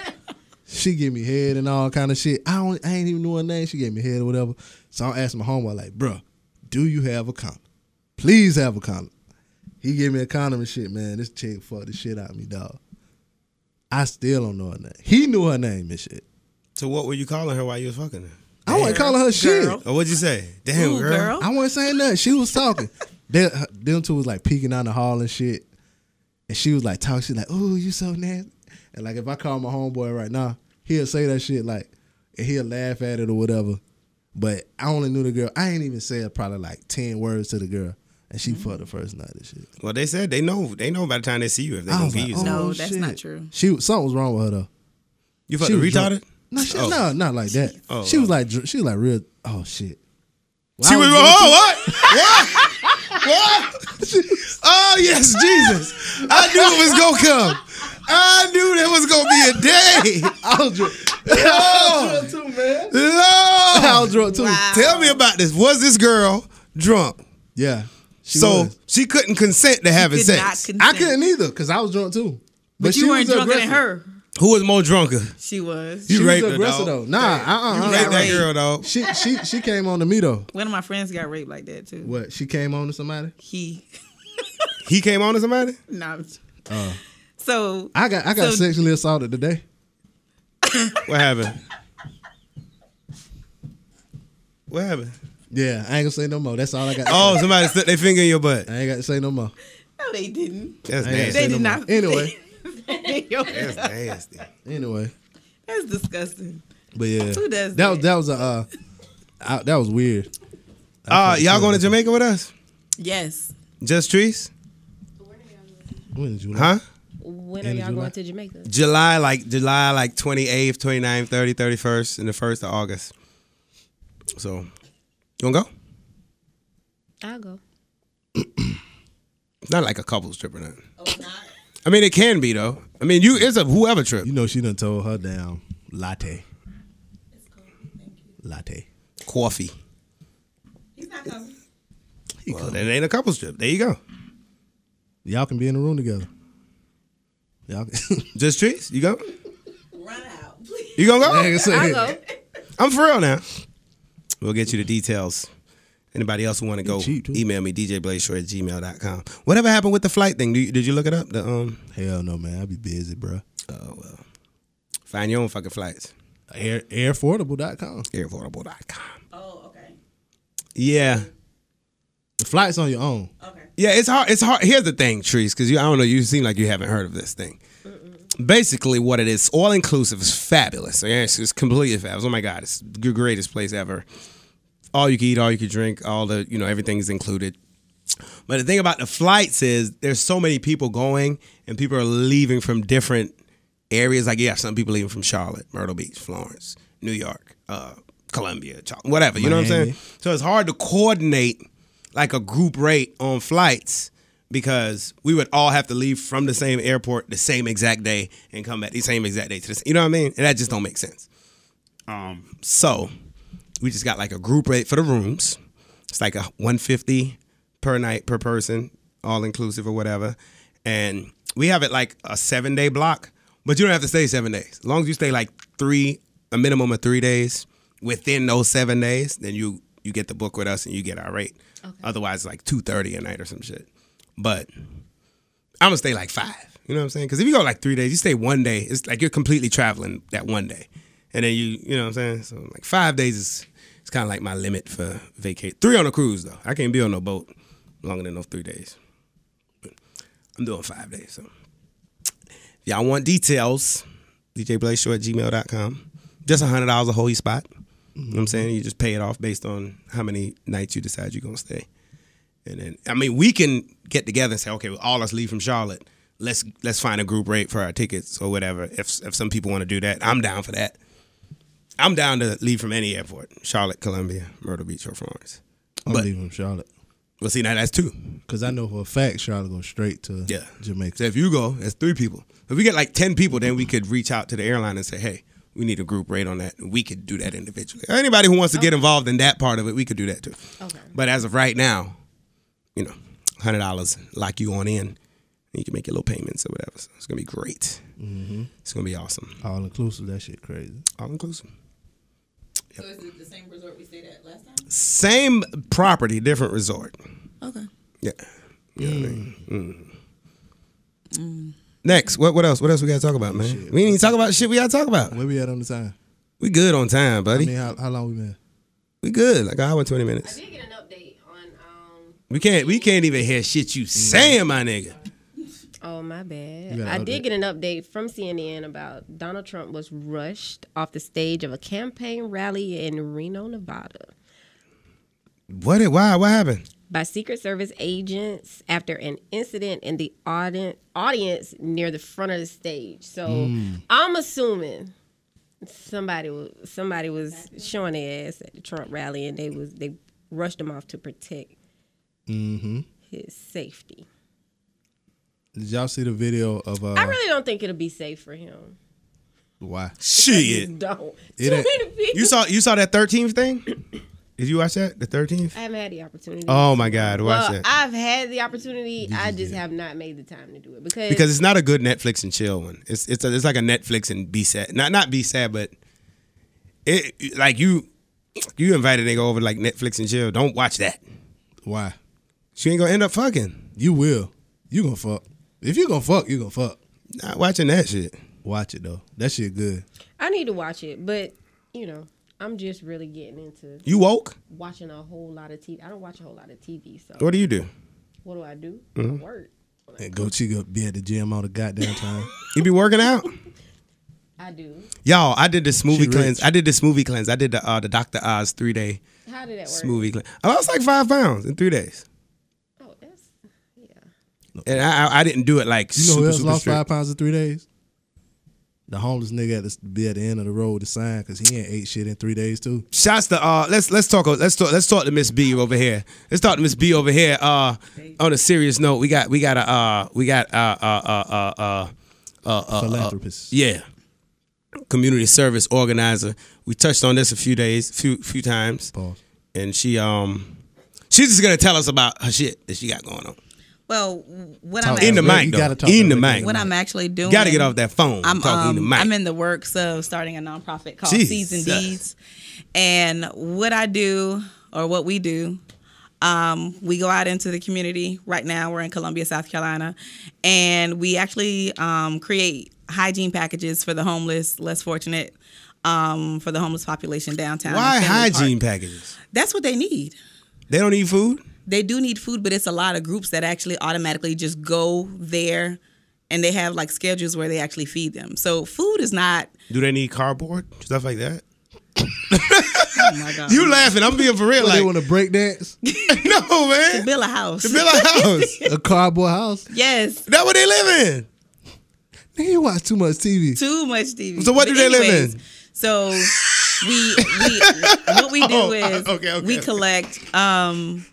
S2: She give me head and all kind of shit. I don't, I ain't even know her name. She gave me head or whatever. So I asked my homeboy like, bruh, do you have a condom? Please have a condom. He gave me a condom and shit, man. This chick fucked the shit out of me, dog. I still don't know her name. He knew her name and shit.
S1: So what were you calling her while you was fucking her?
S2: I wasn't calling her shit.
S4: Girl.
S1: Or what'd you say? Damn,
S4: Ooh,
S1: girl.
S4: girl.
S2: I wasn't saying nothing. She was talking. them, them two was like peeking down the hall and shit. And she was like talking. She like, "Ooh, you so nasty." And like, if I call my homeboy right now, he'll say that shit like, and he'll laugh at it or whatever. But I only knew the girl. I ain't even said probably like ten words to the girl, and she fucked the first night and shit.
S1: Well, they said they know. They know by the time they see you if they
S2: I
S1: gonna
S2: was
S1: be
S2: like,
S1: you.
S2: "Oh
S4: No, that's
S2: shit."
S4: not true.
S2: She was- something was wrong with her though.
S1: you
S2: She
S1: fucking
S2: was
S1: retarded.
S2: drunk. No, she,
S1: Oh.
S2: no, not like that.
S1: Oh,
S2: she was
S1: oh.
S2: like, dr- she was like real. Oh shit.
S1: She
S2: Well,
S1: was
S2: I
S1: oh what? What? What? Oh yes, Jesus! I knew it was gonna come. I knew there was gonna be a day.
S2: I was drunk.
S1: Oh
S2: I was drunk too, man. I
S1: Lord,
S2: was drunk too.
S4: Wow.
S1: tell me about this. Was this girl drunk?
S2: Yeah. She
S1: so
S2: was.
S1: she couldn't consent to having
S4: did
S1: sex.
S4: not consent.
S2: I couldn't either because I was drunk too. But,
S4: But you weren't
S2: was
S4: drunker than
S2: aggressive.
S4: her.
S1: Who was more drunker?
S4: She was.
S1: You
S2: She
S1: raped
S2: was
S1: her, dog.
S2: aggressive though. Nah, uh, uh,
S1: You
S2: uh,
S1: raped that
S4: raped.
S1: girl, dog.
S2: She she she came on to me though.
S4: One of my friends got raped like that too.
S2: What? She came on to somebody.
S4: He,
S1: He came on to somebody.
S4: nah. I'm- so
S2: Uh. I got I got
S4: So-
S2: sexually assaulted today.
S1: What happened? What happened?
S2: Yeah, I ain't gonna say no more. That's all I got. to
S1: Oh,
S2: say.
S1: somebody stuck their finger in your butt.
S2: I ain't got to say no more.
S4: no, they didn't.
S1: That's
S2: I
S1: nasty.
S2: ain't gotta
S4: They
S2: say
S4: did
S2: no
S4: not.
S2: more. Anyway,
S1: That's nasty.
S2: anyway,
S4: That's disgusting.
S2: but yeah,
S4: Who does
S2: that? Was,
S4: that?
S2: that was a uh, I, that was weird.
S1: Uh, y'all going to Jamaica with us?
S4: Yes.
S1: Just trees?
S2: When did you?
S1: Huh?
S3: When are
S2: End of
S3: y'all
S2: July.
S3: going to Jamaica?
S1: July like July like 28th, 29th, 30th, 31st, and the 1st of August. So, you want to go?
S3: I'll go.
S1: It's not like a couples trip or nothing. I mean, it can be though. I mean, you it's a whoever trip.
S2: You know she done told her down latte. Latte.
S1: Coffee.
S4: He's not coming.
S2: He
S1: Well,
S2: come.
S1: that ain't a couples trip. There you go.
S2: Y'all can be in the room together. Y'all can.
S1: Just trees. You go.
S4: Run out, please.
S1: You gonna
S2: I ain't
S1: go?
S2: gonna say
S3: I'll
S2: it.
S3: go.
S1: I'm for real now. We'll get you the details. Anybody else who want to go,
S2: cheap, too.
S1: email me djblazeshore at gmail.com. Whatever happened with the flight thing? Do you, did you look it up? The um,
S2: Hell no, man. I be busy, bro.
S1: oh well, find your own fucking flights.
S2: Air, airfordable.com.
S1: Airportable.com.
S4: Oh, okay.
S1: Yeah,
S2: The flight's on your own.
S4: Okay.
S1: yeah. It's hard. It's hard. Here's the thing, Trees, because you I don't know. You seem like you haven't heard of this thing. Basically, what it is, all inclusive is fabulous. Yeah, It's, it's completely fabulous. Oh my god, it's the greatest place ever. All you can eat, all you can drink, all the you know everything's included. But the thing about the flights is there's so many people going and people are leaving from different areas. Like yeah, some people leaving from Charlotte, Myrtle Beach, Florence, New York, uh, Columbia, Char- whatever. You know what I'm saying?
S2: Miami.
S1: So it's hard to coordinate like a group rate on flights because we would all have to leave from the same airport the same exact day and come back the same exact day to the same. You know what I mean? And that just don't make sense. So we just got like a group rate for the rooms. It's like a 150 per night per person, all inclusive or whatever. And we have it like a seven day block, but you don't have to stay seven days. As long as you stay like three, a minimum of three days within those seven days, then you you get the book with us and you get our rate. Otherwise, it's like two thirty a night or some shit. But I'm gonna stay like five. You know what I'm saying? Because if you go like three days, you stay one day. It's like you're completely traveling that one day, and then you you know what I'm saying. So like five days is it's kind of like my limit for vacate. Three on a cruise though. I can't be on no boat longer than those three days. But I'm doing five days. So if y'all want details, djblazeshow at gmail.com. Just hundred dollars a whole spot. You know what I'm saying? You just pay it off based on how many nights you decide you're gonna stay. And then I mean, we can get together and say, okay, well, all us leave from Charlotte. Let's let's find a group rate for our tickets or whatever. If if some people want to do that, I'm down for that. I'm down to leave from any airport: Charlotte, Columbia, Myrtle Beach, or Florence.
S2: I'm
S1: But-
S2: leaving from Charlotte.
S1: Well, see, now that's two.
S2: Because I know for a fact Charlotte goes straight to
S1: Yeah. So
S2: Jamaica.
S1: if you go, that's three people. If we get like ten people, then we could reach out to the airline and say, hey, we need a group rate on that. We could do that individually. Anybody who wants to get involved in that part of it, we could do that too.
S3: Okay.
S1: But as of right now, you know, hundred dollars lock you on in, You can make your little payments or whatever. So it's gonna be great. It's gonna be awesome.
S2: All inclusive, that shit crazy.
S1: All inclusive.
S4: So is it the same resort we stayed at last time?
S1: Same property, different resort.
S4: Okay.
S1: Yeah. You know what I mean? Mm. Next, what what else? What else we gotta talk about, man? We ain't even talk about shit we gotta talk about.
S2: Where we at on the time?
S1: We good on time,
S2: I
S1: buddy.
S2: mean, how, how long we been?
S1: we good. Like an hour and twenty minutes.
S5: did get an update on um
S1: We can't we can't even hear shit you saying, my nigga.
S3: Oh my bad.
S2: got an
S3: I did
S2: update.
S3: get an update from CNN about Donald Trump was rushed off the stage of a campaign rally in Reno, Nevada.
S1: What it why? What happened?
S3: by Secret Service agents after an incident in the audi- audience near the front of the stage. So
S2: Hmm.
S3: I'm assuming somebody was somebody was showing their ass at the Trump rally, and they was they rushed him off to protect
S2: Mm-hmm.
S3: his safety.
S2: Did y'all see the video of uh
S3: I really don't think it'll be safe for him.
S2: why?
S1: Shit.
S3: Don't
S2: It
S3: too
S2: ain't-
S3: many people.
S1: You saw you saw that thirteenth thing? Did you watch that? The thirteenth?
S3: I haven't had the opportunity.
S1: Oh my god, watch
S3: well,
S1: that.
S3: I've had the opportunity. I just have not made the time to do it because,
S1: because it's not a good Netflix and chill one. It's it's a, it's like a Netflix and be sad. Not not be sad, but it like you you invite a nigga over to like Netflix and chill. Don't watch that.
S2: Why?
S1: She ain't gonna end up fucking.
S2: You will. You gonna fuck. If you gonna fuck, you gonna fuck.
S1: Not watching that shit.
S2: Watch it though. That shit good.
S3: I need to watch it, but you know, I'm just really getting into
S1: You woke?
S3: watching a whole lot of TV. I don't watch a whole lot of TV, so
S1: What do you do?
S3: what do I do?
S1: Mm-hmm.
S3: I work.
S2: And go chica be at the gym all the goddamn time.
S1: You be working out?
S3: I do.
S1: Y'all, I did this movie
S2: rich.
S1: cleanse. I did this movie cleanse. I did the uh, the Doctor Oz three day
S3: How did that work?
S1: smoothie cleanse. I lost like five pounds in three days,
S3: Oh, that's yeah.
S1: and I I, I didn't do it like
S2: You know
S1: super
S2: who else
S1: super
S2: lost
S1: strict.
S2: five pounds in three days? The homeless nigga had to be at the end of the road to sign because he ain't ate shit in three days too.
S1: Shots to uh let's let's talk let's talk let's talk to Miss B over here. Let's talk to Miss B over here. Uh on a serious note, we got we got a uh we got uh uh uh uh uh uh, uh, uh
S2: Philanthropist.
S1: yeah. Community service organizer. We touched on this a few days, few few times.
S2: Pause.
S1: And she um she's just gonna tell us about her shit that she got going on.
S4: Well, what
S2: Talk
S4: I'm
S1: In the
S2: You
S4: actually-
S1: mic though.
S2: gotta talk
S1: In the
S2: directly.
S1: mic.
S4: what I'm actually doing.
S1: Gotta get off that phone.
S4: I'm
S1: talking in
S4: um,
S1: the mic.
S4: I'm in the works of starting a nonprofit called
S1: Jesus.
S4: Season Deeds, and what I do or what we do, um, we go out into the community. Right now, we're in Columbia, South Carolina, and we actually um, create hygiene packages for the homeless, less fortunate, um, for the homeless population downtown.
S1: Why
S4: in Finley Park.
S1: hygiene packages?
S4: That's what they need
S1: They don't eat food?
S4: they do need food, but it's a lot of groups that actually automatically just go there and they have like schedules where they actually feed them. So food is not
S1: Do they need cardboard? Stuff like that?
S4: oh my god.
S1: You laughing, I'm being for real.
S2: But
S1: Like,
S2: they want to break dance
S1: no, man.
S4: build a house.
S1: Build a house.
S2: a cardboard house.
S4: yes.
S1: That's what they live in.
S2: Nigga, you watch too much TV.
S4: Too much TV.
S1: So what do they live in?
S4: So we we what we do
S1: Oh,
S4: is
S1: okay, okay,
S4: we
S1: okay.
S4: collect um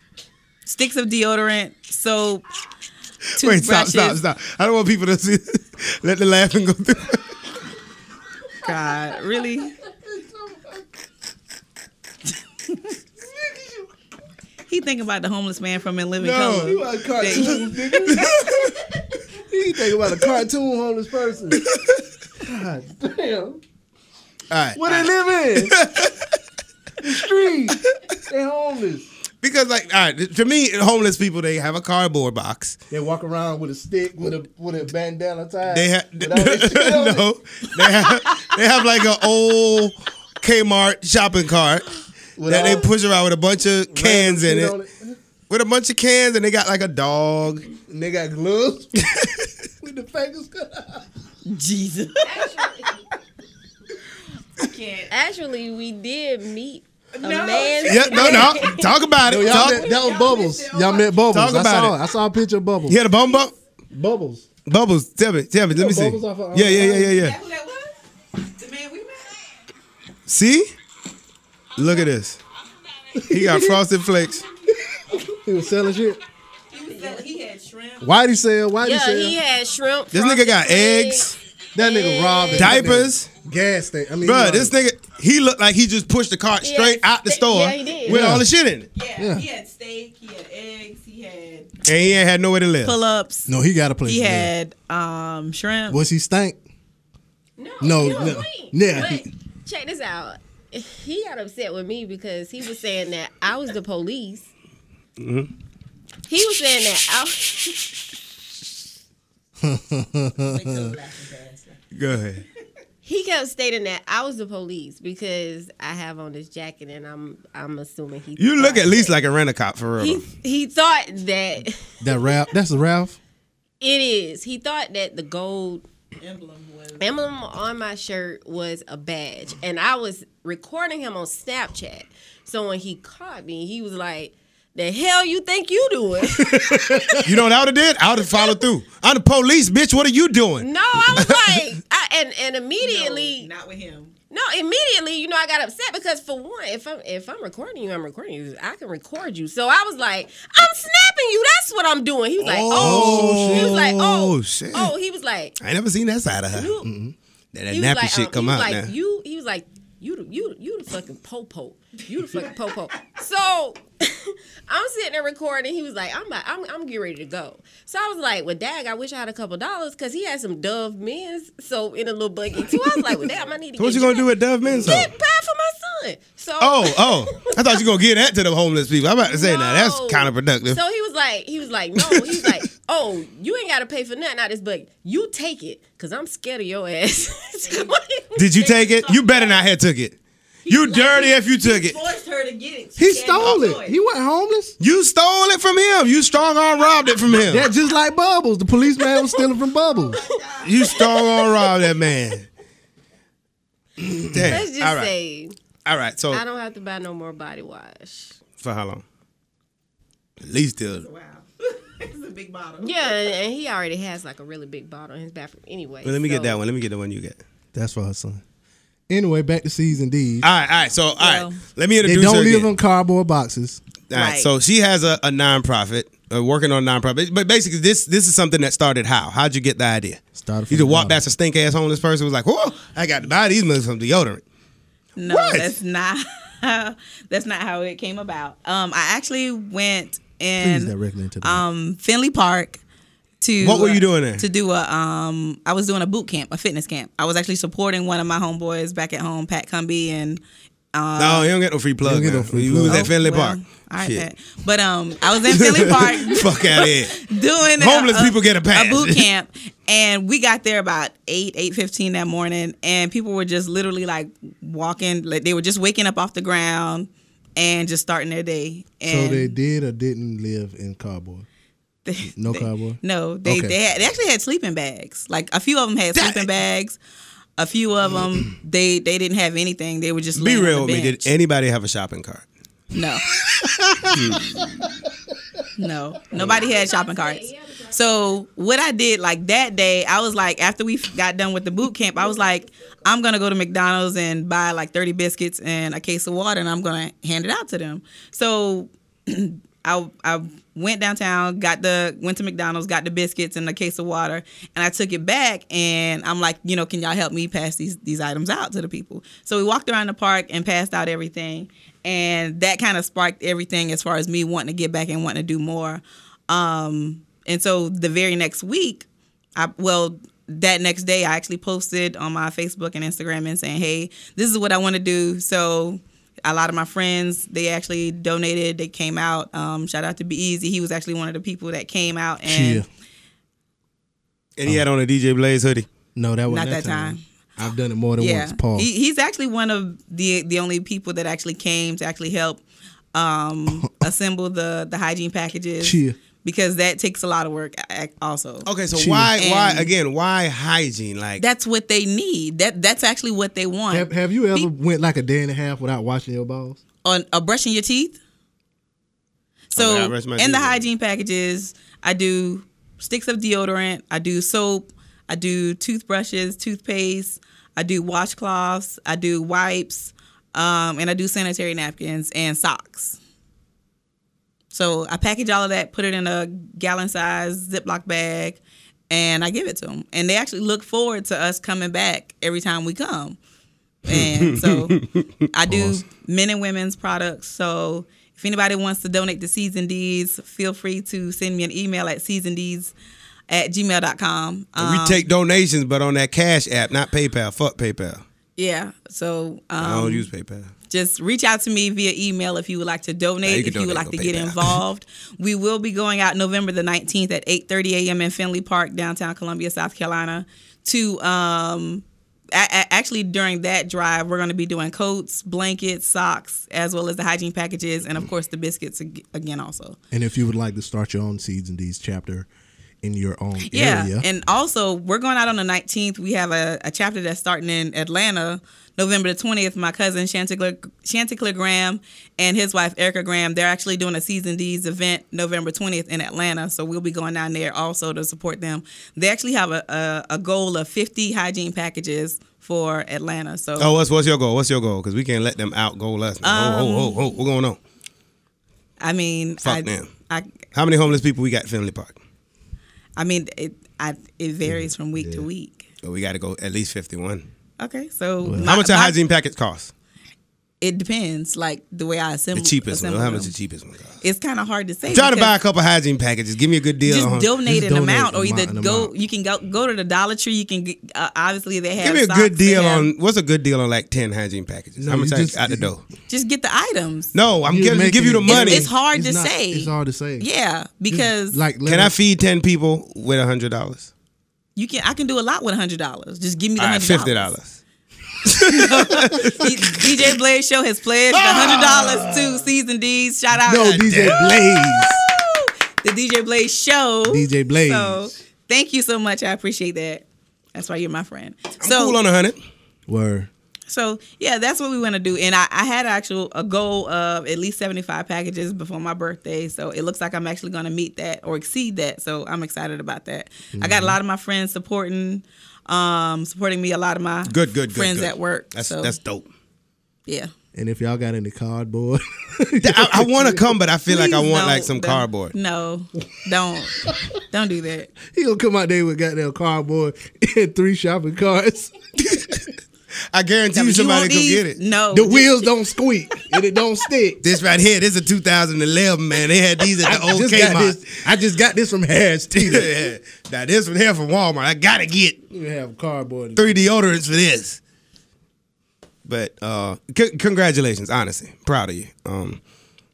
S4: sticks of deodorant, soap,
S1: Wait, stop,
S4: toothbrushes.
S1: stop, stop. I don't want people to see. Let the laughing go through.
S4: God, really? he thinking about the homeless man from In Living
S1: No,
S4: Color.
S1: you
S2: watch cartoons, nigga. you think about a cartoon homeless person. God damn.
S1: All right.
S2: Where they live in? the street. They homeless.
S1: Because, like, all right, to me, homeless people, they have a cardboard box.
S2: They walk around with a stick, with a with a bandana tied.
S1: They have,
S2: with all that shit on it.
S1: no, they have, they have like an old Kmart shopping cart
S2: With
S1: that
S2: all
S1: they push around with a bunch of cans in
S2: shit
S1: it.
S2: on
S1: With a bunch of cans, and they got like a dog.
S2: And they got gloves with the fingers cut out.
S4: Jesus.
S5: actually
S3: Actually, we did meet a man.
S1: Yeah, no, no. Talk about it.
S2: Y'all
S1: Talk.
S2: met, that was bubbles. Y'all met bubbles.
S1: Talk
S2: I
S1: about
S2: saw
S1: it.
S2: I saw a picture of bubbles.
S1: You had a bum bump?
S2: Bubbles.
S1: Bubbles, tell me, tell me, let me see.
S2: Bubbles off of- uh,
S1: yeah, yeah, yeah, yeah, yeah.
S4: who that was? The man we met?
S1: See? Look at this. He got frosted flakes.
S2: He was selling shit.
S4: He, was he had shrimp.
S2: Why'd he sell? Why'd
S3: Yeah,
S2: he sell?
S3: he had shrimp.
S1: This
S3: frosted
S1: nigga got
S3: flakes.
S1: eggs,
S2: that nigga robbed a
S1: diapers.
S2: goddamn Gas station. I mean,
S1: Bruh,
S2: robbed-
S1: this nigga, he looked like he just pushed the cart
S3: Yeah,
S1: straight out the
S3: th-
S1: store
S3: yeah, he did.
S1: with
S2: Yeah.
S1: all the shit in it.
S4: Yeah,
S2: Yeah.
S4: He had steak. He had eggs. He had
S1: And he ain't had nowhere to live.
S4: pull ups.
S2: No, he got a place.
S4: He
S2: to live.
S4: had um shrimp.
S2: Was he stank?
S3: No,
S2: No,
S3: no, no.
S2: no. Yeah.
S3: But check this out. He got upset with me because he was saying that I was the police.
S1: Mm-hmm.
S3: He was saying that I.
S1: Go ahead.
S3: He kept stating that I was the police because I have on this jacket, and I'm I'm assuming he.
S1: You look
S3: thought
S1: at least like a rent a cop for
S3: he
S1: real.
S3: he thought that it
S2: That Ralph. That's a Ralph.
S3: is. He thought that the gold emblem on my shirt was a badge and i was recording him on snapchat so when he caught me he was like the hell you think you doing
S1: You know what I would have did? I would have followed through. I'm the police, bitch. What are you doing?
S3: no i was like I, and and immediately
S4: not with him.
S3: no, immediately you know i got upset because for one if i'm if i'm recording you i'm recording you i can record you so i was like i'm snapping you that's what i'm doing he was like oh,
S1: Oh,
S3: shit. he was like oh
S1: oh, shit.
S3: oh he was like
S1: I ain't never seen that side of her.
S3: you
S1: That, that
S3: he was
S1: nappy
S3: like,
S1: shit
S3: um,
S1: come
S3: he
S1: out
S3: was like,
S1: now.
S3: You, he was like, you, the- you, you the fucking popo, you the fucking popo. So I'm sitting there recording. He was like, I'm, about, I'm, I'm getting ready to go. So I was like, well, dag, I wish I had a couple dollars because he had some Dove men's so in a little buggy too. I was like, well, damn, I need to.
S1: so what
S3: get
S1: you gonna
S3: that.
S1: do with Dove Men's
S3: Get
S1: though?
S3: pie for my son. So
S1: Oh, oh. I thought you gonna give that to the homeless people. I'm about to say now that's
S3: No.
S1: kind of productive.
S3: So he was like, he was like, no, he was like, oh, you ain't gotta pay for nothing out of this buggy. You take it, cause I'm scared of your ass.
S1: Did you take it? You better not have took it. You dirty if you took it.
S6: forced her to get it.
S2: He stole it. He wasn't homeless.
S1: You stole it from him. You strong arm robbed it from
S2: Yeah,
S1: him.
S2: just like Bubbles. The policeman was stealing from Bubbles.
S1: You strong arm robbed that man. Damn.
S3: Let's just
S1: All right.
S3: say
S1: All right. So
S3: I don't have to buy no more body wash.
S1: for how long? At least till
S6: Wow. it's a big bottle.
S3: Yeah, and, and he already has like a really big bottle in his bathroom anyway.
S1: Well, let me
S3: so-
S1: get that one. Let me get the one you get.
S2: That's for her son. Anyway, back to C's and D's.
S1: All right, all right. So, all right.
S4: Well,
S1: Let me
S2: They
S1: introduce her
S2: don't leave
S1: again.
S2: them cardboard boxes.
S1: All right,
S4: Right.
S1: So she has a, a nonprofit, uh, working on a nonprofit. But basically, this this is something that started how? How'd you get the idea?
S2: Started
S1: You
S2: from
S1: just walked
S2: the
S1: past a stink ass homeless person was like, "Whoa, I got to buy these motherfuckers some deodorant."
S4: No,
S1: What?
S4: that's not. that's not how it came about. Um, I actually went
S2: Please
S4: and
S2: directly into the
S4: um Finley Park to
S1: What were you doing there?
S4: To do a um I was doing a boot camp, a fitness camp. I was actually supporting one of my homeboys back at home, Pat Cumby and
S1: no, you don't get no free plug.
S2: you don't get
S1: man.
S2: no free
S1: You
S2: plug.
S1: was at
S2: Oh,
S1: Finley
S4: Uh, well,
S1: Park.
S4: All right,
S1: Shit.
S4: Pat. But um I was in Finley Park
S1: Fuck out of here.
S4: doing
S1: Homeless people get a pass.
S4: a boot camp and we got there about 8 eight fifteen that morning and people were just literally like walking like they were just waking up off the ground and just starting their day and
S2: So they did or didn't live in cardboard.
S4: they-
S2: No
S4: they-
S2: cardboard?
S4: no they
S2: Okay.
S4: they, had, they actually had sleeping bags like a few of them had
S1: That-
S4: sleeping bags a few of them they they didn't have anything they were just
S1: Be
S4: laying
S1: real
S4: on
S1: with
S4: the
S1: me.
S4: bench.
S1: Did anybody have a shopping cart?
S4: No. no. Nobody had shopping carts. So what I did like that day, I was like, after we got done with the boot camp, I was like, I'm gonna go to McDonald's and buy like 30 biscuits and a case of water, and I'm gonna hand it out to them. So I I went downtown, got the went to McDonald's, got the biscuits and a case of water, and I took it back and I'm like, you know, can y'all help me pass these these items out to the people? So we walked around the park and passed out everything, and that kind of sparked everything as far as me wanting to get back and wanting to do more. Um, and so the very next week, I well that next day I actually posted on my Facebook and Instagram and saying, "Hey, this is what I want to do." So a lot of my friends they actually donated. They came out. Um, shout out to Be Easy. He was actually one of the people that came out and
S2: Chill.
S1: And he had on a DJ Blaze hoodie.
S2: No, that
S4: not
S2: wasn't
S4: that time.
S2: I've done it more than
S4: Yeah,
S2: once. Paul.
S4: He, he's actually one of the the only people that actually came to actually help um, assemble the the hygiene packages.
S2: Chill.
S4: Because that takes a lot of work a- also.
S1: Okay, so
S2: She-
S1: why why
S4: And-
S1: again? Why hygiene? Like
S4: that's what they need. That that's actually what they want.
S2: Have, have you ever
S4: Pe-
S2: went like a day and a half without washing your balls?
S4: on uh, brushing your teeth?
S1: Oh,
S4: So
S1: yeah, I brush my
S4: in the
S1: teeth.
S4: hygiene packages, I do sticks of deodorant, I do soap, I do toothbrushes, toothpaste, I do washcloths, I do wipes, um, and I do sanitary napkins and socks. So I package all of that, put it in a gallon size Ziploc bag, and I give it to them. And they actually look forward to us coming back every time we come. And so I do men and women's products. So If anybody wants to donate to Season D's, feel free to send me an email at seasonds at gmail.com. Um,
S1: we take donations, but on that Cash app, not PayPal. Fuck PayPal.
S4: yeah, so
S1: I don't
S4: um,
S1: use PayPal.
S4: just reach out to me via email if you would like to donate,
S1: Nah, you can
S4: if you would
S1: donate on
S4: like to get
S1: PayPal.
S4: involved. we will be going out November the 19th at 8:30 a.m. in Finley Park, downtown Columbia, South Carolina, to um a- a- actually during that drive we're going to be doing coats, blankets, socks, as well as the hygiene packages
S1: Mm-hmm.
S4: and of course the biscuits ag- again also.
S2: And if you would like to start your own Seeds and Deeds chapter in your own
S4: Yeah,
S2: area,
S4: and also we're going out on the 19th. We have a, a chapter that's starting in Atlanta, November the 20th. My cousin Chanticleer, Chanticleer Graham and his wife Erica Graham, they're actually doing a Season D's event November 20th in Atlanta. So we'll be going down there also to support them. They actually have a, a, a goal of 50 hygiene packages for Atlanta. So
S1: Oh, what's what's your goal? What's your goal? Because we can't let them outgoal us. Now. oh, oh, oh, oh, what's going on?
S4: I mean,
S1: Fuck
S4: I,
S1: them.
S4: I,
S1: How many homeless people we got in Finley Park?
S4: I mean, it, I, it varies from week to week.
S1: Oh, we got to go at least fifty-one.
S4: Okay, so my-
S1: How much a
S4: my-
S1: hygiene package cost?
S4: It depends, like the way I
S1: The
S4: assemble
S1: cheapest one.
S4: assemble
S1: How much
S4: them.
S1: the cheapest one cost?
S4: it's kind of hard to say.
S1: Try to
S4: because
S1: buy a couple hygiene packages. Give me a good deal.
S4: Just
S1: huh?
S4: donate
S2: Just
S4: an
S2: donate
S4: amount, or
S2: an
S4: either
S2: amount, an
S4: go.
S2: amount.
S4: You can go go to the Dollar Tree. You can get, uh, obviously they have.
S1: Give me a
S4: socks,
S1: good
S4: they
S1: deal
S4: have-
S1: on what's a good deal on like ten hygiene packages?
S2: No,
S1: How much
S2: you
S1: I-
S2: just-
S1: out the
S2: you-
S1: door?
S4: Just get the items.
S1: No, I'm
S2: You're
S1: giving give
S2: making
S1: you the
S2: it-
S1: money.
S4: It's hard
S2: It's
S4: to
S2: not-
S4: say.
S2: It's hard to say.
S4: Yeah, because
S2: Like,
S1: Can I feed ten people with hundred dollars?
S4: you can. I can do a lot with hundred dollars. Just give me the
S1: All right,
S4: hundred
S1: fifty dollars.
S4: DJ Blaze Show has pledged the hundred dollars
S1: Ah!
S4: to Season D's. Shout out
S2: No,
S4: to
S2: DJ Blaze.
S4: the DJ Blaze Show.
S2: DJ Blaze.
S4: So thank you so much. I appreciate that. That's why you're my friend.
S1: I'm
S4: so
S1: cool on a hundred.
S2: Word.
S4: So yeah, that's what we want to do. And I, I had actual a goal of at least seventy five packages before my birthday. So it looks like I'm actually going to meet that or exceed that. So I'm excited about that. I
S1: Mm-hmm.
S4: got a lot of my friends supporting, um, supporting me. A lot of my
S1: Good, good, good.
S4: friends
S1: good.
S4: at work.
S1: That's
S4: so
S1: that's dope.
S4: yeah.
S2: And if y'all got any cardboard,
S1: I, I want to come, but I feel like I
S4: Please
S1: want
S4: don't-
S1: like some
S4: don't-
S1: cardboard.
S4: No, don't don't do that.
S2: he gonna come out there with goddamn cardboard and three shopping carts.
S1: I guarantee you
S4: You
S1: somebody
S4: want
S1: come
S4: these?
S1: get it.
S4: No,
S2: The wheels don't squeak and it don't stick.
S1: This right here, this is a 2011 man. They had these at the old
S2: just got
S1: Kmart.
S2: this. I just got this from Harris Teeter.
S1: Yeah. now this one here from Walmart. I gotta get
S2: You have cardboard.
S1: three deodorants for this. But uh, c- congratulations, honestly, proud of you. Um,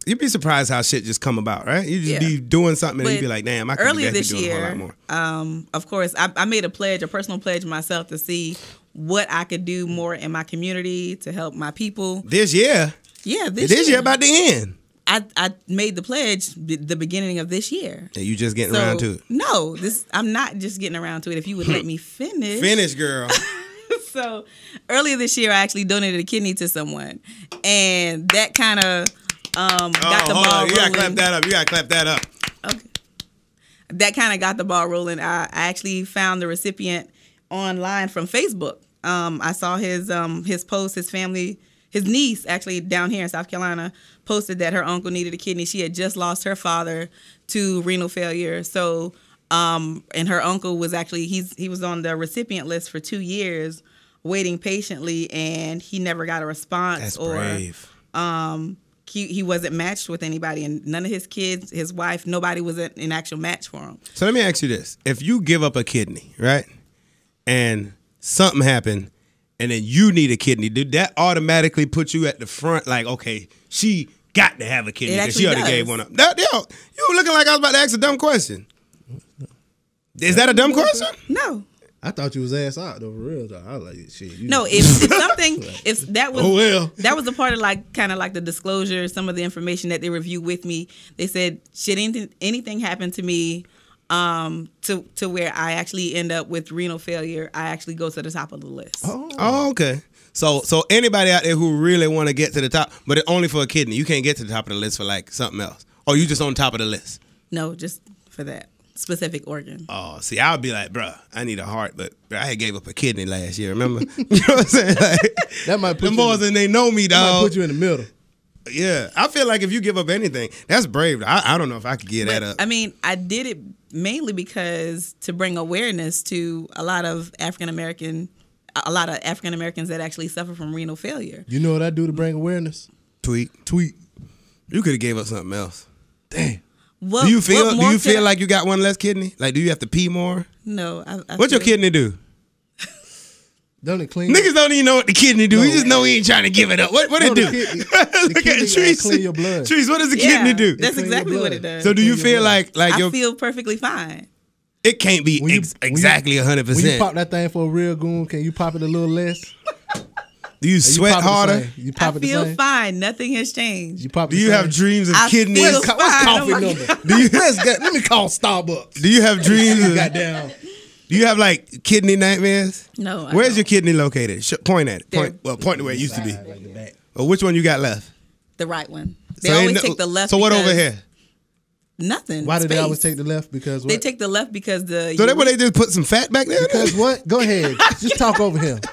S1: you'd be surprised how shit just come about, right? You just
S4: Yeah.
S1: be doing something and
S4: But
S1: you'd be like, "Damn, I could
S4: earlier
S1: be
S4: this
S1: doing a whole
S4: year,
S1: lot more."
S4: um, of course, I, I made a pledge, a personal pledge myself to see what I could do more in my community to help my people.
S1: This year,
S4: Yeah,
S1: this,
S4: this,
S1: year about the end,
S4: I, I made the pledge b- the beginning of this year.
S1: and you just getting
S4: So,
S1: around to it.
S4: No, this I'm not just getting around to it. If you would let me finish.
S1: Finish, girl.
S4: So earlier this year, I actually donated a kidney to someone, and that kind of um, got the
S1: Oh, hold
S4: ball
S1: on. You gotta
S4: rolling.
S1: clap that up. You gotta clap that up.
S4: Okay. That kind of got the ball rolling. I, I actually found the recipient online from Facebook. Um, I saw his um, his post. His family, his niece, actually down here in South Carolina, posted that her uncle needed a kidney. She had just lost her father to renal failure. So, um, and her uncle was actually he's he was on the recipient list for two years, waiting patiently, and he never got a response
S1: That's
S4: or
S1: brave.
S4: he, he wasn't matched with anybody and none of his kids his wife nobody was an an actual match for him
S1: So let me ask you this: If you give up a kidney, right, and something happened, and then you need a kidney, did that automatically put you at the front? Like, okay, she got to have a kidney
S4: It
S1: because she already
S4: actually does.
S1: gave one up. That, yo, you were looking like I was about to ask a dumb question. Is that a dumb question?
S4: no
S2: I thought you was ass out though, for real. Though. I was like, shit. You
S4: no if, if something if that was
S1: Oh, well.
S4: that was a part of like kind of like the disclosure some of the information that they reviewed with me they said should anything anything happen to me um to to where i actually end up with renal failure i actually go to the top of the list
S1: Oh, okay. So, so anybody out there who really want to get to the top, but it only for a kidney, you can't get to the top of the list for like something else, or you just on top of the list.
S4: no just for that specific organ
S1: Oh, see, I'll be like, bruh, I need a heart, but bruh, I had gave up a kidney last year. Remember? you know what I'm saying? Like,
S2: That might put
S1: them
S2: you
S1: boys
S2: in
S1: and they know me,
S2: I
S1: dog.
S2: put you in the middle.
S1: yeah, I feel like if you give up anything, that's brave. I, I don't know if I could give that
S4: But,
S1: up.
S4: I mean, I did it mainly because to bring awareness to a lot of African American, a lot of African Americans that actually suffer from renal failure.
S2: You know what I do to bring awareness?
S1: tweet,
S2: Tweet.
S1: You could have gave up something else.
S2: Damn.
S4: What
S1: Do you
S4: Uh, what
S1: feel? Do
S4: more
S1: you
S4: could I-
S1: feel like you got one less kidney? Like, do you have to pee more?
S4: No. I, I
S1: What's your
S4: feel-
S1: kidney do?
S2: Don't it clean?
S1: Niggas don't even know what the kidney do. You
S2: No.
S1: just know he ain't trying to give it up. What what
S2: No,
S1: it
S2: the
S1: do?
S2: kidney- the
S1: Look at
S2: kidney gotta
S1: Trees.
S2: clean your blood.
S1: Trees. What does the
S4: Yeah,
S1: kidney do?
S4: That's
S2: Clean your
S4: exactly what
S2: blood.
S4: it does.
S1: So do you
S2: clean your
S1: feel
S2: blood.
S1: like like
S4: I
S1: your
S4: feel perfectly fine.
S1: it can't be
S2: When you-
S1: ex-
S2: when you-
S1: exactly hundred
S2: When you
S1: percent.
S2: pop that thing for a real goon, can you pop it a little less?
S1: Do you
S2: You
S1: sweat
S2: pop it the
S1: harder?
S2: same. You pop
S4: I
S2: it the
S4: feel
S2: same?
S4: fine. Nothing has changed.
S2: You pop
S1: Do
S2: the
S1: you
S2: same?
S1: have dreams of
S4: I
S1: kidneys?
S4: feel
S2: Co- What's
S4: fine. Oh
S2: coffee
S4: my
S2: number?
S4: God.
S2: Do you, let's get, let me call Starbucks.
S1: Do you have dreams? Of,
S2: Goddamn.
S1: Do you have like kidney nightmares?
S4: No. I
S1: Where's
S4: don't.
S1: your kidney located? Sh- point at it. Point.
S4: There.
S1: Well, point to where it used to be.
S2: Like the back.
S1: Or which one you got left?
S4: the right one? They
S1: So ain't
S4: always
S1: no-
S4: take the left.
S1: So what
S4: because-
S1: over here?
S4: Nothing.
S2: Why do they
S4: Space.
S2: always take the left? Because what?
S4: They take the left because the.
S1: So that where they just put some fat back there?
S2: because what? Go ahead. Just talk over him.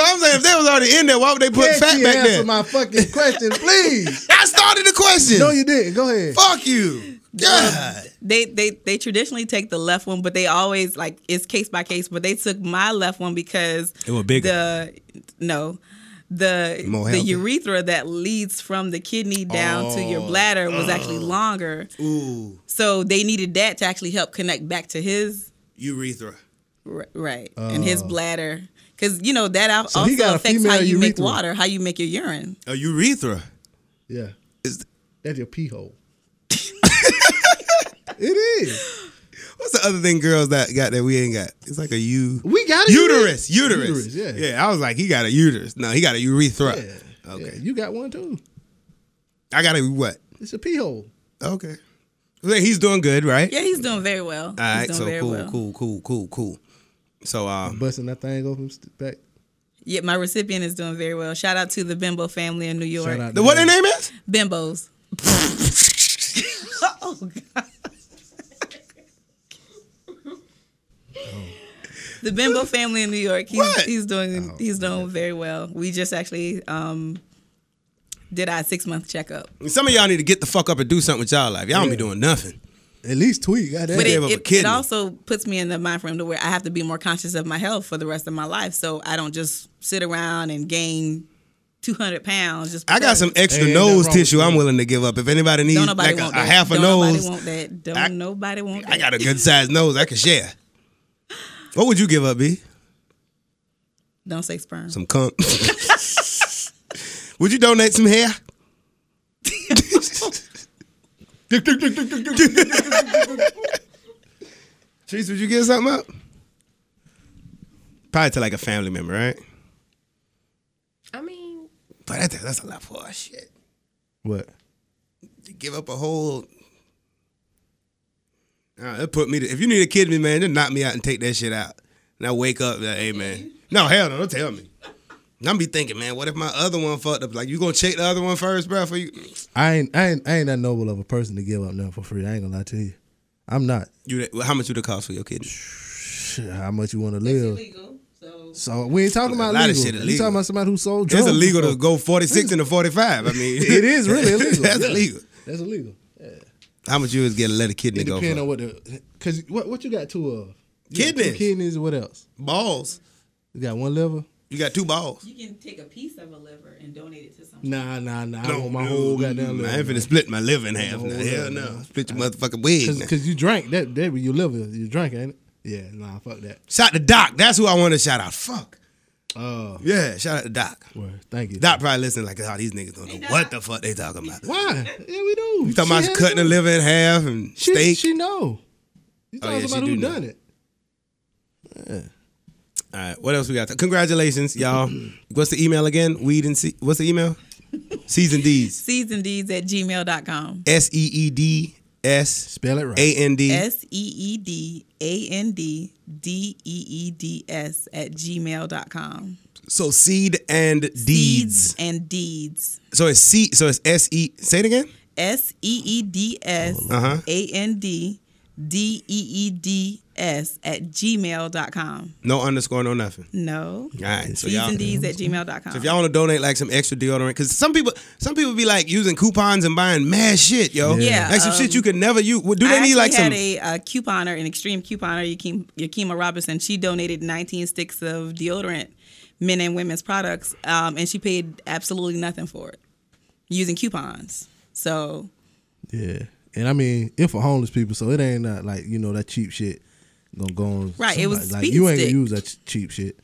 S1: I'm saying if they was already in there, why would they put
S2: Can't
S1: fat
S2: you
S1: back
S2: answer
S1: there?
S2: my fucking question, please?
S1: I started the question.
S2: No, you didn't. Go ahead.
S1: Fuck you. God.
S4: they they they traditionally take the left one, but they always like it's case by case. But they took my left one because
S1: It was bigger.
S4: The no, the
S1: More
S4: the
S1: healthy. Oh.
S4: urethra that leads from the kidney down to your bladder was actually longer.
S1: Ooh,
S4: So they needed that to actually help connect back to his
S1: urethra.
S4: ri- right and his bladder because you know that al-
S2: Oh. So he got
S4: also
S2: a
S4: affects how
S2: female
S4: you make
S2: urethra.
S4: water, how you make your urine.
S1: A urethra.
S2: Yeah,
S1: Is
S2: that's your pee hole. it is.
S1: what's the other thing girls that got that we ain't got? It's like a u
S2: We got a
S1: uterus. Uterus.
S2: uterus. Uterus, yeah.
S1: I was like, he got a uterus. No, he got a urethra.
S2: Yeah.
S1: Okay.
S2: Okay. you got one too.
S1: I got a what?
S2: It's a pee hole.
S1: Okay. Well, He's doing good, right?
S4: Yeah, he's doing very well.
S1: All right.
S4: he's doing
S1: So
S4: very
S1: cool,
S4: well.
S1: cool, cool, cool, cool. So um,
S2: Busting that thing open st- back.
S4: Yeah, my recipient is doing very well. Shout out to the Bimbo family in New York.
S2: Shout out.
S1: the, what their name is?
S4: Bimbos. oh God. The Bimbo family in New York. He's,
S1: What?
S4: he's doing
S2: Oh,
S4: he's doing very well. We just actually um, did our six month checkup.
S1: Some of y'all need to get the fuck up and do something with y'all life. Y'all don't be
S2: Yeah.
S1: doing nothing.
S2: At least tweet. Goddamn.
S4: But
S1: gave
S4: it,
S1: up a
S4: it,
S1: kidney.
S4: it also puts me in the mind frame to where I have to be more conscious of my health for the rest of my life. So I don't just sit around and gain two hundred pounds. Just
S1: I got
S4: because.
S1: some extra
S2: Ain't nothing
S1: nose
S2: wrong with
S1: tissue. I'm willing to give up. If anybody needs
S4: Don't nobody
S1: like a,
S4: want
S1: a
S4: that.
S1: half a
S4: Don't
S1: nose,
S4: Nobody want that. Don't
S1: I-
S4: nobody want that.
S1: I got a good sized nose. I can share. What would you give up, B?
S4: Don't say sperm.
S1: Some cum. would you donate some hair? Trees, would you give something up? Probably to like a family member, right?
S3: I mean,
S1: But that's, that's a lot for our shit.
S2: What?
S1: To give up a whole. Uh, it put me. To, if you need a kidney, man, just knock me out and take that shit out. And I wake up, like, hey man, no hell no, don't tell me. And I'm be thinking, man, what if my other one fucked up? Like you gonna check the other one first, bro? For you,
S2: I ain't. I ain't. I ain't that noble of a person to give up nothing for free. I ain't gonna lie to you. I'm not.
S1: you how much would it cost for your kidney?
S2: Shit, how much you want to live?
S4: Legal. So
S2: So we ain't talking about
S1: lot of
S2: legal.
S1: shit
S2: You
S1: illegal.
S2: talking about somebody who sold drugs?
S1: It's illegal to
S2: before.
S1: go 46 into 45. I mean,
S2: It is really illegal.
S1: that's
S2: Yeah.
S1: illegal.
S2: That's illegal.
S1: How much you was get a let a kidney
S2: It
S1: go
S2: depends
S1: for?
S2: on what the because what what you got two of You got two
S1: Kidneys.
S2: kidneys. and What else?
S1: balls.
S2: You got one liver.
S1: You got two balls.
S4: you can take a piece of a liver and donate it to someone.
S2: Nah, nah, nah. I
S1: No,
S2: want my
S1: no,
S2: whole
S1: mm,
S2: goddamn liver.
S1: I ain't finna split my liver in half.
S2: whole
S1: Now.
S2: liver,
S1: Hell no.
S2: man.
S1: Split your motherfucking wig.
S2: Cause,
S1: now.
S2: 'cause you drank that. That you liver. You drank, ain't it? Yeah. Nah, fuck that.
S1: Shout to Doc. That's who I want to shout out. Fuck.
S2: Oh,
S1: Yeah, shout out to Doc.
S2: word. Thank you.
S1: Doc probably listening like, oh, these niggas don't know what the fuck they talking about. You
S2: Why? Yeah, we do. You
S1: talking about cutting a liver in half and
S2: She,
S1: steak?
S2: she know. You
S1: Oh,
S2: talking
S1: yeah, she
S2: about
S1: do
S2: who
S1: know.
S2: done it?
S1: All right, what else we got? Congratulations, y'all. What's the email again? Weed and C- what's the email? C's and D's.
S4: C's and D's at gmail.com.
S1: S E E D S
S2: Spell it right.
S1: A N D.
S4: S E E D A N D D E E D S at gmail.com.
S1: So seed and deeds.
S4: and deeds.
S1: So it's C. So it's S E. Say it again.
S4: S E E D S
S1: Uh-huh.
S4: A N D D E E D S at gmail.com.
S1: No underscore, no nothing.
S4: No.
S1: All right, so
S4: C's
S1: y'all- Mm-hmm.
S4: and D's at gmail.com.
S1: If y'all want to donate like some extra deodorant, because some people, some people be like using coupons and buying mad shit, yo.
S4: Yeah.
S1: like some
S4: Yeah,
S1: shit you could never use. Well, Do
S4: I
S1: they need
S4: actually
S1: like some?
S4: had a, uh couponer, an extreme couponer, Yakeem- Yakima Robinson. She donated 19 sticks of deodorant, men and women's products, um, and she paid absolutely nothing for it. using coupons. So
S2: Yeah, and I mean, if for homeless people, so it ain't not like you know that cheap shit gonna go on.
S4: Right, it was
S2: somebody. like
S4: speed
S2: you ain't
S4: stick.
S2: gonna use that ch- cheap shit.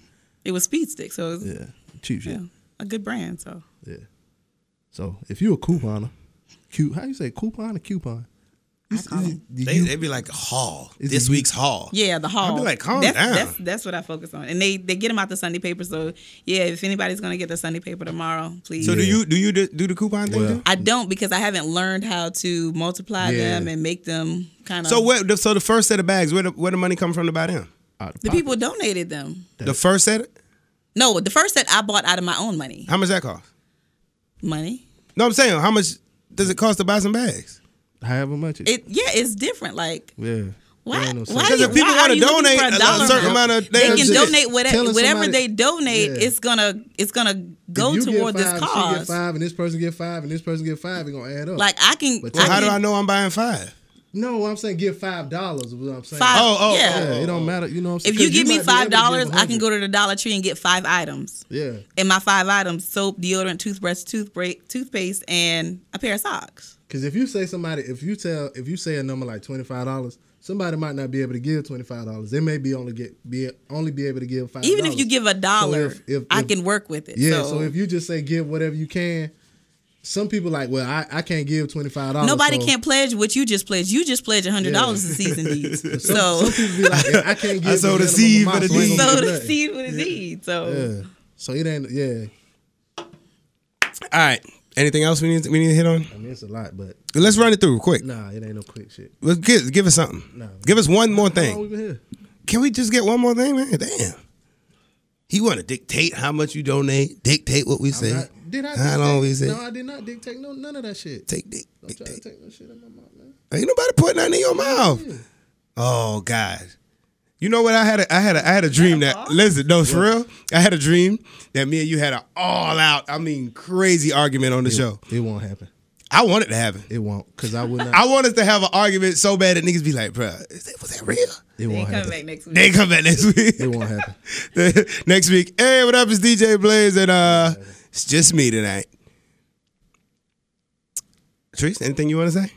S4: it was Speed Stick. So it was
S2: Yeah, cheap shit.
S4: yeah, a good brand. So
S2: Yeah. So if you a couponer, cu- how you say coupon or coupon? Is- is it- do
S1: They,
S2: you-
S1: they be like haul
S2: Is
S1: this
S2: it-
S1: week's haul.
S4: yeah, the haul.
S1: I'd be like, calm
S4: that's,
S1: down.
S4: That's, that's what I focus on, and they they get them out the Sunday paper. So yeah, if anybody's gonna get the Sunday paper tomorrow, please.
S1: So do you do you do, do the coupon thing?
S2: Well,
S1: too?
S4: I don't because I haven't learned how to multiply
S2: Yeah.
S4: them and make them kind of.
S1: So what? The, so the first set of bags, where the, where the money come from to buy them?
S2: out of
S4: The
S2: pocket.
S4: people donated them.
S1: The first set,
S4: No, the first set I bought out of my own money.
S1: how much that cost?
S4: Money.
S1: No, I'm saying how much does it cost to buy some bags?
S2: however much it.
S4: It yeah, it's different. Like
S2: yeah.
S4: why?
S2: There ain't no
S4: why
S2: sense.
S1: Because
S4: you-
S1: if people
S4: why are
S1: wanna
S4: you looking
S1: donate
S4: for
S1: a
S4: dollar
S1: certain
S4: amount?
S1: amount of
S4: they
S1: damn
S4: can
S1: shit.
S4: donate whatever,
S2: Telling
S4: whatever
S2: somebody-
S4: they donate.
S2: Yeah.
S4: It's gonna it's gonna go
S2: If you get
S4: toward
S2: five
S4: this
S2: and She get
S4: cause.
S2: five, and this person get five, and this person get five. It gonna add up.
S4: Like I can.
S2: But
S1: Well, how do
S4: can-
S1: I know I'm buying five?
S2: no, what I'm saying give five dollars. Is what I'm saying.
S4: Five.
S1: Oh, oh,
S4: yeah.
S2: Yeah, it don't matter. You know, what I'm saying?
S4: If you
S2: 'Cause
S4: give me
S2: might be able
S4: five
S2: to give
S4: dollars, I can
S2: 100.
S4: go to the Dollar Tree and get five items.
S2: Yeah,
S4: And my five items: soap, deodorant, toothbrush, toothbreak, toothpaste, and a pair of socks.
S2: because if you say somebody, if you tell, if you say a number like twenty five dollars, somebody might not be able to give twenty five dollars. They may be only get be only be able to give five.
S4: Even if you give a dollar,
S2: if- if-
S4: I
S2: if-
S4: can work with it.
S2: yeah. So, if you just say give whatever you can, some people like, well, I, I can't give twenty five dollars.
S4: Nobody
S2: so
S4: can pledge what you just pledged. You just pledged hundred dollars
S2: Yeah.
S4: to season these.
S2: Some,
S4: so
S2: some people be like, I can't give.
S1: I sowed
S2: the
S1: a seed
S2: minimum
S1: for the
S2: amount, so I ain't gonna
S4: so
S2: give
S4: the
S2: nothing."
S4: seed with a seed. So
S2: Yeah. So it ain't. Yeah.
S1: All right. Anything else we need we need to hit on?
S2: I mean, it's a lot, but
S1: Let's run it through quick.
S2: nah, it ain't no quick shit. Oh,
S1: Let's give, give us something. Give us one more
S2: How long
S1: thing.
S2: we been here?
S1: Can we just get one more thing, man? Damn. He want to dictate how much you donate, dictate what we
S2: I'm
S1: say.
S2: not- did I?
S1: how
S2: dictate-
S1: long we say?
S2: No, I did not dictate no none of that shit.
S1: take dick,
S2: I'm
S1: dick,
S2: trying to
S1: dick.
S2: take no shit in my mouth, man.
S1: Ain't nobody putting nothing in your mouth. Oh God. You know what? I had a I had a I had a dream that listen, no, for real. I had a dream that me and you had an all out, I mean crazy argument on the show.
S2: It won't happen.
S1: I want it to happen.
S2: It won't, cause I would not.
S1: I want us to have an argument so bad that niggas be like, bruh, is that, was that real?
S2: it
S4: they
S2: won't
S4: coming
S2: happen.
S4: back next week.
S1: They come back next week.
S2: It won't happen.
S1: next week. Hey, what up? It's DJ Blaze and uh it's just me tonight. Trees, anything you want to say?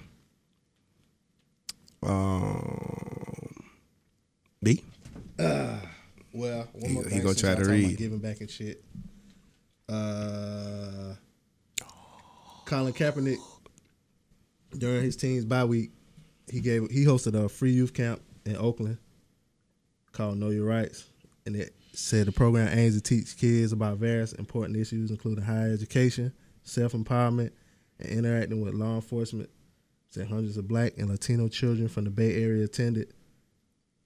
S1: Um B.
S2: Well, one
S1: He-
S2: more
S1: he
S2: thing.
S1: gonna
S2: since
S1: try
S2: y'all
S1: to
S2: talking about
S1: read.
S2: Giving back and shit. Uh, Colin Kaepernick during his team's bye week, he gave he hosted a free youth camp in Oakland called Know Your Rights, and it said the program aims to teach kids about various important issues, including higher education, self empowerment, and interacting with law enforcement. Said hundreds of Black and Latino children from the Bay Area attended.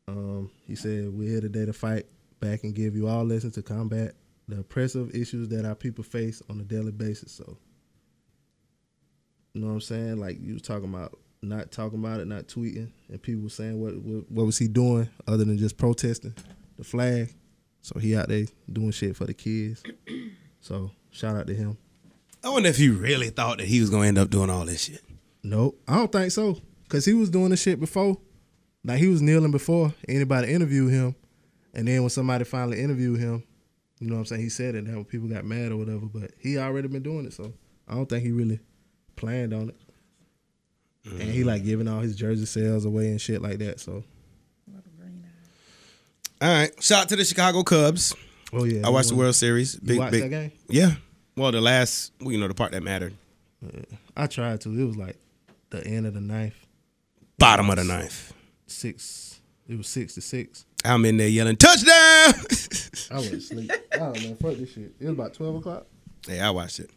S2: Um, he said, We're here today to fight back and give you all lessons to combat the oppressive issues that our people face on a daily basis. So, you know what I'm saying? Like, you was talking about not talking about it, not tweeting, and people were saying, what, what, what was he doing other than just protesting the flag? So, he out there doing shit for the kids. So, shout out to him.
S1: I wonder if he really thought that he was gonna end up doing all this shit.
S2: Nope, I don't think so. Cause he was doing this shit before. Like he was kneeling before anybody interviewed him, and then when somebody finally interviewed him, you know what I'm saying? He said it. That when people got mad or whatever, but he already been doing it, so I don't think he really planned on it. And he like giving all his jersey sales away and shit like that. So
S1: All right. Shout out to the Chicago Cubs.
S2: oh yeah,
S1: I watched the World Series. Big
S2: watched
S1: big
S2: that game?
S1: Yeah. Well, the last well, you know, the part that mattered.
S2: I tried to. It was like the end of the ninth,
S1: Bottom of the ninth.
S2: six. It was six to six.
S1: I'm in there yelling, touchdown.
S2: I went to sleep. I don't know. Fuck this shit. It was about twelve o'clock.
S1: hey, I watched it.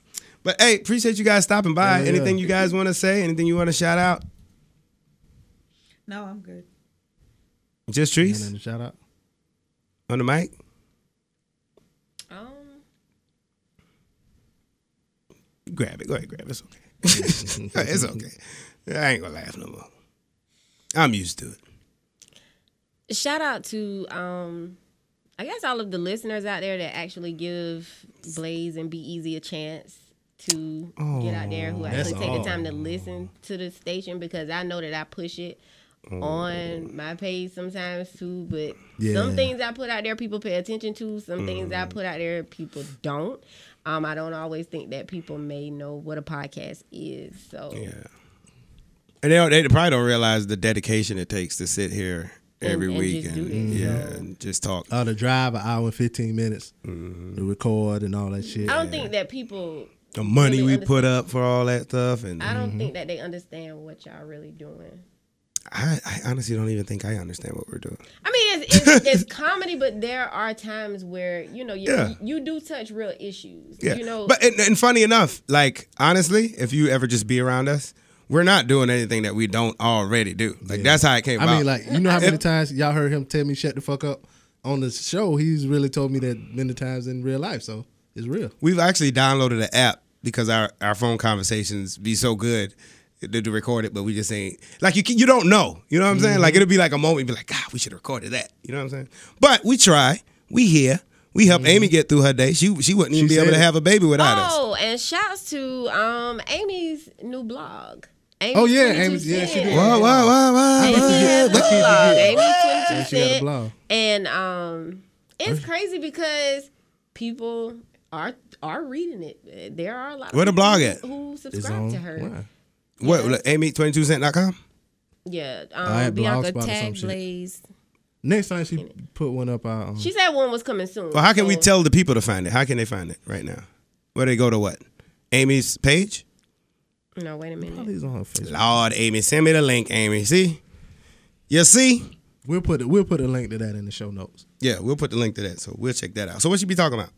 S1: But hey, appreciate you guys stopping by.
S2: Yeah, yeah.
S1: Anything you guys want to say? Anything you want to shout out?
S4: No, I'm good.
S1: Just
S2: And
S1: trees
S2: then shout out.
S1: on the mic.
S3: Um,
S1: Grab it. Go ahead, grab it. It's okay. it's okay. I ain't gonna laugh no more. I'm used to it.
S3: shout out to um, I guess all of the listeners out there that actually give Blaze and Be Easy a chance to get out there who actually take the time to listen to the station because I know that I push it on my page sometimes too, but
S2: Yeah.
S3: some things I put out there people pay attention to, some things I put out there people don't. Um, I don't always think that people may know what a podcast is. So
S1: Yeah. And they, don't- they probably don't realize the dedication it takes to sit here every
S3: and
S1: week
S3: just
S1: and
S3: do this,
S1: yeah, and just talk.
S2: Uh, the drive an hour and fifteen minutes
S1: Mm-hmm.
S2: to record and all that shit.
S3: I don't think that people.
S1: the money
S3: really
S1: we
S3: understand-
S1: put up for all that stuff, and
S3: I
S1: I,
S3: don't think that they understand what y'all really doing.
S1: I, honestly don't even think I understand what we're doing.
S3: I mean, it's, it's, it's comedy, but there are times where you know you,
S1: Yeah.
S3: you do touch real issues.
S1: Yeah,
S3: You know,
S1: but and, and funny enough, like honestly, if you ever just be around us, we're not doing anything that we don't already do. Like that's how it came.
S2: I
S1: about.
S2: mean, like you know how many times y'all heard him tell me shut the fuck up on the show. He's really told me that many times in real life, so it's real.
S1: We've actually downloaded an app because our, our phone conversations be so good to, to record it, but we just ain't like you. can- You don't know, you know what I'm saying? Like
S2: Mm-hmm.
S1: it'll be like a moment, you be like, God, we should have recorded that. You know what I'm saying? But we try. We here. We help Amy get through her day. She she wouldn't even
S2: Mm-hmm.
S1: be
S2: She
S1: able
S2: said
S1: to
S2: it.
S1: have a baby without us.
S3: oh, and shouts to um Amy's new blog. Amy's
S2: Oh, yeah,
S3: 22
S2: Amy's- yeah, she
S3: Cent.
S2: did.
S1: Wow, wow, wow, wow,
S3: Amy has a
S1: wow.
S3: blog. Amy's 22
S2: And she got a
S3: Cent.
S2: blog.
S3: And um, it's crazy because people are are reading it. There are a lot.
S1: Where the
S3: of people
S1: blog
S3: who-
S1: at?
S3: Who subscribe
S2: It's on.
S3: to her?
S2: Wow.
S1: What? Look, Amy22cent.com.
S3: Yeah,
S2: I
S3: um,
S2: had
S3: Bianca
S2: Blogspot or some shit.
S3: Tagblaze.
S2: Next time she put one up, I um,
S3: She said one was coming soon.
S1: Well, how can we
S3: so-
S1: tell the people to find it? How can they find it right now? Where they go to what? Amy's page?
S3: No, wait a minute.
S2: probably is on her Facebook.
S1: Lord, Amy, send me the link, Amy. See? You see?
S2: We'll put it, we'll put a link to that in the show notes.
S1: Yeah, we'll put the link to that. So we'll check that out. So what she be talking about?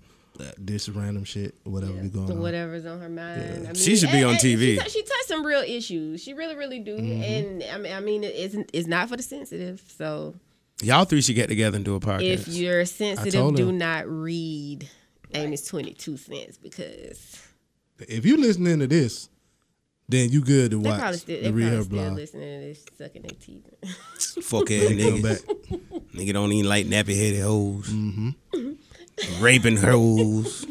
S2: This random shit, whatever be going
S3: So
S2: on.
S3: whatever's on her mind. I mean,
S1: She should be
S3: and-
S1: on
S3: and
S1: TV.
S3: She, tou- she touched some real issues. She really, really do.
S2: Mm-hmm.
S3: And I mean, I mean, it's it's not for the sensitive. So
S1: Y'all three should get together and do a podcast.
S3: if you're sensitive,
S2: told her.
S3: do not read Amy's twenty two cents because
S2: If you listening to this, then you good to
S3: they
S2: watch
S3: probably still
S2: the
S3: they
S2: read
S3: probably
S2: her
S3: still
S2: blog.
S3: listening to this sucking their teeth.
S1: Fucking niggas.
S2: Come back.
S1: Nigga don't even like nappy headed hoes. Raping hoes.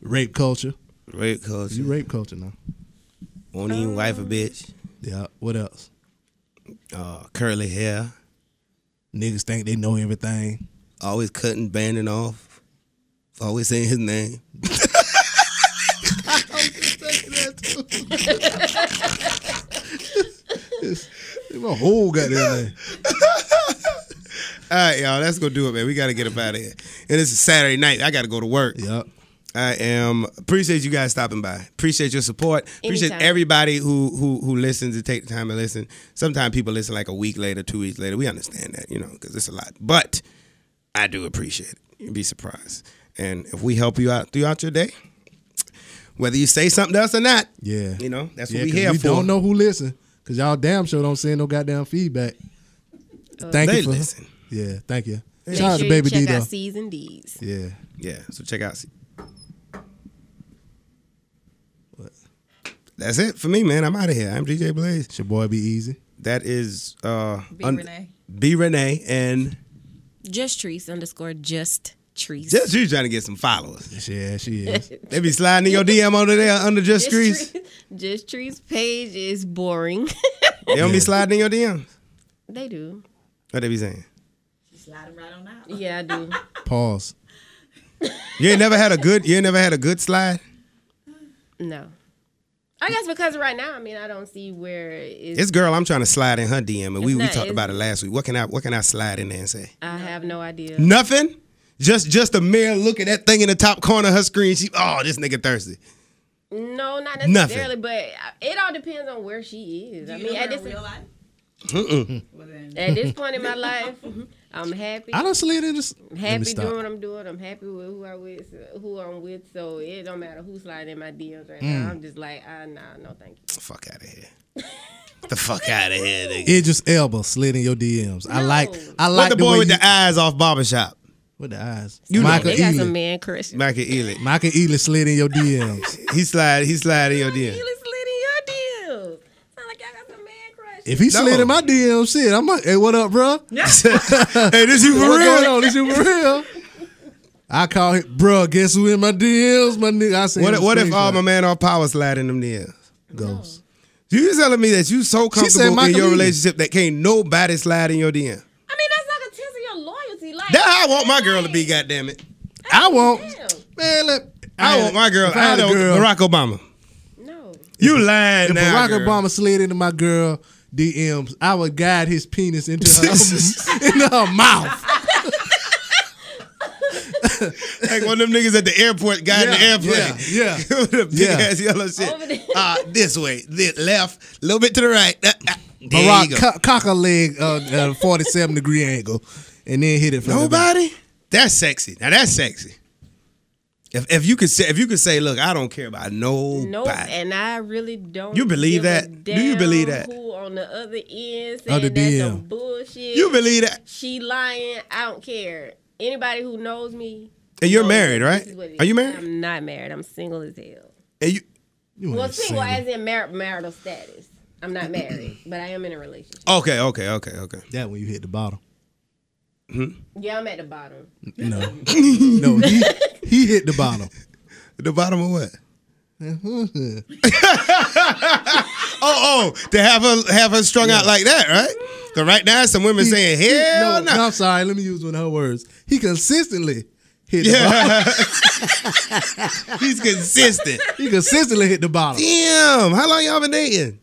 S2: Rape culture.
S1: Rape culture.
S2: You rape culture now.
S1: Won't even wife a bitch.
S2: Yeah. What else?
S1: Uh, curly hair.
S2: Niggas think they know everything.
S1: Always cutting, banding off. Always saying his name.
S2: My whole goddamn thing.
S1: All right, y'all. That's gonna do it, man. We gotta get up out of here. And it's a Saturday night. I gotta go to work.
S2: Yep.
S1: I am appreciate you guys stopping by. Appreciate your support. Appreciate
S3: Anytime.
S1: everybody who who who listens and take the time to listen. Sometimes people listen like a week later, two weeks later. We understand that, you know, because it's a lot. But I do appreciate it. You'd be surprised. And if we help you out throughout your day, whether you say something to us or not,
S2: Yeah.
S1: you know, that's
S2: Yeah,
S1: what we
S2: 'cause
S1: here
S2: we
S1: for.
S2: don't know who listen because y'all damn sure don't send no goddamn feedback. thank
S1: They
S2: you for
S1: listen.
S2: Yeah. Thank you.
S3: Uh, Make
S2: Shout out
S3: sure
S2: to
S3: you
S2: Baby D
S3: check
S2: though.
S3: out C's and D's.
S2: Yeah.
S1: Yeah. So check out. That's it for me, man. I'm out of here. I'm DJ Blaze.
S2: It's your boy Be Easy.
S1: That is uh
S4: Be Renee.
S1: B Renee and
S3: Just trees underscore just trees.
S1: Just you trying to get some followers.
S2: Yeah, she is.
S1: They be sliding in your DM under there under just
S3: just
S1: streets.
S3: trees. Just trees page is boring.
S1: They don't be sliding in your DMs.
S3: they do.
S1: What they be saying?
S4: Slide 'em right on out.
S3: Yeah, I do.
S2: Pause.
S1: You ain't never had a good. You ain't never had a good slide.
S3: No. I guess because right now, I mean, I don't see where it's,
S1: This girl, I'm trying to slide in her DM, and we,
S3: It's
S1: we
S3: not-
S1: talked
S3: it's-
S1: about it last week. What can I what can I slide in there and say?
S3: I have no idea.
S1: Nothing. Just just a mere look at that thing in the top corner of her screen. She oh this nigga thirsty.
S3: No, not
S1: Nothing.
S3: necessarily, but I- it all depends on where she is. I
S4: You
S3: mean,
S4: know
S3: at
S4: her
S3: this
S4: in real life? Well, then.
S3: at this point in my life, I'm happy.
S2: I don't slid in this. Let me
S3: happy
S2: stop.
S3: doing what I'm doing. I'm happy with who I with, who I'm with. So it don't matter who's sliding in my DMs right
S2: Mm.
S3: now. I'm just like, ah, nah, no, thank you.
S1: The fuck out of here. Get the fuck out of here, nigga.
S2: Idris Elba slid in your DMs. I
S3: No.
S2: like. I
S1: What
S2: like
S1: the boy
S2: way
S1: with
S2: you-
S1: the eyes off barbershop?
S2: with the eyes.
S1: You know
S2: Michael
S3: They got some
S2: Ealy.
S3: man crush. Slid
S1: Michael Ealy.
S2: Michael Ealy slid in your DMs.
S1: He slide. He slide in your
S3: in your
S1: DM.
S3: DMs. Sound like y'all got some man crush.
S2: If he slid
S1: No.
S2: in my DMs, shit, I'm like, hey, what up, bro?
S1: hey, this you for
S2: What's going
S1: real?
S2: on? This shit for real. I call him, bro. Guess who in my DMs, my nigga? I say,
S1: What, if- what if um, all my man off power slide in them DMs?
S2: ghosts?
S1: You telling me that you so
S2: said
S1: comfortable in
S2: Michael
S1: your
S2: Ealy.
S1: relationship that can't nobody slide in your DM?
S3: I mean, that's like a test of your loyalty. Like
S1: That's how I want my girl to be. goddammit.
S2: I won't.
S3: Damn.
S2: Man, look.
S1: I want my girl.
S2: if
S1: I,
S2: had a
S1: don't.
S2: girl-
S1: Barack Obama.
S3: No.
S1: You lying
S2: If
S1: now,
S2: Barack
S1: girl.
S2: Obama slid into my girl DMs, I would guide his penis into her, into her mouth.
S1: like one of them niggas at the airport got in the
S2: Yeah,
S1: airplane.
S2: yeah, yeah.
S1: With a big
S2: Yeah.
S1: ass yellow shit.
S3: Over there.
S1: Uh, this way, this left, a little bit to the right. Uh, uh, there you
S2: Barack
S1: go.
S2: co- cock a leg uh, at a 47 degree angle and then hit it from the back.
S1: Nobody. That's sexy. Now that's sexy. If, if you could say if you could say, look, I don't care about nobody.
S3: No, and I really don't.
S1: You believe
S3: give a
S1: that? Do you believe
S3: damn
S1: that?
S3: Who on the other end saying
S2: Other
S3: that's
S2: DM.
S3: some bullshit?
S1: You believe that?
S3: she lying? I don't care. Anybody who knows me.
S1: And you're
S3: knows
S1: married,
S3: this
S1: right?
S3: is what it
S1: Are
S3: is.
S1: you married?
S3: I'm not married. I'm single as hell.
S1: And you.
S2: You
S3: Well,
S2: ain't
S3: single
S2: saying
S3: as in mar- marital status. I'm not married, but I am in a relationship.
S1: Okay, okay, okay, okay.
S2: That when you hit the bottom.
S3: Yeah, I'm at the bottom.
S2: No. no, he, he hit the bottom.
S1: The bottom of what? Oh, oh, to have her have her strung out like that, right? Cause right now some women saying
S2: He-
S1: hell
S2: no,
S1: no.
S2: no, I'm sorry. Let me use one of her words. He consistently hit the bottom.
S1: Yeah. He's consistent.
S2: He consistently hit the bottom.
S1: Damn, how long y'all been dating?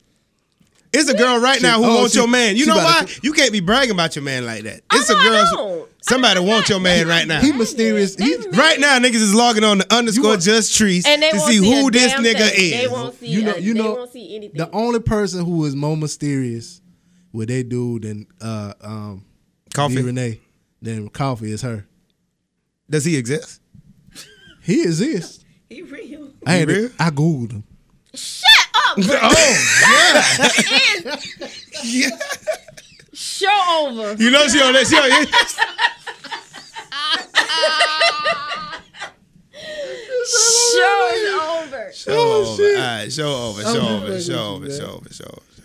S1: It's a girl right now who
S2: oh,
S1: wants
S2: she-
S1: your man. You
S2: she
S1: know
S2: about
S1: why?
S2: to-
S1: You can't be bragging about your man like that. It's
S3: no,
S1: a
S3: Oh, I
S1: girl.
S3: don't.
S1: Somebody wants your man right now.
S2: He mysterious. He,
S1: Right now, niggas is logging on to underscore
S2: want-
S1: just trees
S3: And they
S1: to
S3: won't
S1: see
S3: a
S1: who this
S3: damn
S1: nigga
S3: thing. They
S1: is.
S3: won't see.
S2: You know-
S3: a-
S2: you
S3: they
S2: know,
S3: won't see anything.
S2: the only person who is more mysterious with they dude than uh um
S1: Coffee.
S2: B. Renee than coffee is her.
S1: Does he exist?
S2: He exists.
S6: He real.
S2: I had
S1: real?
S2: to, I googled him.
S1: oh, yeah. yeah.
S3: Show over.
S1: You know she on that show.
S3: Show is over.
S1: Show over. All right, show over, show over,
S2: just
S1: show
S2: fucking with
S3: Oh,
S1: over,
S2: you,
S1: show
S2: man.
S1: over, show over.